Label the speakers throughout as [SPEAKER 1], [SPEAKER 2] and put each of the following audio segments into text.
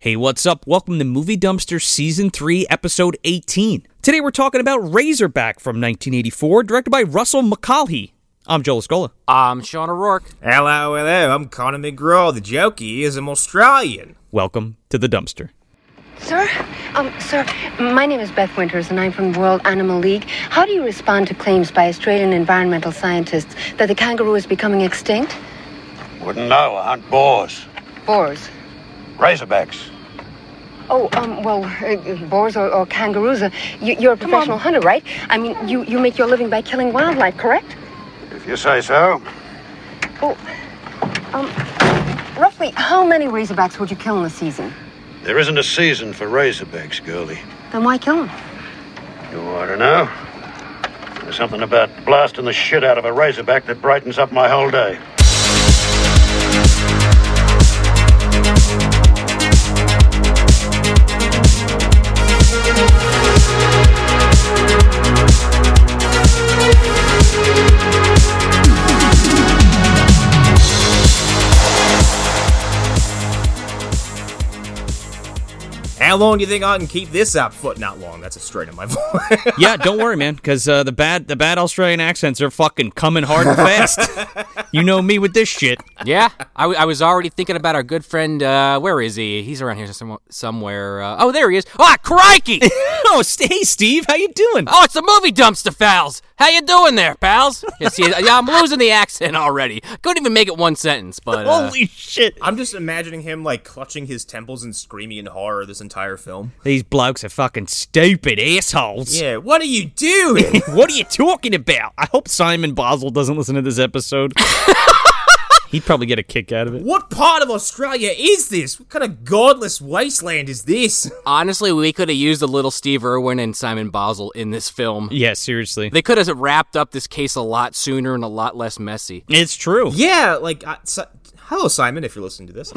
[SPEAKER 1] Hey, what's up? Welcome to Movie Dumpster Season 3, Episode 18. Today we're talking about Razorback from 1984, directed by Russell McCaughey. I'm Joel Escola.
[SPEAKER 2] I'm Um, Sean O'Rourke.
[SPEAKER 3] Hello, hello, I'm Conor McGraw. The jokey is an Australian.
[SPEAKER 1] Welcome to the dumpster.
[SPEAKER 4] Sir, um, sir, my name is Beth Winters, and I'm from the World Animal League. How do you respond to claims by Australian environmental scientists that the kangaroo is becoming extinct?
[SPEAKER 5] Wouldn't know. I hunt boars,
[SPEAKER 4] Boars.
[SPEAKER 5] razorbacks.
[SPEAKER 4] Oh, um, well, uh, boars or, or kangaroos. Uh, you, you're a professional hunter, right? I mean, you, you make your living by killing wildlife, correct?
[SPEAKER 5] If you say so.
[SPEAKER 4] Oh, um, roughly how many razorbacks would you kill in a season?
[SPEAKER 5] There isn't a season for razorbacks, girlie.
[SPEAKER 4] Then why kill them?
[SPEAKER 5] You ought to know. There's something about blasting the shit out of a razorback that brightens up my whole day.
[SPEAKER 3] How long do you think I can keep this up? Foot not long. That's a strain in my voice.
[SPEAKER 1] Yeah, don't worry, man, because uh, the bad the bad Australian accents are fucking coming hard and fast. you know me with this shit.
[SPEAKER 2] Yeah, I, w- I was already thinking about our good friend. Uh, where is he? He's around here some- somewhere. Uh, oh, there he is. Ah, crikey!
[SPEAKER 1] oh, st- hey, Steve, how you doing?
[SPEAKER 2] oh, it's the movie dumpster pals. How you doing there, pals? Yeah, see, yeah, I'm losing the accent already. Couldn't even make it one sentence, but uh,
[SPEAKER 1] Holy shit.
[SPEAKER 3] I'm just imagining him like clutching his temples and screaming in horror this entire film.
[SPEAKER 1] These blokes are fucking stupid assholes.
[SPEAKER 3] Yeah, what are you doing?
[SPEAKER 1] What are you talking about? I hope Simon Boswell doesn't listen to this episode. He'd probably get a kick out of it.
[SPEAKER 3] what part of Australia is this? What kind of godless wasteland is this?
[SPEAKER 2] honestly, we could have used a little Steve Irwin and Simon Boswell in this film.
[SPEAKER 1] Yeah, seriously.
[SPEAKER 2] They could have wrapped up this case a lot sooner and a lot less messy.
[SPEAKER 1] It's true.
[SPEAKER 3] Yeah, like, I, si- hello, Simon, if you're listening to this.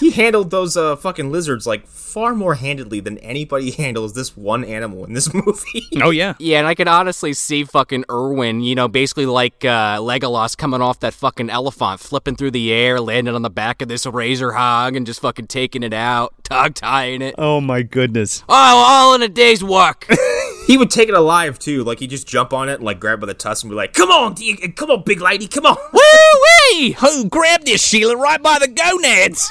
[SPEAKER 3] he handled those uh, fucking lizards like far more handedly than anybody handles this one animal in this movie.
[SPEAKER 1] Oh yeah.
[SPEAKER 2] Yeah, and I can honestly see fucking Irwin, you know, basically like uh, Legolas coming off that fucking elephant, flipping through the air, landing on the back of this razor hog, and just fucking taking it out, tug tying it.
[SPEAKER 1] Oh my goodness.
[SPEAKER 2] Oh, all in a day's work.
[SPEAKER 3] He would take it alive too. Like he'd just jump on it and like grab by the tusk and be like, "Come on, D- come on, big lady, come on!"
[SPEAKER 2] Woo wee!
[SPEAKER 1] Who grabbed this Sheila right by the gonads?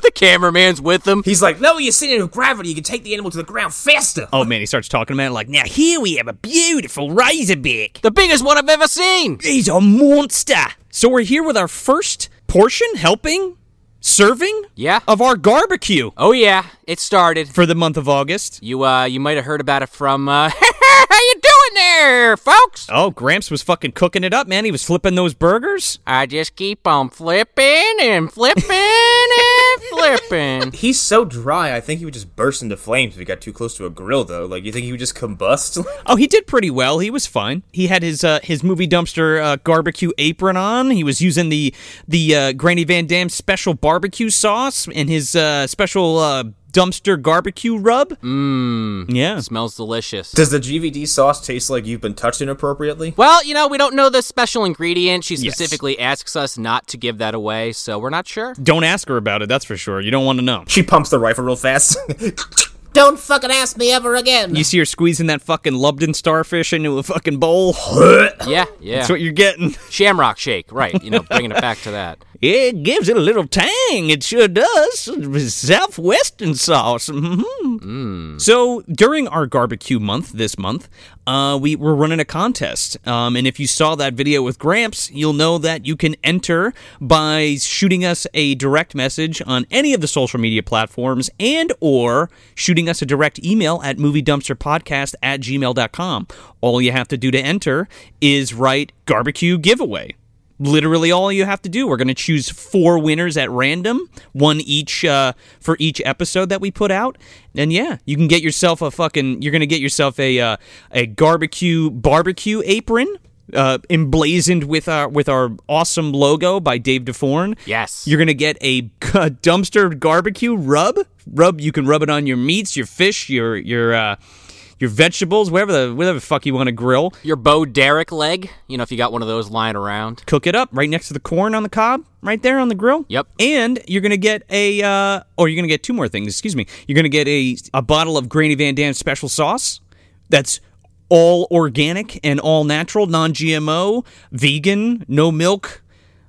[SPEAKER 2] The cameraman's with him.
[SPEAKER 3] He's like, "No, you're sitting in gravity. You can take the animal to the ground faster."
[SPEAKER 1] oh man, he starts talking about it like, now here we have a beautiful razorback.
[SPEAKER 2] The biggest one I've ever seen.
[SPEAKER 1] He's a monster. So we're here with our first portion, helping, serving,
[SPEAKER 2] Yeah.
[SPEAKER 1] of our barbecue
[SPEAKER 2] Oh yeah, it started.
[SPEAKER 1] for the month of August.
[SPEAKER 2] You uh, you might have heard about it from. Uh, how you doing there, folks?
[SPEAKER 1] Oh, Gramps was fucking cooking it up, man. He was flipping those burgers.
[SPEAKER 2] I just keep on flipping and flipping and flipping.
[SPEAKER 3] He's so dry. I think he would just burst into flames if he got too close to a grill, though. Like, you think he would just combust?
[SPEAKER 1] Oh, he did pretty well. He was fine. He had his uh, his movie dumpster uh, barbecue apron on. He was using the the uh, Granny Van Dam special barbecue sauce and his uh, special uh, dumpster barbecue rub. Mmm. Yeah.
[SPEAKER 2] Smells delicious.
[SPEAKER 3] Does the GVD sauce taste like you've been touched inappropriately?
[SPEAKER 2] Well, you know, we don't know the special ingredient. She specifically asks us not to give that away, so we're not sure.
[SPEAKER 1] Don't ask her about it. That's for sure. You don't want to know.
[SPEAKER 3] She pumps the rifle real fast.
[SPEAKER 6] Don't fucking ask me ever again.
[SPEAKER 1] You see her squeezing that fucking Lubden starfish into a fucking bowl.
[SPEAKER 2] Yeah, yeah.
[SPEAKER 1] That's what you're getting.
[SPEAKER 2] Shamrock shake, right. You know, bringing it back to that.
[SPEAKER 1] It gives it a little tang. It sure does. Southwestern sauce. Mm-hmm. So during our barbecue month this month, uh, we were running a contest. Um, and if you saw that video with Gramps, you'll know that you can enter by shooting us a direct message on any of the social media platforms and or shooting us a direct email at moviedumpsterpodcast at gmail.com. All you have to do to enter is write barbecue giveaway literally all you have to do. We're going to choose four winners at random, one each uh, for each episode that we put out. And yeah, you can get yourself a fucking. You're going to get yourself a uh, a barbecue barbecue apron. Uh, emblazoned with our with our awesome logo by Dave DeForn.
[SPEAKER 2] Yes.
[SPEAKER 1] you're gonna get a, dumpster barbecue rub. Rub you can rub it on your meats, your fish, your your uh, your vegetables, whatever the whatever the fuck you want to grill.
[SPEAKER 2] Your Bo Derek leg, you know, if you got one of those lying around.
[SPEAKER 1] cook it up right next to the corn on the cob, right there on the grill.
[SPEAKER 2] Yep.
[SPEAKER 1] And you're gonna get a, uh, or you're gonna get two more things. Excuse me. You're gonna get a a bottle of Granny Van Dam special sauce. That's all organic and all natural, non-GMO, vegan, no milk,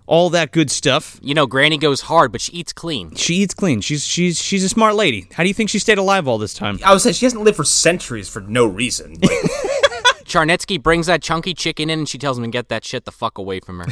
[SPEAKER 1] all that good stuff.
[SPEAKER 2] You know, Granny goes hard, but she eats clean.
[SPEAKER 1] She eats clean. She's she's she's a smart lady. How do you think she stayed alive all this time?
[SPEAKER 3] I would say she hasn't lived for centuries for no reason. Like,
[SPEAKER 2] Charnetsky brings that chunky chicken in, and she tells him to get that shit the fuck away from her.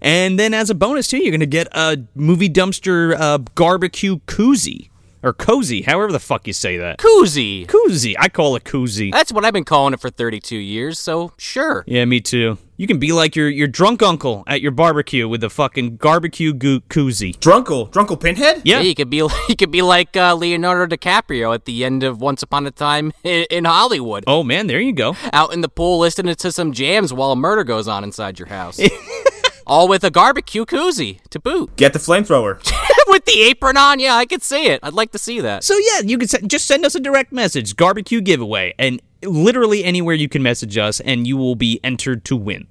[SPEAKER 1] And then as a bonus too, you're gonna get a movie dumpster uh, barbecue koozie or cozy, however the fuck you say that.
[SPEAKER 2] Koozie.
[SPEAKER 1] Koozie. I call it koozie.
[SPEAKER 2] That's what I've been calling it for 32 years, so sure.
[SPEAKER 1] Yeah, me too. You can be like your, your drunk uncle at your barbecue with the fucking barbecue goo- koozie.
[SPEAKER 3] Drunkle, Drunkle Pinhead.
[SPEAKER 1] Yeah.
[SPEAKER 2] you could be you could be like uh, Leonardo DiCaprio at the end of Once Upon a Time in, in Hollywood,
[SPEAKER 1] Oh man, there you go.
[SPEAKER 2] out in the pool listening to some jams while a murder goes on inside your house, all with a barbecue koozie to boot,
[SPEAKER 3] Get the flamethrower.
[SPEAKER 2] with the apron on. Yeah, I could see it. I'd like to see that.
[SPEAKER 1] So yeah, you can se- just send us a direct message, barbecue giveaway, and literally anywhere you can message us, and you will be entered to win.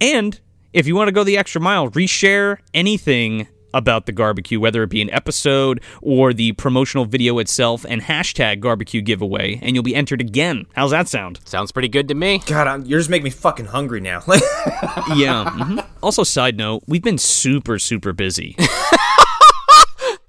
[SPEAKER 1] And if you want to go the extra mile, reshare anything about the barbecue, whether it be an episode or the promotional video itself, and hashtag barbecue giveaway, and you'll be entered again. How's that sound?
[SPEAKER 2] Sounds pretty good to me.
[SPEAKER 3] God, I'm, you're just making me fucking hungry now. Like,
[SPEAKER 1] yeah. mhm. Also, side note, we've been super, super busy.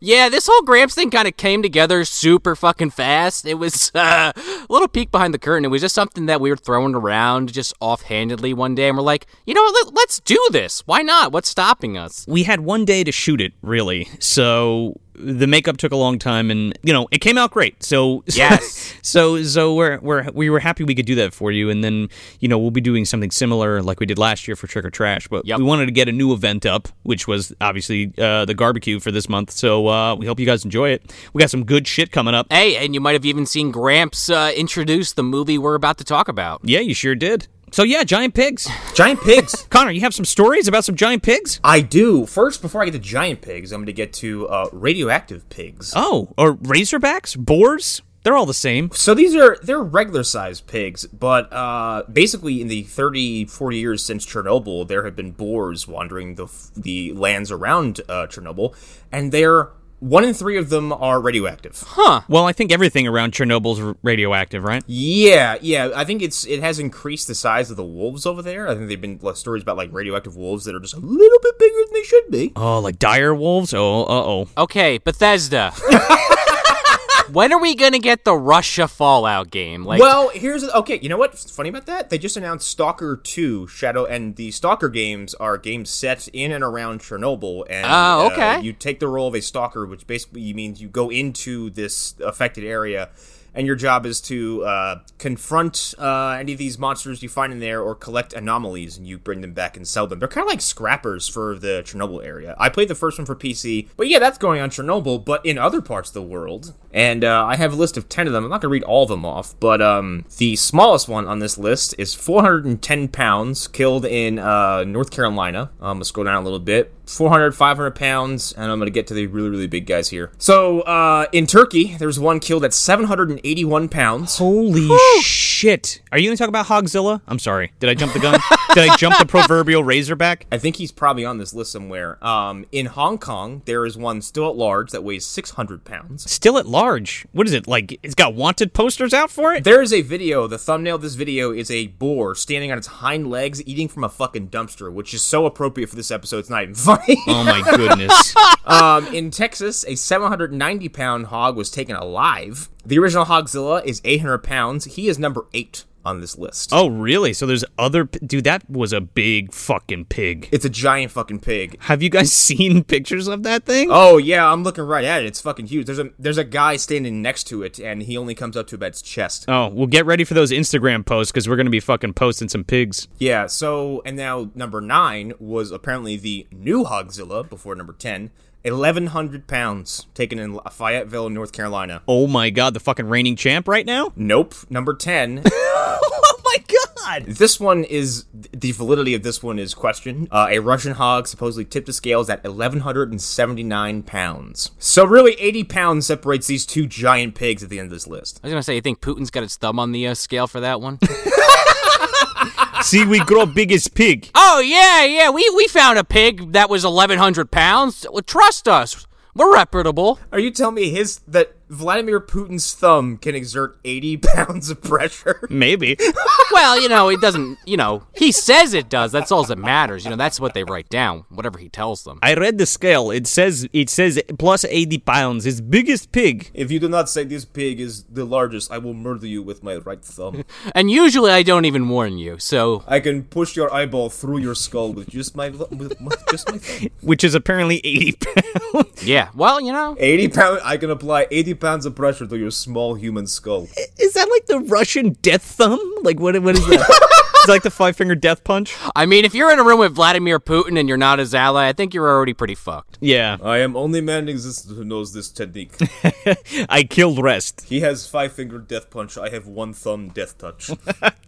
[SPEAKER 2] Yeah, this whole Gramps thing kind of came together super fucking fast. It was uh, a little peek behind the curtain. It was just something that we were throwing around just offhandedly one day, and we're like, you know what? Let, let's do this. Why not? What's stopping us?
[SPEAKER 1] we had one day to shoot it, really. So the makeup took a long time, and you know it came out great. So
[SPEAKER 2] Yes.
[SPEAKER 1] so so we're we're we were happy we could do that for you, and then you know we'll be doing something similar like we did last year for Trick or Trash. But
[SPEAKER 2] Yep.
[SPEAKER 1] we wanted to get a new event up, which was obviously uh, the barbecue for this month. So uh, we hope you guys enjoy it. We got some good shit coming up.
[SPEAKER 2] Hey, and you might have even seen Gramps uh, introduce the movie we're about to talk about.
[SPEAKER 1] Yeah, you sure did. So yeah, giant pigs.
[SPEAKER 3] giant pigs.
[SPEAKER 1] Connor, you have some stories about some giant pigs?
[SPEAKER 3] I do. First, before I get to giant pigs, I'm going to get to uh, radioactive pigs.
[SPEAKER 1] Oh, or razorbacks, boars. They're all the same.
[SPEAKER 3] So these are they're regular sized pigs, but uh, basically in the 30, 40 years since Chernobyl, there have been boars wandering the f- the lands around uh, Chernobyl, and they're one in three of them are radioactive.
[SPEAKER 1] Well, I think everything around Chernobyl's r- radioactive, right?
[SPEAKER 3] Yeah, yeah. I think it's it has increased the size of the wolves over there. I think they've been like, stories about like radioactive wolves that are just a little bit bigger than they should be.
[SPEAKER 1] Oh, like dire wolves? Oh, uh oh.
[SPEAKER 2] Okay, Bethesda. when are we gonna get the Russia Fallout game? Like,
[SPEAKER 3] Well, here's okay. You know what's funny about that? They just announced Stalker Two Shadow, and the Stalker games are games set in and around Chernobyl. And
[SPEAKER 2] Oh,
[SPEAKER 3] uh,
[SPEAKER 2] okay.
[SPEAKER 3] you take the role of a stalker, which basically means you go into this affected area, and your job is to uh, confront uh, any of these monsters you find in there, or collect anomalies, and you bring them back and sell them. They're kind of like scrappers for the Chernobyl area. I played the first one for PC, but yeah, that's going on Chernobyl, but in other parts of the world. And uh, I have a list of ten of them. I'm not gonna read all of them off, but um, the smallest one on this list is 410 pounds killed in uh, North Carolina. Um, I'm gonna scroll down a little bit. 400, 500 pounds, and I'm gonna get to the really, really big guys here. So uh, in Turkey, there's one killed at 781 pounds.
[SPEAKER 1] Holy shit. Are you going to talk about Hogzilla? I'm sorry. Did I jump the gun? Did I jump the proverbial razorback?
[SPEAKER 3] I think he's probably on this list somewhere. Um, in Hong Kong, there is one still at large that weighs 600 pounds.
[SPEAKER 1] Still at large. What is it? Like, it's got wanted posters out for it?
[SPEAKER 3] There is a video. The thumbnail of this video is a boar standing on its hind legs eating from a fucking dumpster, which is so appropriate for this episode. It's not even funny.
[SPEAKER 1] Oh my goodness.
[SPEAKER 3] um, in Texas, a 790 pound hog was taken alive. The original Hogzilla is 800 pounds. He is number eight on this list.
[SPEAKER 1] oh, really? So there's other. p- Dude, that was a big fucking pig.
[SPEAKER 3] It's a giant fucking pig.
[SPEAKER 1] Have you guys seen pictures of that thing?
[SPEAKER 3] Oh yeah, I'm looking right at it. It's fucking huge. There's a there's a guy standing next to it, and he only comes up to about its chest.
[SPEAKER 1] Oh, well, get ready for those Instagram posts because we're going to be fucking posting some pigs.
[SPEAKER 3] Yeah, so and now number nine was apparently the new Hogzilla before number ten. Eleven hundred pounds taken in Fayetteville, North Carolina.
[SPEAKER 1] Oh my god, the fucking reigning champ right now?
[SPEAKER 3] Nope. Number ten
[SPEAKER 1] oh my god. God.
[SPEAKER 3] This one is the validity of this one is questioned. Uh, a Russian hog supposedly tipped the scales at 1,179 pounds. So really, 80 pounds separates these two giant pigs at the end of this list.
[SPEAKER 2] I was gonna say, you think Putin's got his thumb on the uh, scale for that one?
[SPEAKER 1] See, we grow biggest pig.
[SPEAKER 2] oh yeah, yeah. We we found a pig that was eleven hundred pounds. Well, trust us, we're reputable.
[SPEAKER 3] Are you telling me his that Vladimir Putin's thumb can exert 80 pounds of pressure?
[SPEAKER 1] Maybe.
[SPEAKER 2] Well, you know, it doesn't. You know, he says it does. That's all that matters. You know, that's what they write down. Whatever he tells them.
[SPEAKER 1] I read the scale. It says it says plus 80 pounds. It's biggest pig.
[SPEAKER 3] If you do not say this pig is the largest, I will murder you with my right thumb.
[SPEAKER 2] And usually, I don't even warn you. So
[SPEAKER 3] I can push your eyeball through your skull with just my with my, just my thumb.
[SPEAKER 1] which is apparently 80 pounds.
[SPEAKER 2] yeah. Well, you know,
[SPEAKER 3] 80 pound I can apply 80 pounds of pressure to your small human skull.
[SPEAKER 1] Is that like the Russian death thumb? Like what? What is that? It's like the five finger death punch.
[SPEAKER 2] I mean, if you're in a room with Vladimir Putin and you're not his ally, I think you're already pretty fucked.
[SPEAKER 1] Yeah,
[SPEAKER 3] I am only man in existence who knows this technique.
[SPEAKER 1] I killed rest.
[SPEAKER 3] He has five finger death punch. I have one thumb death touch.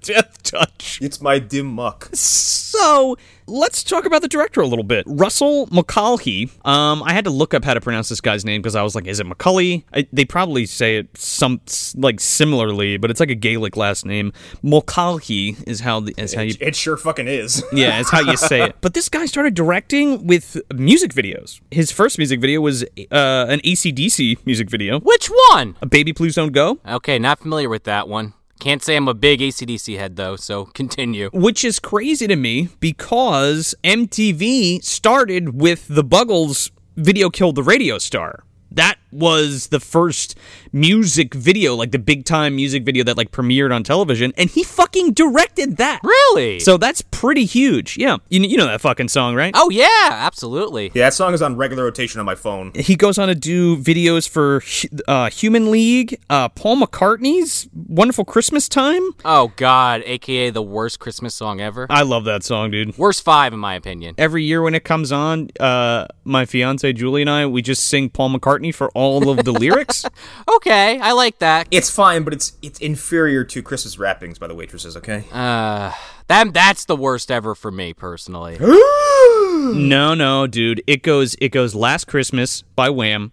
[SPEAKER 1] Death touch.
[SPEAKER 3] it's my dim muck.
[SPEAKER 1] So let's talk about the director a little bit. Russell McCulhey. Um, I had to look up how to pronounce this guy's name because I was like, is it McCully? I, they probably say it some like similarly, but it's like a Gaelic last name. McCulhey is how the, is how you
[SPEAKER 3] It sure fucking is.
[SPEAKER 1] Yeah, it's how you say it. But this guy started directing with music videos. His first music video was uh, an ACDC music video.
[SPEAKER 2] Which one?
[SPEAKER 1] A Baby Please Don't Go,
[SPEAKER 2] Okay, not familiar with that one. Can't say I'm a big ACDC head though. So continue.
[SPEAKER 1] which is crazy to me because MTV started with the Buggles video Killed the Radio Star. That was the first music video, like the big time music video that like premiered on television, and he fucking directed that.
[SPEAKER 2] Really?
[SPEAKER 1] So that's pretty huge. Yeah. You, you know that fucking song, right?
[SPEAKER 2] Oh yeah, absolutely.
[SPEAKER 3] Yeah, that song is on regular rotation on my phone.
[SPEAKER 1] he goes on to do videos for uh, Human League, uh, Paul McCartney's Wonderful Christmas Time.
[SPEAKER 2] Oh God, aka the worst Christmas song ever.
[SPEAKER 1] I love that song, dude.
[SPEAKER 2] Worst five in my opinion.
[SPEAKER 1] Every year when it comes on, uh, my fiance Julie and I we just sing Paul McCartney for all of the lyrics.
[SPEAKER 2] Okay, I like that.
[SPEAKER 3] It's fine, but it's it's inferior to Christmas wrappings by the waitresses, okay?
[SPEAKER 2] That that's the worst ever for me personally.
[SPEAKER 1] No, no, dude. It goes it goes Last Christmas by Wham.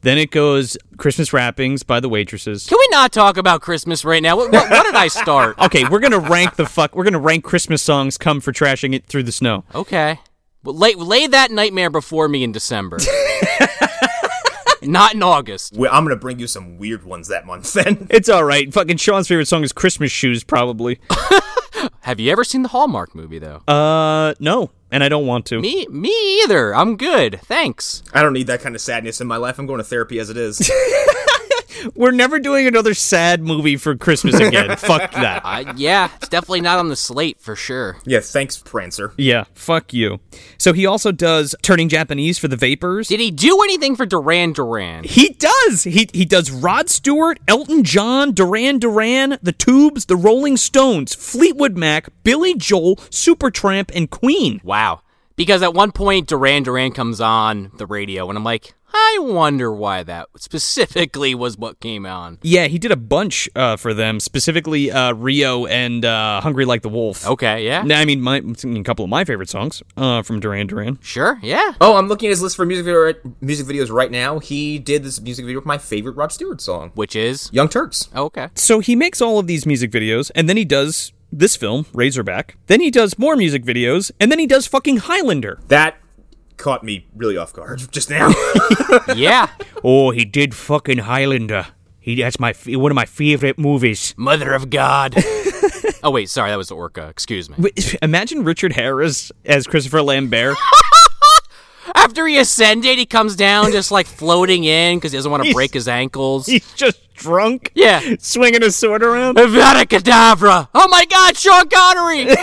[SPEAKER 1] Then it goes Christmas Wrappings by the Waitresses.
[SPEAKER 2] Can we not talk about Christmas right now? What, what, what did I start?
[SPEAKER 1] Okay, we're gonna rank the fuck. We're gonna rank Christmas songs come for trashing it through the snow.
[SPEAKER 2] Okay. Well, lay, lay that nightmare before me in December. Not in August.
[SPEAKER 3] Well, I'm gonna bring you some weird ones that month then.
[SPEAKER 1] It's all right. Fucking Sean's favorite song is Christmas Shoes, probably.
[SPEAKER 2] Have you ever seen the Hallmark movie, though?
[SPEAKER 1] Uh, no, and I don't want to.
[SPEAKER 2] me, me either. I'm good. Thanks.
[SPEAKER 3] I don't need that kind of sadness in my life. I'm going to therapy as it is.
[SPEAKER 1] We're never doing another sad movie for Christmas again. fuck that.
[SPEAKER 2] I, yeah, it's definitely not on the slate for sure.
[SPEAKER 3] yeah, thanks, Prancer.
[SPEAKER 1] Yeah, fuck you. So he also does turning Japanese for the Vapors.
[SPEAKER 2] Did he do anything for Duran Duran?
[SPEAKER 1] He does. He he does Rod Stewart, Elton John, Duran Duran, The Tubes, The Rolling Stones, Fleetwood Mac, Billy Joel, Supertramp, and Queen.
[SPEAKER 2] Wow. Because at one point, Duran Duran comes on the radio, and I'm like, I wonder why that specifically was what came on.
[SPEAKER 1] Yeah, he did a bunch uh, for them, specifically uh, Rio and uh, Hungry Like the Wolf.
[SPEAKER 2] Okay, yeah.
[SPEAKER 1] Now, I mean, my, I mean, a couple of my favorite songs uh, from Duran Duran.
[SPEAKER 2] Sure, yeah.
[SPEAKER 3] Oh, I'm looking at his list for music video right, music videos right now. He did this music video with my favorite Rod Stewart song,
[SPEAKER 2] Which is.
[SPEAKER 3] Young Turks.
[SPEAKER 2] Okay.
[SPEAKER 1] So he makes all of these music videos, and then he does this film, Razorback. Then he does more music videos, and then he does fucking Highlander.
[SPEAKER 3] That caught me really off guard just now.
[SPEAKER 2] Yeah.
[SPEAKER 1] Oh, he did fucking Highlander. He that's my f- one of my favorite movies.
[SPEAKER 2] Mother of God. oh, wait, sorry, that was the Orca. Excuse me.
[SPEAKER 1] Wait, Imagine Richard Harris as Christopher Lambert.
[SPEAKER 2] After he ascended, he comes down just like floating in because he doesn't want to break his ankles.
[SPEAKER 1] He's just drunk.
[SPEAKER 2] Yeah.
[SPEAKER 1] swinging his sword around.
[SPEAKER 2] Avada Kedavra! Oh my god, Sean Connery!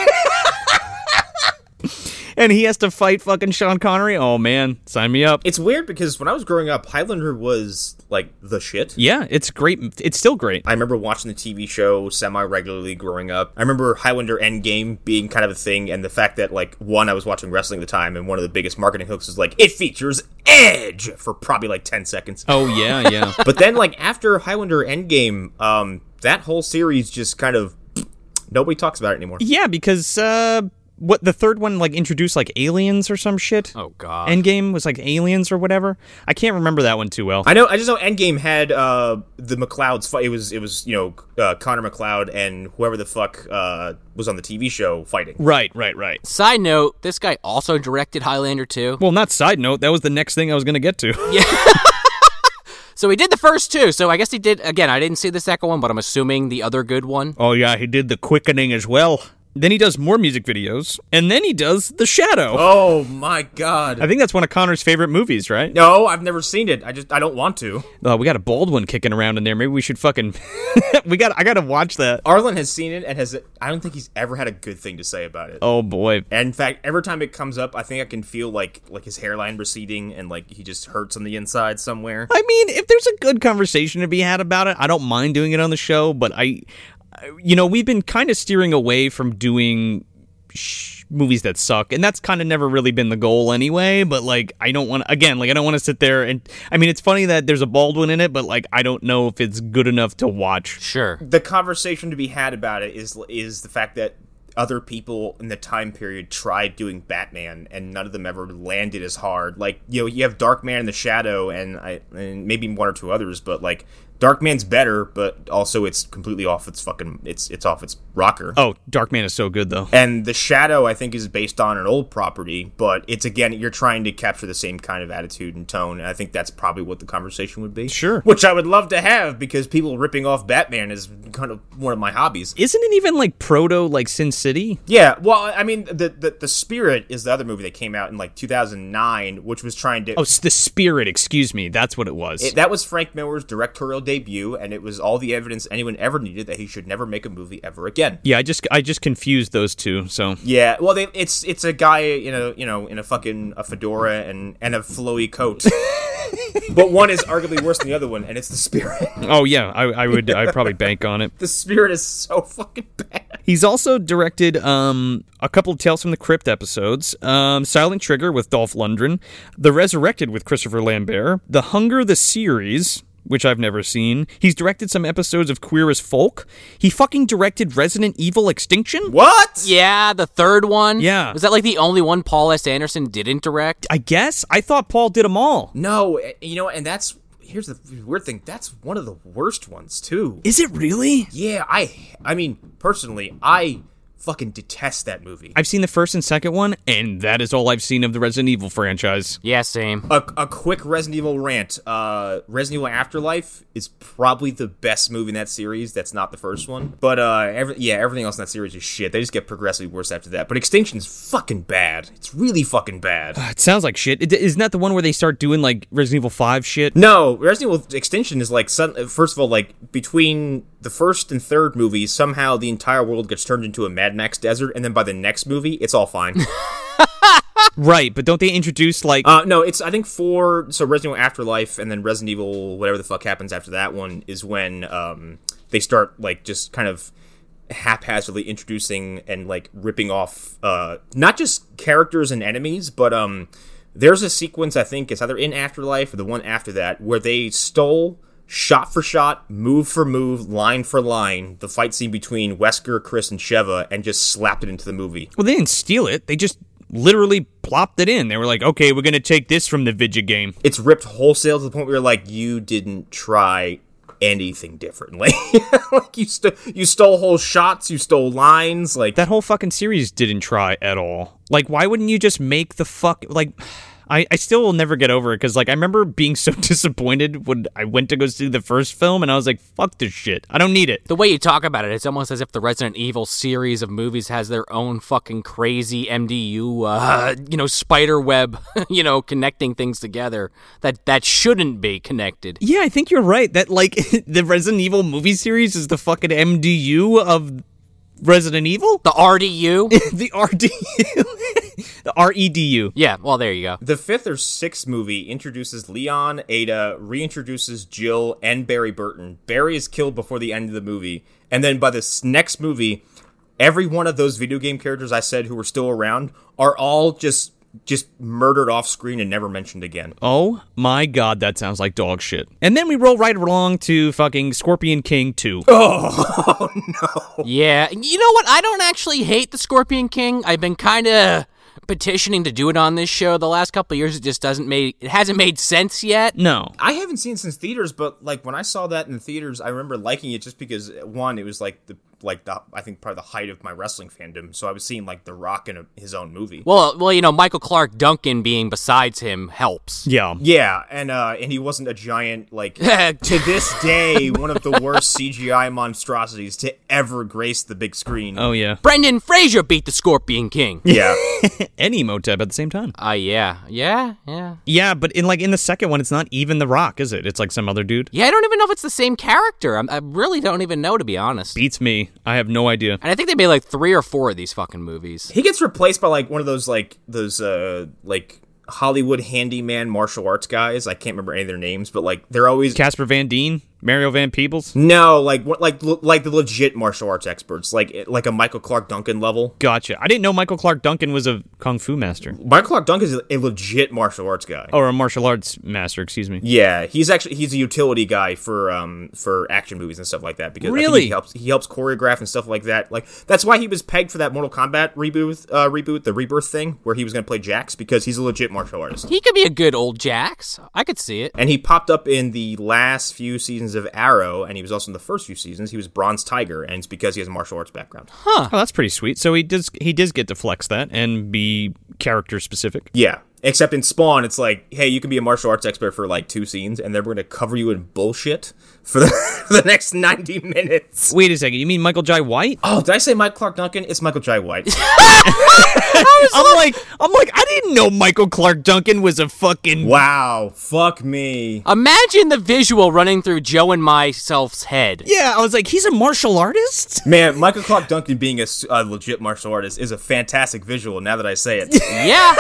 [SPEAKER 1] And he has to fight fucking Sean Connery. Oh man, sign me up.
[SPEAKER 3] it's weird because when I was growing up, Highlander was like the shit.
[SPEAKER 1] yeah, it's great. It's still great.
[SPEAKER 3] I remember watching the TV show semi regularly growing up. I remember Highlander Endgame being kind of a thing, and the fact that, like, one, I was watching wrestling at the time, and one of the biggest marketing hooks was like, it features Edge for probably like 10 seconds.
[SPEAKER 1] Oh yeah, yeah.
[SPEAKER 3] But then, like, after Highlander Endgame, um, that whole series just kind of Nobody talks about it anymore.
[SPEAKER 1] Yeah, because uh, what the third one like introduced like aliens or some shit.
[SPEAKER 2] Oh, God.
[SPEAKER 1] Endgame was like aliens or whatever. I can't remember that one too well.
[SPEAKER 3] I know. I just know Endgame had uh, the McLeods fight. It was it was you know uh, Connor McLeod and whoever the fuck uh, was on the TV show fighting.
[SPEAKER 1] right, right, right.
[SPEAKER 2] Side note, this guy also directed Highlander 2.
[SPEAKER 1] Well, not side note. That was the next thing I was going to get to.
[SPEAKER 2] So he did the first two. So I guess he did, again, I didn't see the second one, but I'm assuming the other good one.
[SPEAKER 1] Oh yeah, he did the quickening as well. Then he does more music videos, and then he does The Shadow.
[SPEAKER 3] Oh my god.
[SPEAKER 1] I think that's one of Connor's favorite movies, right?
[SPEAKER 3] no, I've never seen it. I just I don't want to.
[SPEAKER 1] Uh, we got a bald one kicking around in there. Maybe we should fucking. we got. I gotta watch that.
[SPEAKER 3] Arlen has seen it and has. I don't think he's ever had a good thing to say about it.
[SPEAKER 1] Oh boy.
[SPEAKER 3] And in fact, every time it comes up, I think I can feel like like his hairline receding and like he just hurts on the inside somewhere.
[SPEAKER 1] I mean, if there's a good conversation to be had about it, I don't mind doing it on the show. But I, I- you know, we've been kind of steering away from doing sh- movies that suck, and that's kind of never really been the goal anyway. But like, I don't want again, like, I don't want to sit there and. I mean, it's funny that there's a bald one in it, but like, I don't know if it's good enough to watch.
[SPEAKER 2] Sure.
[SPEAKER 3] The conversation to be had about it is is the fact that other people in the time period tried doing Batman and none of them ever landed as hard. Like you know, you have Darkman and the Shadow and I and maybe one or two others, but like Darkman's better, but also it's completely off its fucking it's it's off its rocker.
[SPEAKER 1] Oh, Darkman is so good though.
[SPEAKER 3] And the shadow, I think, is based on an old property, but it's again you're trying to capture the same kind of attitude and tone, and I think that's probably what the conversation would be.
[SPEAKER 1] Sure.
[SPEAKER 3] which I would love to have because people ripping off Batman is kind of one of my hobbies.
[SPEAKER 1] Isn't it even like proto like Sin City?
[SPEAKER 3] Yeah, well, I mean, the the, the Spirit is the other movie that came out in like 2009, which was trying to.
[SPEAKER 1] Oh, it's the Spirit. Excuse me, that's what it was.
[SPEAKER 3] It- that was Frank Miller's directorial debut, and it was all the evidence anyone ever needed that he should never make a movie ever again.
[SPEAKER 1] yeah, I just I just confused those two. So
[SPEAKER 3] Yeah, well, they, it's it's a guy in a you know in a fucking a fedora and and a flowy coat, but one is arguably worse than the other one, and it's the spirit.
[SPEAKER 1] oh yeah, I, I would I probably bank on it.
[SPEAKER 3] The spirit is so fucking bad.
[SPEAKER 1] He's also directed um, a couple of Tales from the Crypt episodes um, Silent Trigger with Dolph Lundgren, The Resurrected with Christopher Lambert, The Hunger the Series. Which I've never seen. He's directed some episodes of Queer as Folk. He fucking directed Resident Evil Extinction?
[SPEAKER 3] What?
[SPEAKER 2] Yeah, the third one.
[SPEAKER 1] Yeah.
[SPEAKER 2] Was that like the only one Paul S. Anderson didn't direct?
[SPEAKER 1] I guess. I thought Paul did them all.
[SPEAKER 3] No, eh, you know, and that's here's the weird thing. That's one of the worst ones too.
[SPEAKER 1] Is it really?
[SPEAKER 3] Yeah, I I mean personally, I fucking detest that movie.
[SPEAKER 1] I've seen the first and second one, and that is all I've seen of the Resident Evil franchise.
[SPEAKER 2] Yeah, same.
[SPEAKER 3] a, a quick Resident Evil rant. Uh, Resident Evil Afterlife is probably the best movie in that series. That's not the first one, but uh, every, yeah, everything else in that series is shit. They just get progressively worse after that. But Extinction's fucking bad. It's really fucking bad.
[SPEAKER 1] It sounds like shit. It, isn't that the one where they start doing like Resident Evil 5 shit?
[SPEAKER 3] No, Resident Evil Extinction is like sudden, first of all, like between the first and third movies, somehow the entire world gets turned into a Mad Max desert, and then by the next movie, it's all fine.
[SPEAKER 1] Right, but don't they introduce like.
[SPEAKER 3] Uh, no, it's I think four. So Resident Evil Afterlife, and then Resident Evil whatever the fuck happens after that one is when um, they start like just kind of haphazardly introducing and like ripping off uh, not just characters and enemies, but um, there's a sequence I think it's either in Afterlife or the one after that where they stole shot for shot, move for move, line for line the fight scene between Wesker, Chris, and Sheva, and just slapped it into the movie.
[SPEAKER 1] well, they didn't steal it. They just literally plopped it in. They were like, okay, we're going to take this from the Vidya game.
[SPEAKER 3] it's ripped wholesale to the point where you're like, you didn't try anything differently. like you st- you stole whole shots, you stole lines, like
[SPEAKER 1] That whole fucking series didn't try at all. Like, why wouldn't you just make the fuck. Like. I, I still will never get over it because like I remember being so disappointed when I went to go see the first film and I was like fuck this shit I don't need it
[SPEAKER 2] The way you talk about it, it's almost as if the Resident Evil series of movies has their own fucking crazy MDU, uh, you know, spider web, you know, connecting things together that that shouldn't be connected.
[SPEAKER 1] Yeah, I think you're right. That like the Resident Evil movie series is the fucking MDU of Resident Evil,
[SPEAKER 2] The RDU.
[SPEAKER 1] the RDU, the E REDU.
[SPEAKER 2] yeah. Well, there you go.
[SPEAKER 3] the fifth or sixth movie introduces Leon, Ada, reintroduces Jill and Barry Burton. Barry is killed before the end of the movie, and then by this next movie, every one of those video game characters I said who were still around are all just just murdered off screen and never mentioned again.
[SPEAKER 1] Oh my god, that sounds like dog shit. And then we roll right along to fucking Scorpion King 2.
[SPEAKER 2] Yeah, and you know what? I don't actually hate the Scorpion King. I've been kind of petitioning to do it on this show the last couple of years. It just doesn't make it hasn't made sense yet.
[SPEAKER 1] No.
[SPEAKER 3] I haven't seen it since theaters, but like when I saw that in the theaters, I remember liking it just because one, it was like the like the I think probably the height of my wrestling fandom, so I was seeing like The Rock in a, his own movie.
[SPEAKER 2] Well, well, you know, Michael Clark Duncan being besides him helps.
[SPEAKER 1] Yeah.
[SPEAKER 3] yeah, and uh and he wasn't a giant like to this day one of the worst CGI monstrosities to ever grace the big screen.
[SPEAKER 1] Oh yeah.
[SPEAKER 2] Brendan Fraser beat the Scorpion King.
[SPEAKER 3] yeah.
[SPEAKER 1] And Emotep at the same time.
[SPEAKER 2] Ah, yeah, yeah, yeah,
[SPEAKER 1] Yeah, but in like in the second one, it's not even The Rock, is it? It's like some other dude.
[SPEAKER 2] yeah. I don't even know if it's the same character. I'm, I really don't even know to be honest.
[SPEAKER 1] Beats me. I have no idea.
[SPEAKER 2] And I think they made like three or four of these fucking movies.
[SPEAKER 3] He gets replaced by like one of those like those uh like Hollywood handyman martial arts guys. I can't remember any of their names, but like they're always
[SPEAKER 1] Casper Van Dien, Mario Van Peebles.
[SPEAKER 3] No, like what- like like the legit martial arts experts, like eh, like a Michael Clark Duncan level.
[SPEAKER 1] Gotcha. I didn't know Michael Clark Duncan was a kung fu master
[SPEAKER 3] Michael Clark Duncan is a legit martial arts guy.
[SPEAKER 1] or a martial arts master. Excuse me.
[SPEAKER 3] Yeah, he's actually he's a utility guy for um for action movies and stuff like that because I think
[SPEAKER 1] Really?
[SPEAKER 3] he helps he helps choreograph and stuff like that. Like that's why he was pegged for that Mortal Kombat reboot uh, reboot the rebirth thing where he was going to play Jax because he's a legit martial artist.
[SPEAKER 2] He could be a good old Jax. I could see it.
[SPEAKER 3] And he popped up in the last few seasons of Arrow, and he was also in the first few seasons. He was Bronze Tiger, and it's because he has a martial arts background.
[SPEAKER 1] Oh, that's pretty sweet. So he does he does get to flex that and be character specific.
[SPEAKER 3] Yeah. Except in Spawn, it's like, hey, you can be a martial arts expert for like two scenes, and then we're gonna cover you in bullshit for the, for the next ninety minutes.
[SPEAKER 1] Wait a second. You mean Michael Jai White?
[SPEAKER 3] Oh, did I say Mike Clark Duncan? It's Michael Jai White.
[SPEAKER 1] I'm like I'm like I didn't know Michael Clark Duncan was a fucking.
[SPEAKER 3] wow, fuck me.
[SPEAKER 2] Imagine the visual running through Joe and myself's head.
[SPEAKER 1] Yeah, I was like he's a martial artist.
[SPEAKER 3] Man, Michael Clark Duncan being a, s- a legit martial artist is a fantastic visual. Now that I say it,
[SPEAKER 2] Yeah.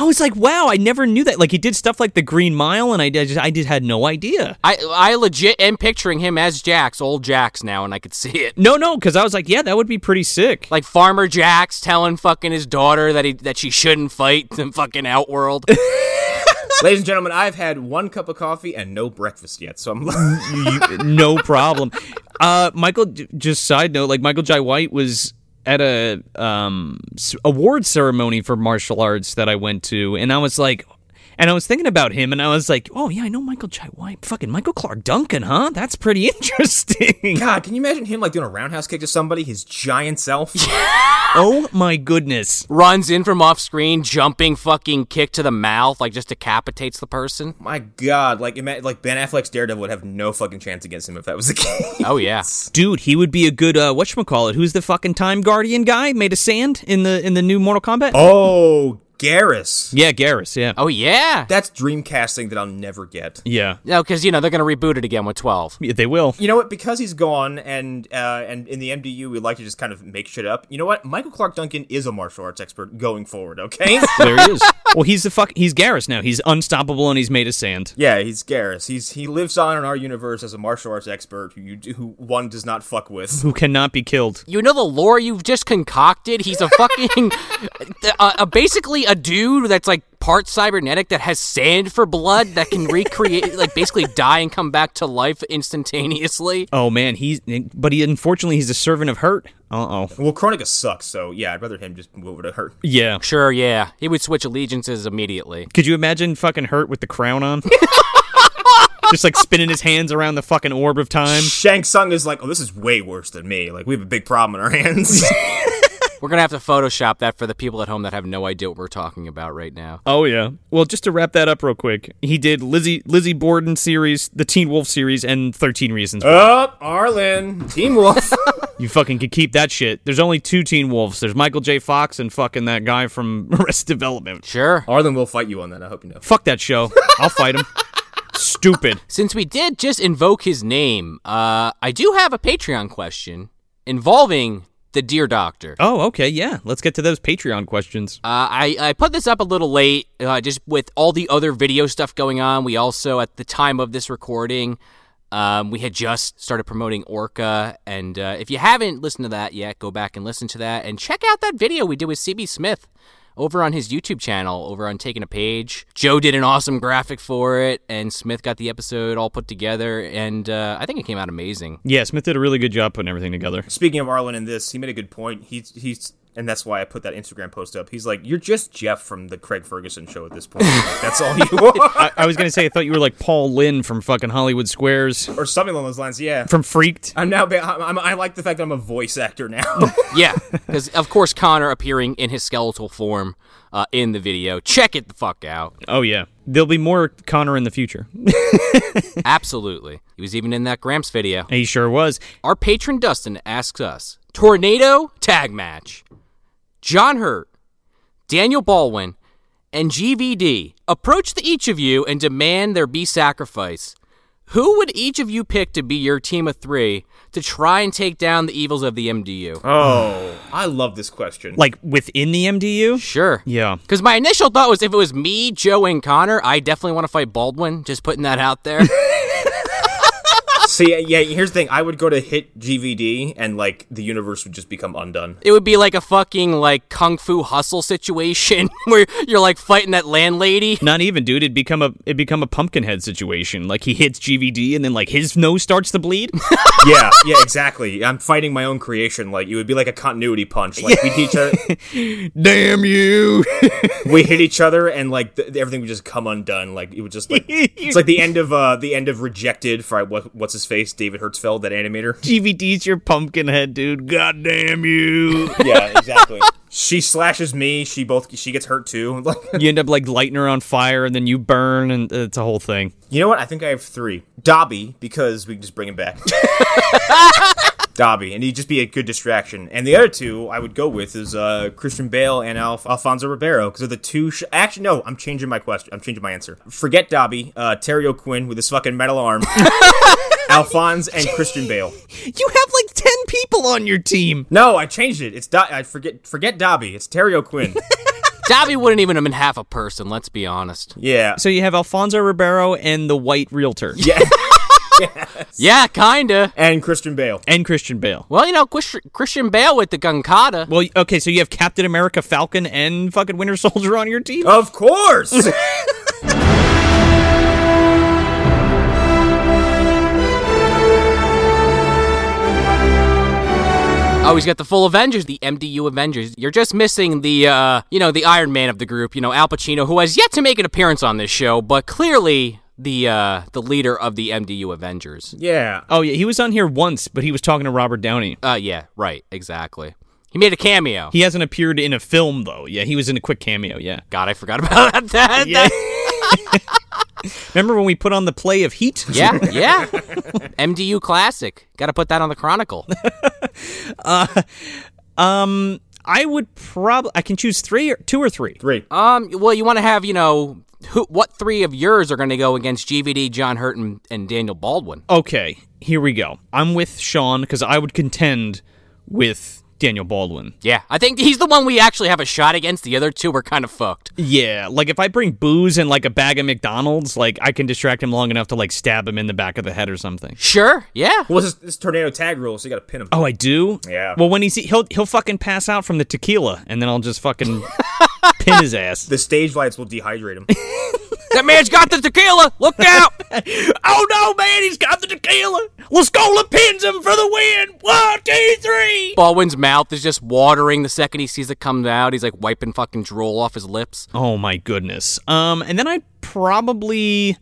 [SPEAKER 1] I was like, wow, I never knew that. Like he did stuff like the Green Mile, and I, I just I just had no idea.
[SPEAKER 2] I I legit am picturing him as Jax, old Jax now, and I could see it.
[SPEAKER 1] No, no, because I was like, yeah, that would be pretty sick.
[SPEAKER 2] Like Farmer Jax telling fucking his daughter that he that she shouldn't fight the fucking outworld.
[SPEAKER 3] ladies and gentlemen, I've had one cup of coffee and no breakfast yet, so I'm.
[SPEAKER 1] no problem. Uh, Michael, j- just side note, like Michael Jai White was at a um s- award ceremony for martial arts that I went to, and I was like, and I was thinking about him, and I was like, oh yeah, I know Michael Jai White, fucking Michael Clark Duncan, huh? That's pretty interesting.
[SPEAKER 3] God, can you imagine him like doing a roundhouse kick to somebody, his giant self?
[SPEAKER 1] oh my goodness.
[SPEAKER 2] Runs in from off screen, jumping fucking kick to the mouth, like just decapitates the person.
[SPEAKER 3] My God, like ima- like Ben Affleck's Daredevil would have no fucking chance against him if that was the case.
[SPEAKER 2] Oh yeah.
[SPEAKER 1] Dude, he would be a good uh whatchamacallit, who's the fucking time guardian guy made of sand in the in the new Mortal Kombat?
[SPEAKER 3] Oh, Garrus.
[SPEAKER 1] Yeah, Garrus, yeah.
[SPEAKER 2] Oh yeah.
[SPEAKER 3] That's Dreamcasting that I'll never get.
[SPEAKER 1] Yeah.
[SPEAKER 2] No, because you know they're gonna reboot it again with twelve.
[SPEAKER 1] Yeah, They will.
[SPEAKER 3] You know what? Because he's gone, and uh, and in the MDU, we like to just kind of make shit up. You know what? Michael Clark Duncan is a martial arts expert going forward. Okay.
[SPEAKER 1] There he is. well, he's the fuck. He's Garrus now. He's unstoppable and he's made of sand.
[SPEAKER 3] yeah, he's Garrus. He's he lives on in our universe as a martial arts expert who you do, who one does not fuck with.
[SPEAKER 1] Who cannot be killed?
[SPEAKER 2] You know the lore you've just concocted. He's a fucking, uh, uh, basically a dude that's like part cybernetic that has sand for blood that can recreate, like basically die and come back to life instantaneously.
[SPEAKER 1] Oh man, he's. But he unfortunately he's a servant of hurt. Uh oh.
[SPEAKER 3] Well, Chronica sucks, so yeah, I'd rather him just move over to her.
[SPEAKER 1] Yeah.
[SPEAKER 2] Sure, yeah, he would switch allegiances immediately.
[SPEAKER 1] Could you imagine fucking hurt with the crown on? Just like spinning his hands around the fucking orb of time.
[SPEAKER 3] Shang Tsung is like, oh, this is way worse than me. Like we have a big problem in our hands.
[SPEAKER 2] We're gonna have to Photoshop that for the people at home that have no idea what we're talking about right now.
[SPEAKER 1] Oh yeah. Well, just to wrap that up real quick, he did Lizzie Lizzie Borden series, the Teen Wolf series, and Thirteen Reasons. Why.
[SPEAKER 3] Up, Arlen, Team Wolf.
[SPEAKER 1] you fucking could keep that shit. There's only two Teen Wolves. There's Michael J. Fox and fucking that guy from Arrested Development.
[SPEAKER 2] Sure.
[SPEAKER 3] Arlen will fight you on that. I hope you know.
[SPEAKER 1] Fuck that show. I'll fight him. Stupid.
[SPEAKER 2] Since we did just invoke his name, uh, I do have a Patreon question involving the Dear Doctor.
[SPEAKER 1] Oh, okay, yeah. Let's get to those Patreon questions.
[SPEAKER 2] Uh, I, I put this up a little late, uh, just with all the other video stuff going on. We also, at the time of this recording, um, we had just started promoting Orca. And uh, if you haven't listened to that yet, go back and listen to that and check out that video we did with CB Smith over on his YouTube channel, over on Taking a Page. Joe did an awesome graphic for it, and Smith got the episode all put together, and uh, I think it came out amazing.
[SPEAKER 1] Yeah, Smith did a really good job putting everything together.
[SPEAKER 3] Speaking of Arlen and this, he made a good point. He's he's and that's why I put that Instagram post up. He's like, "You're just Jeff from the Craig Ferguson show at this point. Like, that's all you are,
[SPEAKER 1] I, I was gonna say I thought you were like Paul Lynn from fucking Hollywood Squares
[SPEAKER 3] or something along those lines." Yeah.
[SPEAKER 1] from Freaked.
[SPEAKER 3] I'm now. Ba- I'm, I'm, I like the fact that I'm a voice actor now.
[SPEAKER 2] Yeah, because of course Connor appearing in his skeletal form uh, in the video. Check it the fuck out.
[SPEAKER 1] Oh yeah, there'll be more Connor in the future.
[SPEAKER 2] Absolutely. He was even in that Gramps video.
[SPEAKER 1] he sure was.
[SPEAKER 2] Our patron Dustin asks us Tornado Tag Match. John Hurt, Daniel Baldwin, and GVD approach the each of you and demand there be sacrifice. Who would each of you pick to be your team of three to try and take down the evils of the MDU?
[SPEAKER 3] oh, I love this question.
[SPEAKER 1] Like within the MDU.
[SPEAKER 2] Sure.
[SPEAKER 1] Yeah.
[SPEAKER 2] Because my initial thought was if it was me, Joe, and Connor, I definitely want to fight Baldwin. Just putting that out there.
[SPEAKER 3] See, yeah. Here's the thing. I would go to hit GVD, and like the universe would just become undone.
[SPEAKER 2] it would be like a fucking like kung fu hustle situation where you're like fighting that landlady.
[SPEAKER 1] Not even, dude. It'd become a it become a Pumpkinhead situation. Like he hits GVD and then like his nose starts to bleed.
[SPEAKER 3] yeah, yeah, exactly. I'm fighting my own creation. Like it would be like a continuity punch. Like we each other,
[SPEAKER 1] Damn you!
[SPEAKER 3] we hit each other, and like th- everything would just come undone. Like it would just like it's like the end of uh the end of Rejected for what, what's his face David Hertzfeld that animator.
[SPEAKER 1] GVD's your Pumpkinhead, dude. God damn you!
[SPEAKER 3] Yeah, exactly. she slashes me. She both she gets hurt too. Like
[SPEAKER 1] you end up like lighting her on fire and then you burn and uh, it's a whole thing.
[SPEAKER 3] you know what? I think I have three. Dobby because we can just bring him back. Dobby, and he'd just be a good distraction. And the other two I would go with is uh, Christian Bale and Alf- Alfonso Ribeiro because they're the two. Sh- Actually, no, I'm changing my question. I'm changing my answer. Forget Dobby, uh, Terry O'Quinn with his fucking metal arm, Alphonse and Christian Bale.
[SPEAKER 1] You have like ten people on your team.
[SPEAKER 3] No, I changed it. It's Do- I forget. Forget Dobby. It's Terry O'Quinn.
[SPEAKER 2] Dobby wouldn't even have been half a person, let's be honest.
[SPEAKER 3] Yeah.
[SPEAKER 1] So you have Alfonso Ribeiro and the white realtor
[SPEAKER 3] yeah.
[SPEAKER 2] Yeah, kinda.
[SPEAKER 3] and Christian Bale.
[SPEAKER 1] and Christian Bale.
[SPEAKER 2] Well, you know, Quis- Christian Bale with the gunkata.
[SPEAKER 1] Well, okay, so you have Captain America, Falcon, and fucking Winter Soldier on your team.
[SPEAKER 3] Of course.
[SPEAKER 2] Oh, he's got the full Avengers, the MDU Avengers. You're just missing the, uh, you know, the Iron Man of the group, you know, Al Pacino, who has yet to make an appearance on this show, but clearly the uh, the leader of the MDU Avengers.
[SPEAKER 3] yeah.
[SPEAKER 1] Oh yeah, he was on here once, but he was talking to Robert Downey.
[SPEAKER 2] Uh, yeah, right, exactly. He made a cameo.
[SPEAKER 1] He hasn't appeared in a film though. Yeah, he was in a quick cameo. Yeah.
[SPEAKER 2] God, I forgot about that. that-
[SPEAKER 1] Yeah. Remember when we put on the play of Heat?
[SPEAKER 2] Yeah, yeah. MDU classic. Got to put that on the Chronicle.
[SPEAKER 1] I would probably I can choose three, or, two or three.
[SPEAKER 3] Three.
[SPEAKER 2] Um, well, you want to have, you know, who, what three of yours are going to go against GVD, John Hurt, and, and Daniel Baldwin?
[SPEAKER 1] Okay, here we go. I'm with Sean because I would contend with Daniel Baldwin.
[SPEAKER 2] Yeah, I think he's the one we actually have a shot against. The other two were kind of fucked.
[SPEAKER 1] Yeah, like if I bring booze and like a bag of McDonald's, like I can distract him long enough to like stab him in the back of the head or something.
[SPEAKER 2] Sure, yeah.
[SPEAKER 3] Well, this, this tornado tag rule, so you gotta pin him.
[SPEAKER 1] Oh, I do.
[SPEAKER 3] Yeah.
[SPEAKER 1] Well, when he's he'll he'll fucking pass out from the tequila, and then I'll just fucking pin his ass.
[SPEAKER 3] The stage lights will dehydrate him.
[SPEAKER 2] That man's got the tequila. Look out.
[SPEAKER 1] Oh no, man! He's got the tequila. Lascola pins him for the win. One, two, three.
[SPEAKER 2] Baldwin's mouth is just watering the second he sees it come out. He's like wiping fucking drool off his lips.
[SPEAKER 1] Oh my goodness. Um, and then I probably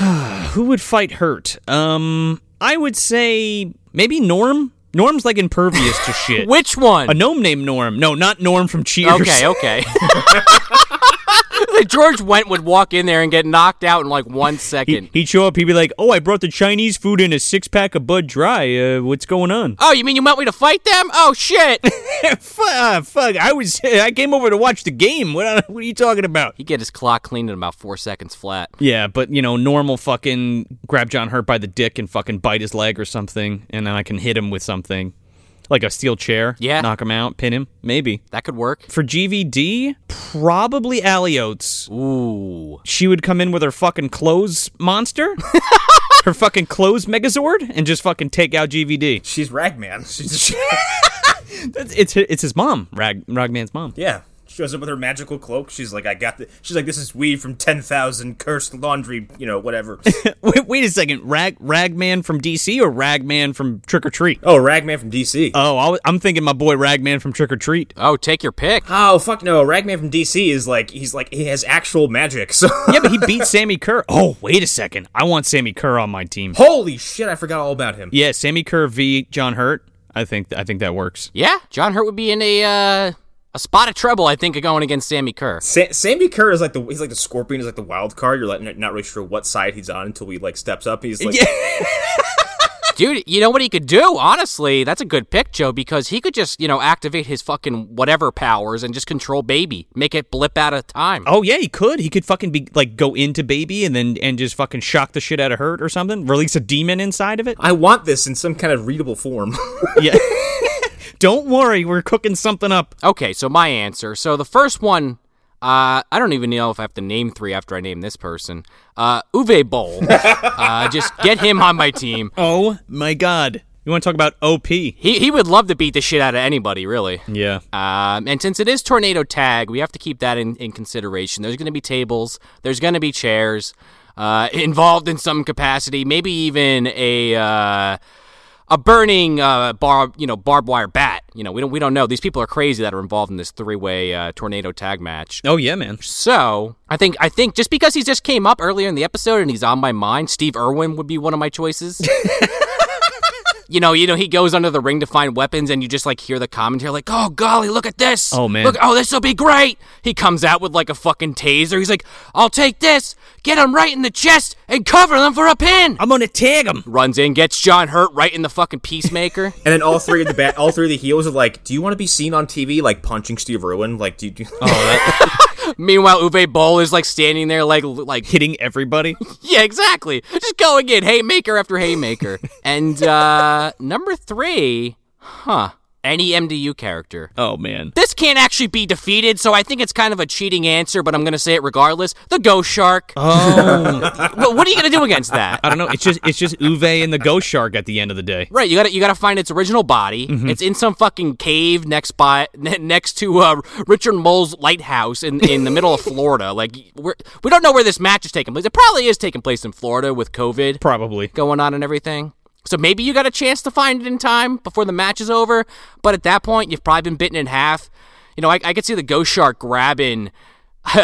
[SPEAKER 1] who would fight Hurt? Um, I would say maybe Norm. Norm's like impervious to shit.
[SPEAKER 2] Which one?
[SPEAKER 1] A gnome named Norm. No, not Norm from Cheers.
[SPEAKER 2] Okay, okay. like George Went would walk in there and get knocked out in like one second.
[SPEAKER 1] He'd show up. He'd be like, "Oh, I brought the Chinese food in a six pack of Bud Dry. Uh, what's going on?"
[SPEAKER 2] Oh, you mean you want me to fight them? Oh shit!
[SPEAKER 1] fuck, fuck! I was I came over to watch the game. What, what are you talking about?
[SPEAKER 2] He'd get his clock cleaned in about four seconds flat.
[SPEAKER 1] Yeah, but you know, normal fucking grab John Hurt by the dick and fucking bite his leg or something, and then I can hit him with something like a steel chair.
[SPEAKER 2] Yeah.
[SPEAKER 1] knock him out, pin him, maybe.
[SPEAKER 2] That could work.
[SPEAKER 1] For GVD, probably Allie Oates.
[SPEAKER 2] Ooh.
[SPEAKER 1] She would come in with her fucking clothes monster. Her fucking clothes Megazord and just fucking take out GVD.
[SPEAKER 3] She's Ragman. She's
[SPEAKER 1] That's- It's it's his mom, Rag, Ragman's mom.
[SPEAKER 3] yeah. shows up with her magical cloak. She's like, I got the. She's like, this is weed from ten thousand cursed laundry, you know, whatever.
[SPEAKER 1] Wait, wait a second. Rag Ragman from DC or Ragman from Trick or Treat?
[SPEAKER 3] oh, Ragman from DC.
[SPEAKER 1] Oh, I was, I'm thinking my boy Ragman from Trick or Treat.
[SPEAKER 2] Oh, take your pick.
[SPEAKER 3] oh fuck no, Ragman from DC is like he's like he has actual magic. So
[SPEAKER 1] Yeah, but he beat Sammy Kerr. Oh, wait a second. I want Sammy Kerr on my team.
[SPEAKER 3] holy shit, I forgot all about him.
[SPEAKER 1] Yeah, Sammy Kerr v. John Hurt. I think I think that works.
[SPEAKER 2] Yeah, John Hurt would be in a uh, a spot of trouble, I think, going against Sammy Kerr.
[SPEAKER 3] Sa- Sammy Kerr is like the he's like the scorpion is like the wild card. You're like n- not really sure what side he's on until he like steps up. He's like,
[SPEAKER 2] Dude, you know what he could do? Honestly, that's a good pick, Joe, because he could just, you know, activate his fucking whatever powers and just control baby, make it blip out of time.
[SPEAKER 1] Oh yeah, he could. He could fucking be like go into baby and then and just fucking shock the shit out of Hurt or something. Release a demon inside of it.
[SPEAKER 3] I want this in some kind of readable form.
[SPEAKER 1] Yeah. Don't worry, we're cooking something up.
[SPEAKER 2] Okay, so my answer. So the first one, uh, I don't even know if I have to name three after I name this person. Uh, Uwe Boll. uh, just get him on my team.
[SPEAKER 1] Oh my god. You want to talk about OP?
[SPEAKER 2] He he would love to beat the shit out of anybody, really.
[SPEAKER 1] Yeah.
[SPEAKER 2] Um, and since it is tornado tag, we have to keep that in, in consideration. There's going to be tables. There's going to be chairs uh, involved in some capacity. Maybe even a uh, a burning uh, bar, you know, barbed wire bat. You know, we don't we don't know. These people are crazy that are involved in this three way uh, tornado tag match.
[SPEAKER 1] Oh yeah, man.
[SPEAKER 2] So I think I think just because he just came up earlier in the episode and he's on my mind, Steve Irwin would be one of my choices. you know, you know, he goes under the ring to find weapons, and you just like hear the commentary like, "Oh golly, look at this!
[SPEAKER 1] Oh, man.
[SPEAKER 2] look, oh this will be great!" He comes out with like a fucking taser. He's like, "I'll take this, get him right in the chest, and cover them for a pin."
[SPEAKER 1] I'm gonna tag him.
[SPEAKER 2] Runs in, gets John Hurt right in the fucking peacemaker.
[SPEAKER 3] And then all three of the ba- all three of the heels are like, "Do you want to be seen on TV like punching Steve Irwin? Like, do you?" Do-
[SPEAKER 2] Meanwhile, Uwe Boll is like standing there, like like
[SPEAKER 1] Hitting everybody.
[SPEAKER 2] Yeah, exactly. Just going in haymaker after haymaker. and uh number three, huh? E Any MDU character.
[SPEAKER 1] Oh man.
[SPEAKER 2] This can't actually be defeated, so I think it's kind of a cheating answer, but I'm gonna say it regardless. The Ghost Shark.
[SPEAKER 1] Oh,
[SPEAKER 2] But what are you gonna do against that?
[SPEAKER 1] Uh-huh. I don't know. It's just it's just Uve and the Ghost Shark at the end of the day.
[SPEAKER 2] Right, you gotta you gotta find its original body.
[SPEAKER 1] Mm-hmm.
[SPEAKER 2] It's in some fucking cave next by ne- next to uh, Richard Mole's lighthouse in, in the middle of Florida. Like we're, we don't know where this match is taking place. It probably is taking place in Florida with COVID.
[SPEAKER 1] Probably.
[SPEAKER 2] going on and everything. So maybe you got a chance to find it in time before the match is over, but at that point, you've probably been bitten in half. You know, I, I could see the Ghost Shark grabbing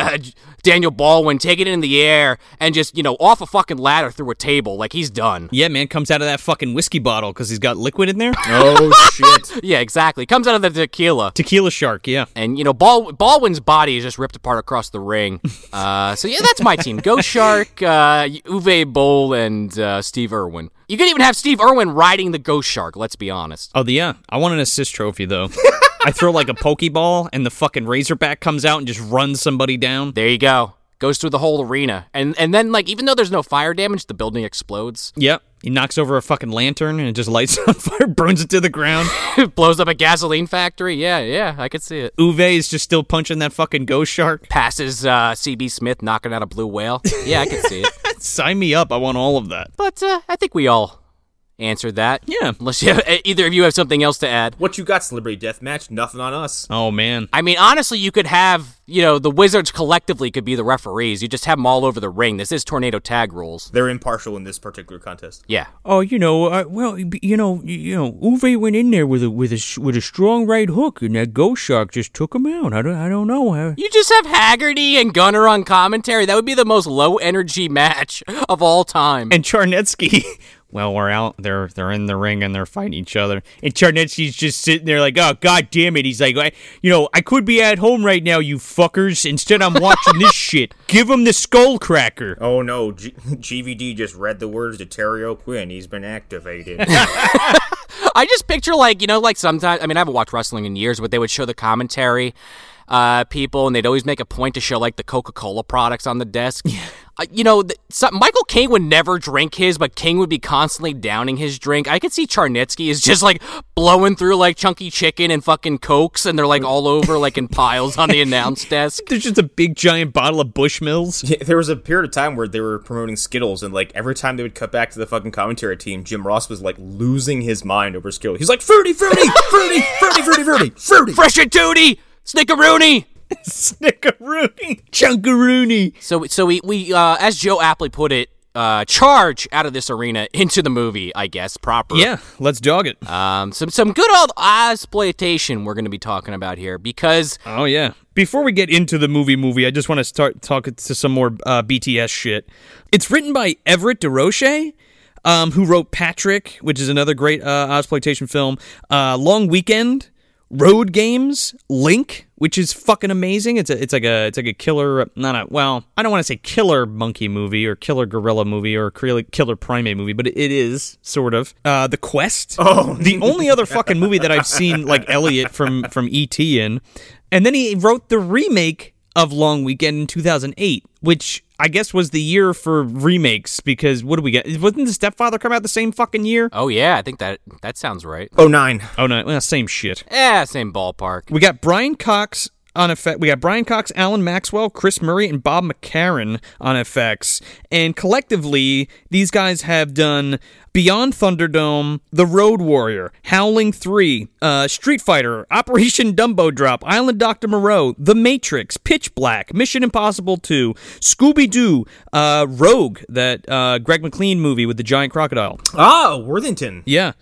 [SPEAKER 2] Daniel Baldwin, taking it in the air, and just, you know, off a fucking ladder through a table. Like, he's done.
[SPEAKER 1] Yeah, man, comes out of that fucking whiskey bottle because he's got liquid in there.
[SPEAKER 3] oh shit!
[SPEAKER 2] Yeah, exactly. Comes out of the tequila.
[SPEAKER 1] Tequila shark, yeah.
[SPEAKER 2] And, you know, Bal- Baldwin's body is just ripped apart across the ring. Uh, so, yeah, that's my team. Ghost Shark, uh, Uwe Boll, and uh, Steve Irwin. You could even have Steve Irwin riding the Ghost Shark, let's be honest.
[SPEAKER 1] Oh, the yeah. I want an assist trophy though. I throw like a pokeball, and the fucking Razorback comes out and just runs somebody down.
[SPEAKER 2] There you go. Goes through the whole arena. And and then like even though there's no fire damage, the building explodes.
[SPEAKER 1] Yep. He knocks over a fucking lantern and it just lights on fire, burns it to the ground.
[SPEAKER 2] It blows up a gasoline factory. Yeah, yeah, I could see it.
[SPEAKER 1] Uve is just still punching that fucking ghost shark.
[SPEAKER 2] Passes uh, CB Smith knocking out a blue whale. Yeah, I could see it.
[SPEAKER 1] Sign me up. I want all of that.
[SPEAKER 2] But uh, I think we all answered that.
[SPEAKER 1] Yeah.
[SPEAKER 2] Unless you have, either of you have something else to add.
[SPEAKER 3] What you got, Celebrity Deathmatch? Nothing on us.
[SPEAKER 1] Oh, man.
[SPEAKER 2] I mean, honestly, you could have, you know, the Wizards collectively could be the referees. You just have them all over the ring. This is tornado tag rules.
[SPEAKER 3] They're impartial in this particular contest.
[SPEAKER 2] Yeah.
[SPEAKER 1] Oh, you know, uh, well, you know, you know, Uve went in there with a with a with a strong right hook, and that ghost shark just took him out. I don't, I don't know. how.
[SPEAKER 2] You just have Haggerty and Gunner on commentary. That would be the most low energy match of all time.
[SPEAKER 1] and Charnetsky. Well, we're out. They're they're in the ring and they're fighting each other. And Charnetsky's just sitting there like, oh god damn it. He's like, I, you know, I could be at home right now, you fuckers. Instead, I'm watching this shit. Give him the skull cracker.
[SPEAKER 3] Oh no, G- GVD just read the words to Terry O'Quinn. He's been activated.
[SPEAKER 2] I just picture like you know like sometimes I mean I haven't watched wrestling in years, but they would show the commentary uh, people, and they'd always make a point to show like the Coca Cola products on the desk. Uh, you know, th- so, Michael King would never drink his, but King would be constantly downing his drink. I could see Charnitsky is just like blowing through like chunky chicken and fucking cokes, and they're like all over like in piles on the announce desk.
[SPEAKER 1] There's just a big giant bottle of Bushmills.
[SPEAKER 3] Yeah, there was a period of time where they were promoting Skittles, and like every time they would cut back to the fucking commentary team, Jim Ross was like losing his mind over Skittles. He's like, "Fruity, fruity, fruity, fruity, fruity, fruity, fruity."
[SPEAKER 2] Fresh and Tooty, Snickeroony.
[SPEAKER 1] Snickeroony. Chunkaroony.
[SPEAKER 2] So so we we uh, as Joe aptly put it, uh, charge out of this arena into the movie. I guess proper.
[SPEAKER 1] Yeah, let's dog it.
[SPEAKER 2] Um. Some some good old exploitation we're going to be talking about here because
[SPEAKER 1] oh yeah. Before we get into the movie movie, I just want to start talking to some more uh, BTS shit. It's written by Everett DeRoche, um, who wrote Patrick, which is another great uh, exploitation film. Uh, Long Weekend, Road Games, Link, which is fucking amazing. It's a it's like a it's like a killer not a well I don't want to say killer monkey movie or killer gorilla movie or killer killer primate movie, but it is sort of uh, the Quest. Oh, the only other fucking movie that I've seen like Elliot from from ET in, and then he wrote the remake of Long Weekend in 2008, which I guess was the year for remakes because what do we get? Wasn't The Stepfather come out the same fucking year?
[SPEAKER 2] oh yeah, I think that that sounds right.
[SPEAKER 3] Oh nine.
[SPEAKER 1] Oh no, well, same shit.
[SPEAKER 2] Yeah, same ballpark.
[SPEAKER 1] We got Brian Cox on effect. We got Brian Cox, Alan Maxwell, Chris Murray, and Bob McCarran on effects. And collectively, these guys have done Beyond Thunderdome, The Road Warrior, Howling 3, uh, Street Fighter, Operation Dumbo Drop, Island Dr. Moreau, The Matrix, Pitch Black, Mission Impossible 2, Scooby Doo, uh, Rogue, that uh, Greg McLean movie with the giant crocodile.
[SPEAKER 3] Ah, Worthington.
[SPEAKER 1] Yeah.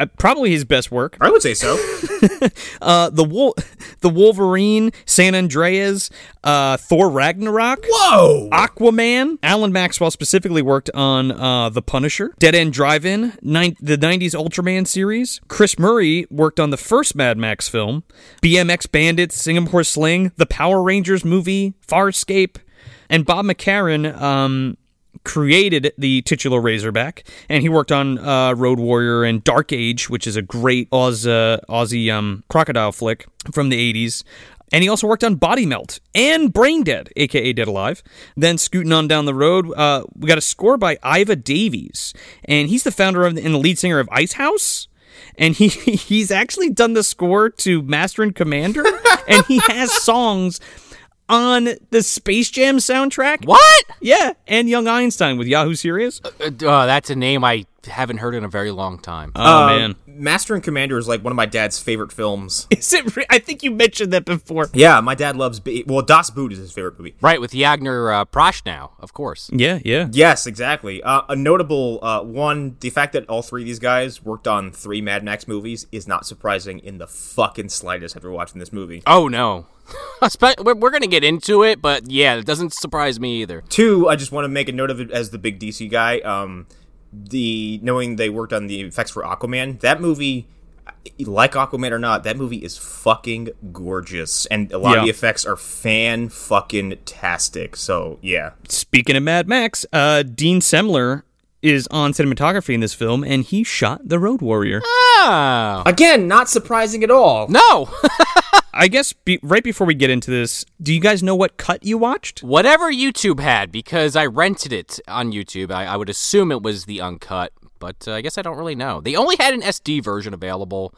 [SPEAKER 1] Uh, Probably his best work.
[SPEAKER 3] I would say so.
[SPEAKER 1] Uh, the Wol- the Wolverine, San Andreas, uh, Thor Ragnarok.
[SPEAKER 3] Whoa.
[SPEAKER 1] Aquaman. Alan Maxwell specifically worked on uh, The Punisher, Dead End Drive In, nine the 90s Ultraman series. Chris Murray worked on the first Mad Max film, BMX Bandits, Singapore Sling, The Power Rangers movie, Farscape, and Bob McCarran um, created the titular Razorback, and he worked on uh, Road Warrior and Dark Age, which is a great Oz, uh, Aussie um, crocodile flick from the 80s. And he also worked on Body Melt and Brain Dead, aka Dead Alive. Then scooting on down the road, uh, we got a score by Iva Davies, and he's the founder of and the lead singer of Ice House. And he he's actually done the score to Master and Commander, and he has songs on the Space Jam soundtrack.
[SPEAKER 2] What?
[SPEAKER 1] Yeah, and Young Einstein with Yahoo Serious.
[SPEAKER 2] Uh, uh, that's a name I haven't heard in a very long time.
[SPEAKER 1] oh man,
[SPEAKER 3] Master and Commander is like one of my dad's favorite films.
[SPEAKER 1] is it? Re- I think you mentioned that before.
[SPEAKER 3] Yeah, my dad loves. Ba- well, Das Boot is his favorite movie.
[SPEAKER 2] right with Yagner uh, Proshnow, of course.
[SPEAKER 1] Yeah, yeah.
[SPEAKER 3] Yes, exactly. Uh, a notable uh, one: the fact that all three of these guys worked on three Mad Max movies is not surprising in the fucking slightest after watching this movie.
[SPEAKER 2] Oh no. Spe- we're we're gonna get into it, but yeah, it doesn't surprise me either.
[SPEAKER 3] Two, I just want to make a note of it as the big DC guy. Um, the knowing they worked on the effects for Aquaman, that movie, like Aquaman or not, that movie is fucking gorgeous, and a lot
[SPEAKER 1] Yeah.
[SPEAKER 3] of the effects are fan fucking tastic. So yeah,
[SPEAKER 1] Speaking of Mad Max, uh, Dean Semler is on cinematography in this film, and he shot The Road Warrior.
[SPEAKER 2] Oh
[SPEAKER 3] again, not surprising at all.
[SPEAKER 2] no!
[SPEAKER 1] I guess be- right before we get into this, do you guys know what cut you watched?
[SPEAKER 2] Whatever YouTube had, because I rented it on YouTube. I, I would assume it was the uncut, but uh, I guess I don't really know. They only had an SD version available,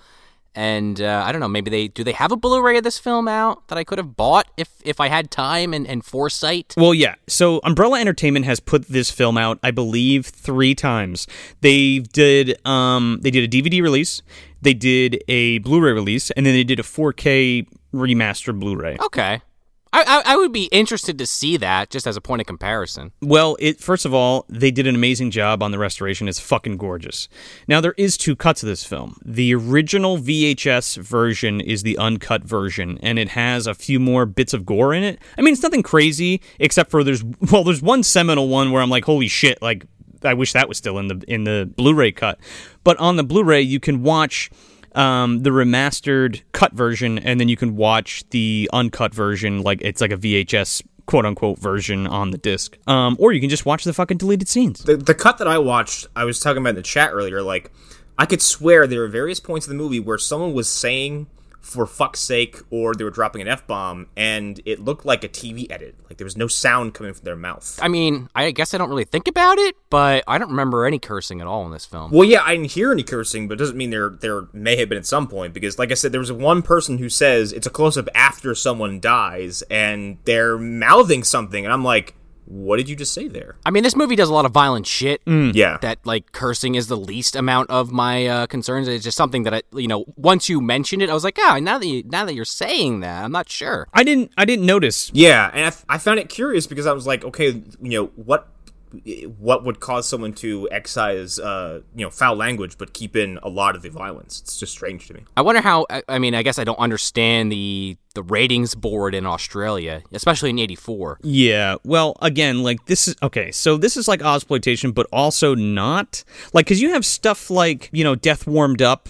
[SPEAKER 2] and uh, I don't know. Maybe they do. They have a Blu-ray of this film out that I could have bought if if I had time and, and foresight.
[SPEAKER 1] Well, yeah. So Umbrella Entertainment has put this film out, I believe, three times. They did um they did a DVD release, they did a Blu-ray release, and then they did a 4K remaster Blu-ray.
[SPEAKER 2] Okay. I, I, I would be interested to see that just as a point of comparison.
[SPEAKER 1] Well, it first of all, they did an amazing job on the restoration. It's fucking gorgeous. Now there is two cuts of this film. The original VHS version is the uncut version, and it has a few more bits of gore in it. I mean, it's nothing crazy except for there's well, there's one seminal one where I'm like, holy shit, like I wish that was still in the in the Blu-ray cut. But on the Blu-ray, you can watch um, the remastered cut version, and then you can watch the uncut version. Like it's like a VHS quote unquote version on the disc, um, or you can just watch the fucking deleted scenes.
[SPEAKER 3] the, the cut that I watched, I was talking about in the chat earlier, like I could swear there were various points in the movie where someone was saying for fuck's sake or they were dropping an F bomb and it looked like a TV edit. Like there was no sound coming from their mouth.
[SPEAKER 2] I mean, I guess I don't really think about it, but I don't remember any cursing at all in this film.
[SPEAKER 3] Well, yeah, I didn't hear any cursing, but it doesn't mean there there may have been at some point because, like I said, there was one person who says it's a close up after someone dies and they're mouthing something, and I'm like, what did you just say there?
[SPEAKER 2] I mean, this movie does a lot of violent shit.
[SPEAKER 3] Yeah.
[SPEAKER 2] That like cursing is the least amount of my uh, concerns. It's just something that I, you know, once you mentioned it, I was like, oh, now that you, now that you're saying that, I'm not sure.
[SPEAKER 1] I didn't. I didn't notice.
[SPEAKER 3] yeah, and I, f- I found it curious because I was like, okay, you know, what what would cause someone to excise uh, you know, foul language but keep in a lot of the violence? It's just strange to me.
[SPEAKER 2] I wonder how. I, I mean, I guess I don't understand the the ratings board in Australia, especially in '84.
[SPEAKER 1] Yeah. Well, again, like this is okay. So this is like exploitation, but also not like because you have stuff like you know Death Warmed Up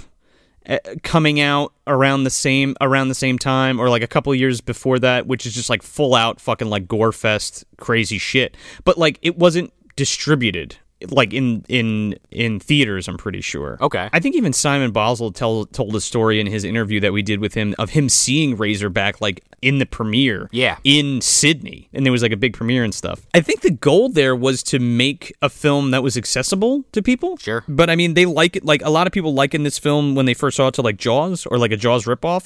[SPEAKER 1] uh, coming out around the same around the same time or like a couple years before that, which is just like full out fucking like gore fest crazy shit. But like it wasn't distributed like in in in theaters i'm pretty sure
[SPEAKER 2] Okay.
[SPEAKER 1] i think even simon boswell tell, told a story in his interview that we did with him of him seeing razorback like in the premiere
[SPEAKER 2] Yeah.
[SPEAKER 1] in Sydney, and there was like a big premiere and stuff. I think the goal there was to make a film that was accessible to people.
[SPEAKER 2] Sure.
[SPEAKER 1] but I mean, they like it. Like a lot of people liken this film when they first saw it to like Jaws or like a Jaws ripoff.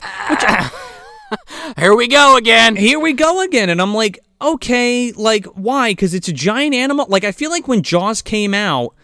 [SPEAKER 2] Here we go again.
[SPEAKER 1] Here we go again, and I'm like, okay, like why? Because it's a giant animal. Like I feel like when Jaws came out,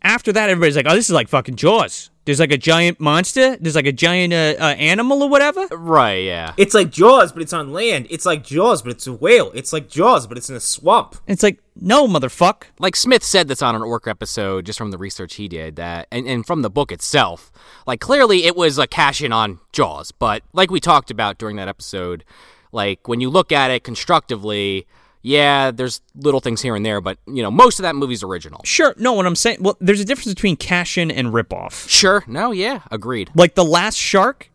[SPEAKER 1] after that everybody's like, oh, this is like fucking Jaws. There's like a giant monster. There's like a giant uh, uh, animal or whatever.
[SPEAKER 2] Right? Yeah.
[SPEAKER 3] It's like Jaws, but it's on land. It's like Jaws, but it's a whale. It's like Jaws, but it's in a swamp.
[SPEAKER 1] It's like no, motherfucker.
[SPEAKER 2] like Smith said that's on an orc episode just from the research he did that and, and from the book itself. Like clearly it was a cash in on Jaws, but like we talked about during that episode, like when you look at it constructively, yeah, there's little things here and there, but you know, most of that movie's original.
[SPEAKER 1] Sure. No, what I'm saying. Well, there's a difference between cash in and ripoff.
[SPEAKER 2] Sure. No, yeah, agreed.
[SPEAKER 1] Like the last shark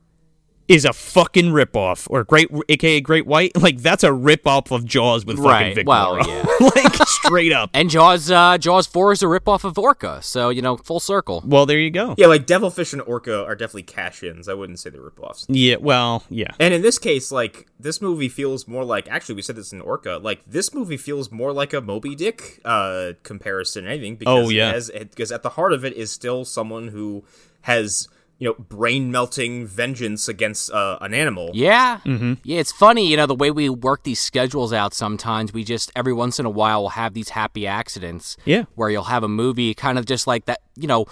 [SPEAKER 1] is a fucking ripoff, or great, aka Great White. Like that's a ripoff of Jaws with fucking
[SPEAKER 2] Right,
[SPEAKER 1] Vic
[SPEAKER 2] well,
[SPEAKER 1] Morrow.
[SPEAKER 2] yeah.
[SPEAKER 1] like straight up.
[SPEAKER 2] And Jaws uh Jaws 4 is a ripoff of Orca, so you know, full circle.
[SPEAKER 1] Well, there you go.
[SPEAKER 3] Yeah, like Devilfish and Orca are definitely cash ins. I wouldn't say they're ripoffs.
[SPEAKER 1] Yeah, well, yeah.
[SPEAKER 3] And in this case, like this movie feels more like actually we said this in Orca, like this movie feels more like a Moby Dick uh comparison than anything because
[SPEAKER 1] Oh, yeah.
[SPEAKER 3] it has, it, because at the heart of it is still someone who has you know brain melting vengeance against uh, an animal.
[SPEAKER 2] Yeah. Mm-hmm. Yeah, it's funny, you know, the way we work these schedules out sometimes, we just every once in a while will have these happy accidents.
[SPEAKER 1] Yeah.
[SPEAKER 2] where you'll have a movie kind of just like that, you know,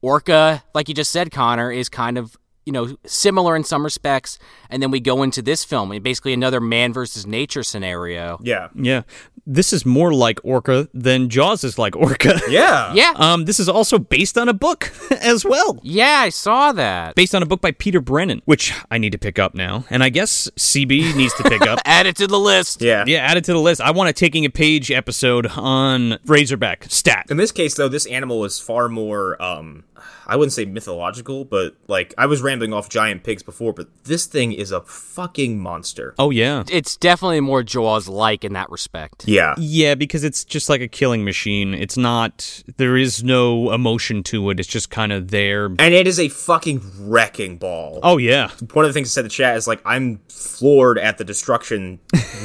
[SPEAKER 2] Orca, like you just said, Connor, is kind of, you know, similar in some respects. And then we go into this film, and basically another man versus nature scenario.
[SPEAKER 3] Yeah.
[SPEAKER 1] Yeah. This is more like Orca than Jaws is like Orca.
[SPEAKER 3] Yeah.
[SPEAKER 2] Yeah.
[SPEAKER 1] Um, this is also based on a book as well.
[SPEAKER 2] yeah, I saw that.
[SPEAKER 1] Based on a book by Peter Brennan, which I need to pick up now. And I guess CB needs to pick up.
[SPEAKER 2] Add it to the list.
[SPEAKER 3] Yeah.
[SPEAKER 1] Yeah, add it to the list. I want a taking a page episode on Razorback stat.
[SPEAKER 3] In this case, though, this animal is far more, um, I wouldn't say mythological, but like I was rambling off giant pigs before, but this thing is a fucking monster.
[SPEAKER 1] Oh yeah.
[SPEAKER 2] It's definitely more Jaws like in that respect.
[SPEAKER 3] Yeah.
[SPEAKER 1] Yeah, because it's just like a killing machine. It's not there is no emotion to it. It's just kind of there.
[SPEAKER 3] And it is a fucking wrecking ball.
[SPEAKER 1] Oh yeah.
[SPEAKER 3] One of the things I said in the chat is like, I'm floored at the destruction,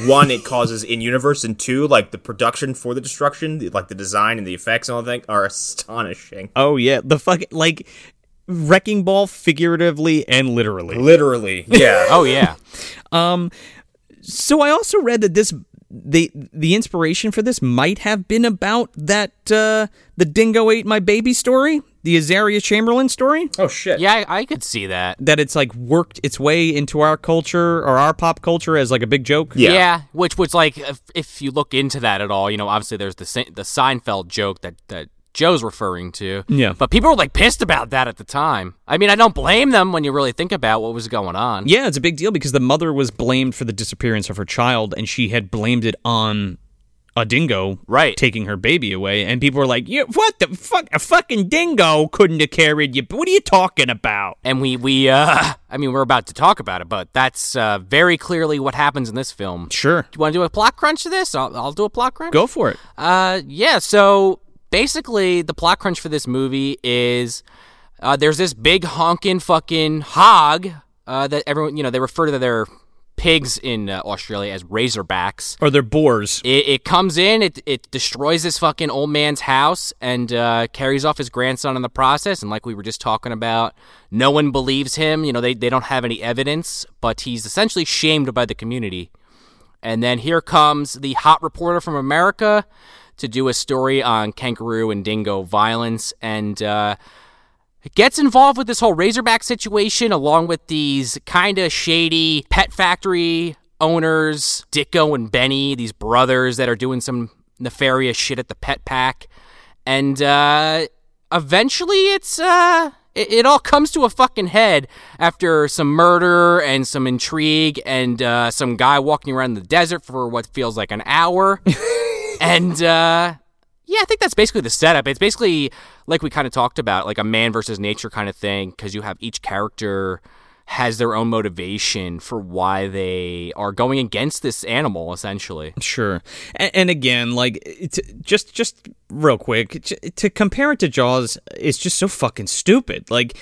[SPEAKER 3] one, it causes in universe, and two, like the production for the destruction, the- like the design and the effects and all that are astonishing.
[SPEAKER 1] Oh yeah. The fuck like wrecking ball figuratively and literally.
[SPEAKER 3] Literally. Yeah.
[SPEAKER 2] Oh, yeah.
[SPEAKER 1] So I also read that this the the inspiration for this might have been about that uh the dingo ate my baby story, the Azaria Chamberlain story.
[SPEAKER 3] oh, shit.
[SPEAKER 2] yeah, I, I could see that.
[SPEAKER 1] that it's like worked its way into our culture or our pop culture as like a big joke.
[SPEAKER 3] Yeah.
[SPEAKER 2] which was like if, if you look into that at all, you know, obviously there's the Se- the Seinfeld joke that that Joe's referring to.
[SPEAKER 1] Yeah.
[SPEAKER 2] but people were like pissed about that at the time. I mean, I don't blame them when you really think about what was going on.
[SPEAKER 1] Yeah, it's a big deal because the mother was blamed for the disappearance of her child and she had blamed it on a dingo
[SPEAKER 2] Right.
[SPEAKER 1] taking her baby away and people were like, "You what the fuck a fucking dingo couldn't have carried you. What are you talking about?"
[SPEAKER 2] And we we uh, I mean, we're about to talk about it, but that's uh, very clearly what happens in this film.
[SPEAKER 1] Sure.
[SPEAKER 2] You want to do a plot crunch to this? I'll, I'll do a plot crunch.
[SPEAKER 1] Go for it.
[SPEAKER 2] Uh, yeah. So basically, the plot crunch for this movie is uh, there's this big honking fucking hog uh, that everyone you know they refer to their pigs in uh, Australia as razorbacks.
[SPEAKER 1] Or they're boars.
[SPEAKER 2] It, it comes in, it, it destroys this fucking old man's house and uh, carries off his grandson in the process. And like we were just talking about, no one believes him. You know, they, they don't have any evidence, but he's essentially shamed by the community. And then here comes the hot reporter from America to do a story on kangaroo and dingo violence. And uh, gets involved with this whole Razorback situation along with these kind of shady pet factory owners, Dicko and Benny, these brothers that are doing some nefarious shit at the pet pack. And uh, eventually it's. Uh, it, it all comes to a fucking head after some murder and some intrigue and uh, some guy walking around the desert for what feels like an hour. and uh, yeah, I think that's basically the setup. It's basically like we kind of talked about, like a man versus nature kind of thing, because you have each character has their own motivation for why they are going against this animal, essentially.
[SPEAKER 1] Sure. And, and again, like it's just just real quick j- to compare it to Jaws is just so fucking stupid. Like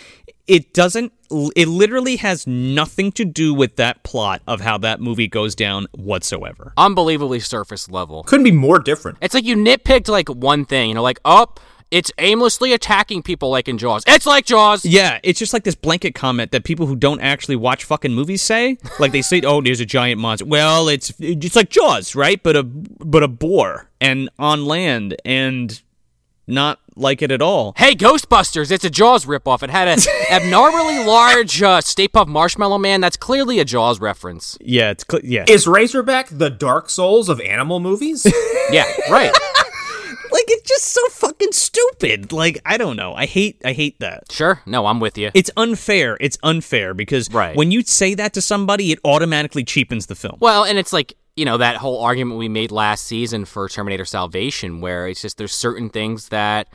[SPEAKER 1] it doesn't it literally has nothing to do with that plot of how that movie goes down whatsoever.
[SPEAKER 2] Unbelievably surface level.
[SPEAKER 3] Couldn't be more different.
[SPEAKER 2] It's like you nitpicked like one thing, you know, like, oh, it's aimlessly attacking people like in Jaws. It's like Jaws.
[SPEAKER 1] Yeah, it's just like this blanket comment that people who don't actually watch fucking movies say. Like they say, "Oh, there's a giant monster." Well, it's it's like Jaws, right? But a but a boar and on land and not like it at all.
[SPEAKER 2] Hey, Ghostbusters, it's a Jaws ripoff. It had a abnormally large uh, Stay Puft Marshmallow Man. That's clearly a Jaws reference.
[SPEAKER 1] Yeah, it's cl- yeah.
[SPEAKER 3] Is Razorback the Dark Souls of animal movies?
[SPEAKER 2] Yeah, right.
[SPEAKER 1] like it's just so fucking stupid. Like I don't know. I hate I hate that.
[SPEAKER 2] sure. No, I'm with you.
[SPEAKER 1] It's unfair. It's unfair because
[SPEAKER 2] Right.
[SPEAKER 1] when you say that to somebody, it automatically cheapens the film.
[SPEAKER 2] Well, and it's like, you know, that whole argument we made last season for Terminator Salvation where it's just there's certain things that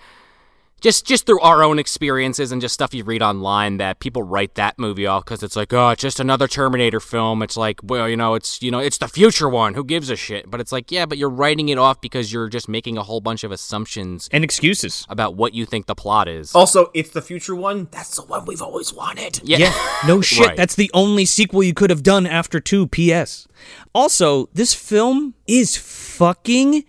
[SPEAKER 2] just just through our own experiences and just stuff you read online that people write that movie off cuz it's like, oh, it's just another Terminator film. It's like, well, you know, it's you know, it's the future one. Who gives a shit? But it's like, yeah, but you're writing it off because you're just making a whole bunch of assumptions
[SPEAKER 1] And excuses.
[SPEAKER 2] about what you think the plot is.
[SPEAKER 3] also, it's the future one. That's the one we've always wanted.
[SPEAKER 2] yeah.
[SPEAKER 1] Yeah, no shit.
[SPEAKER 2] Right.
[SPEAKER 1] That's the only sequel you could have done after 2 PS. Also, this film is fucking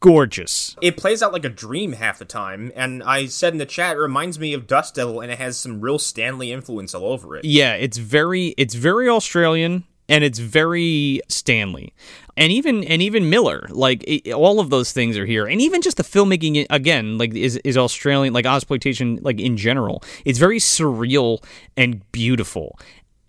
[SPEAKER 1] gorgeous.
[SPEAKER 3] It plays out like a dream half the time, and I said in the chat, it reminds me of Dust Devil, and it has some real Stanley influence all over it.
[SPEAKER 1] Yeah, it's very it's very Australian and it's very Stanley. And even and even Miller, like i all of those things are here. And even just the filmmaking i- again, like is is Australian, like exploitation like in general. It's very surreal and beautiful.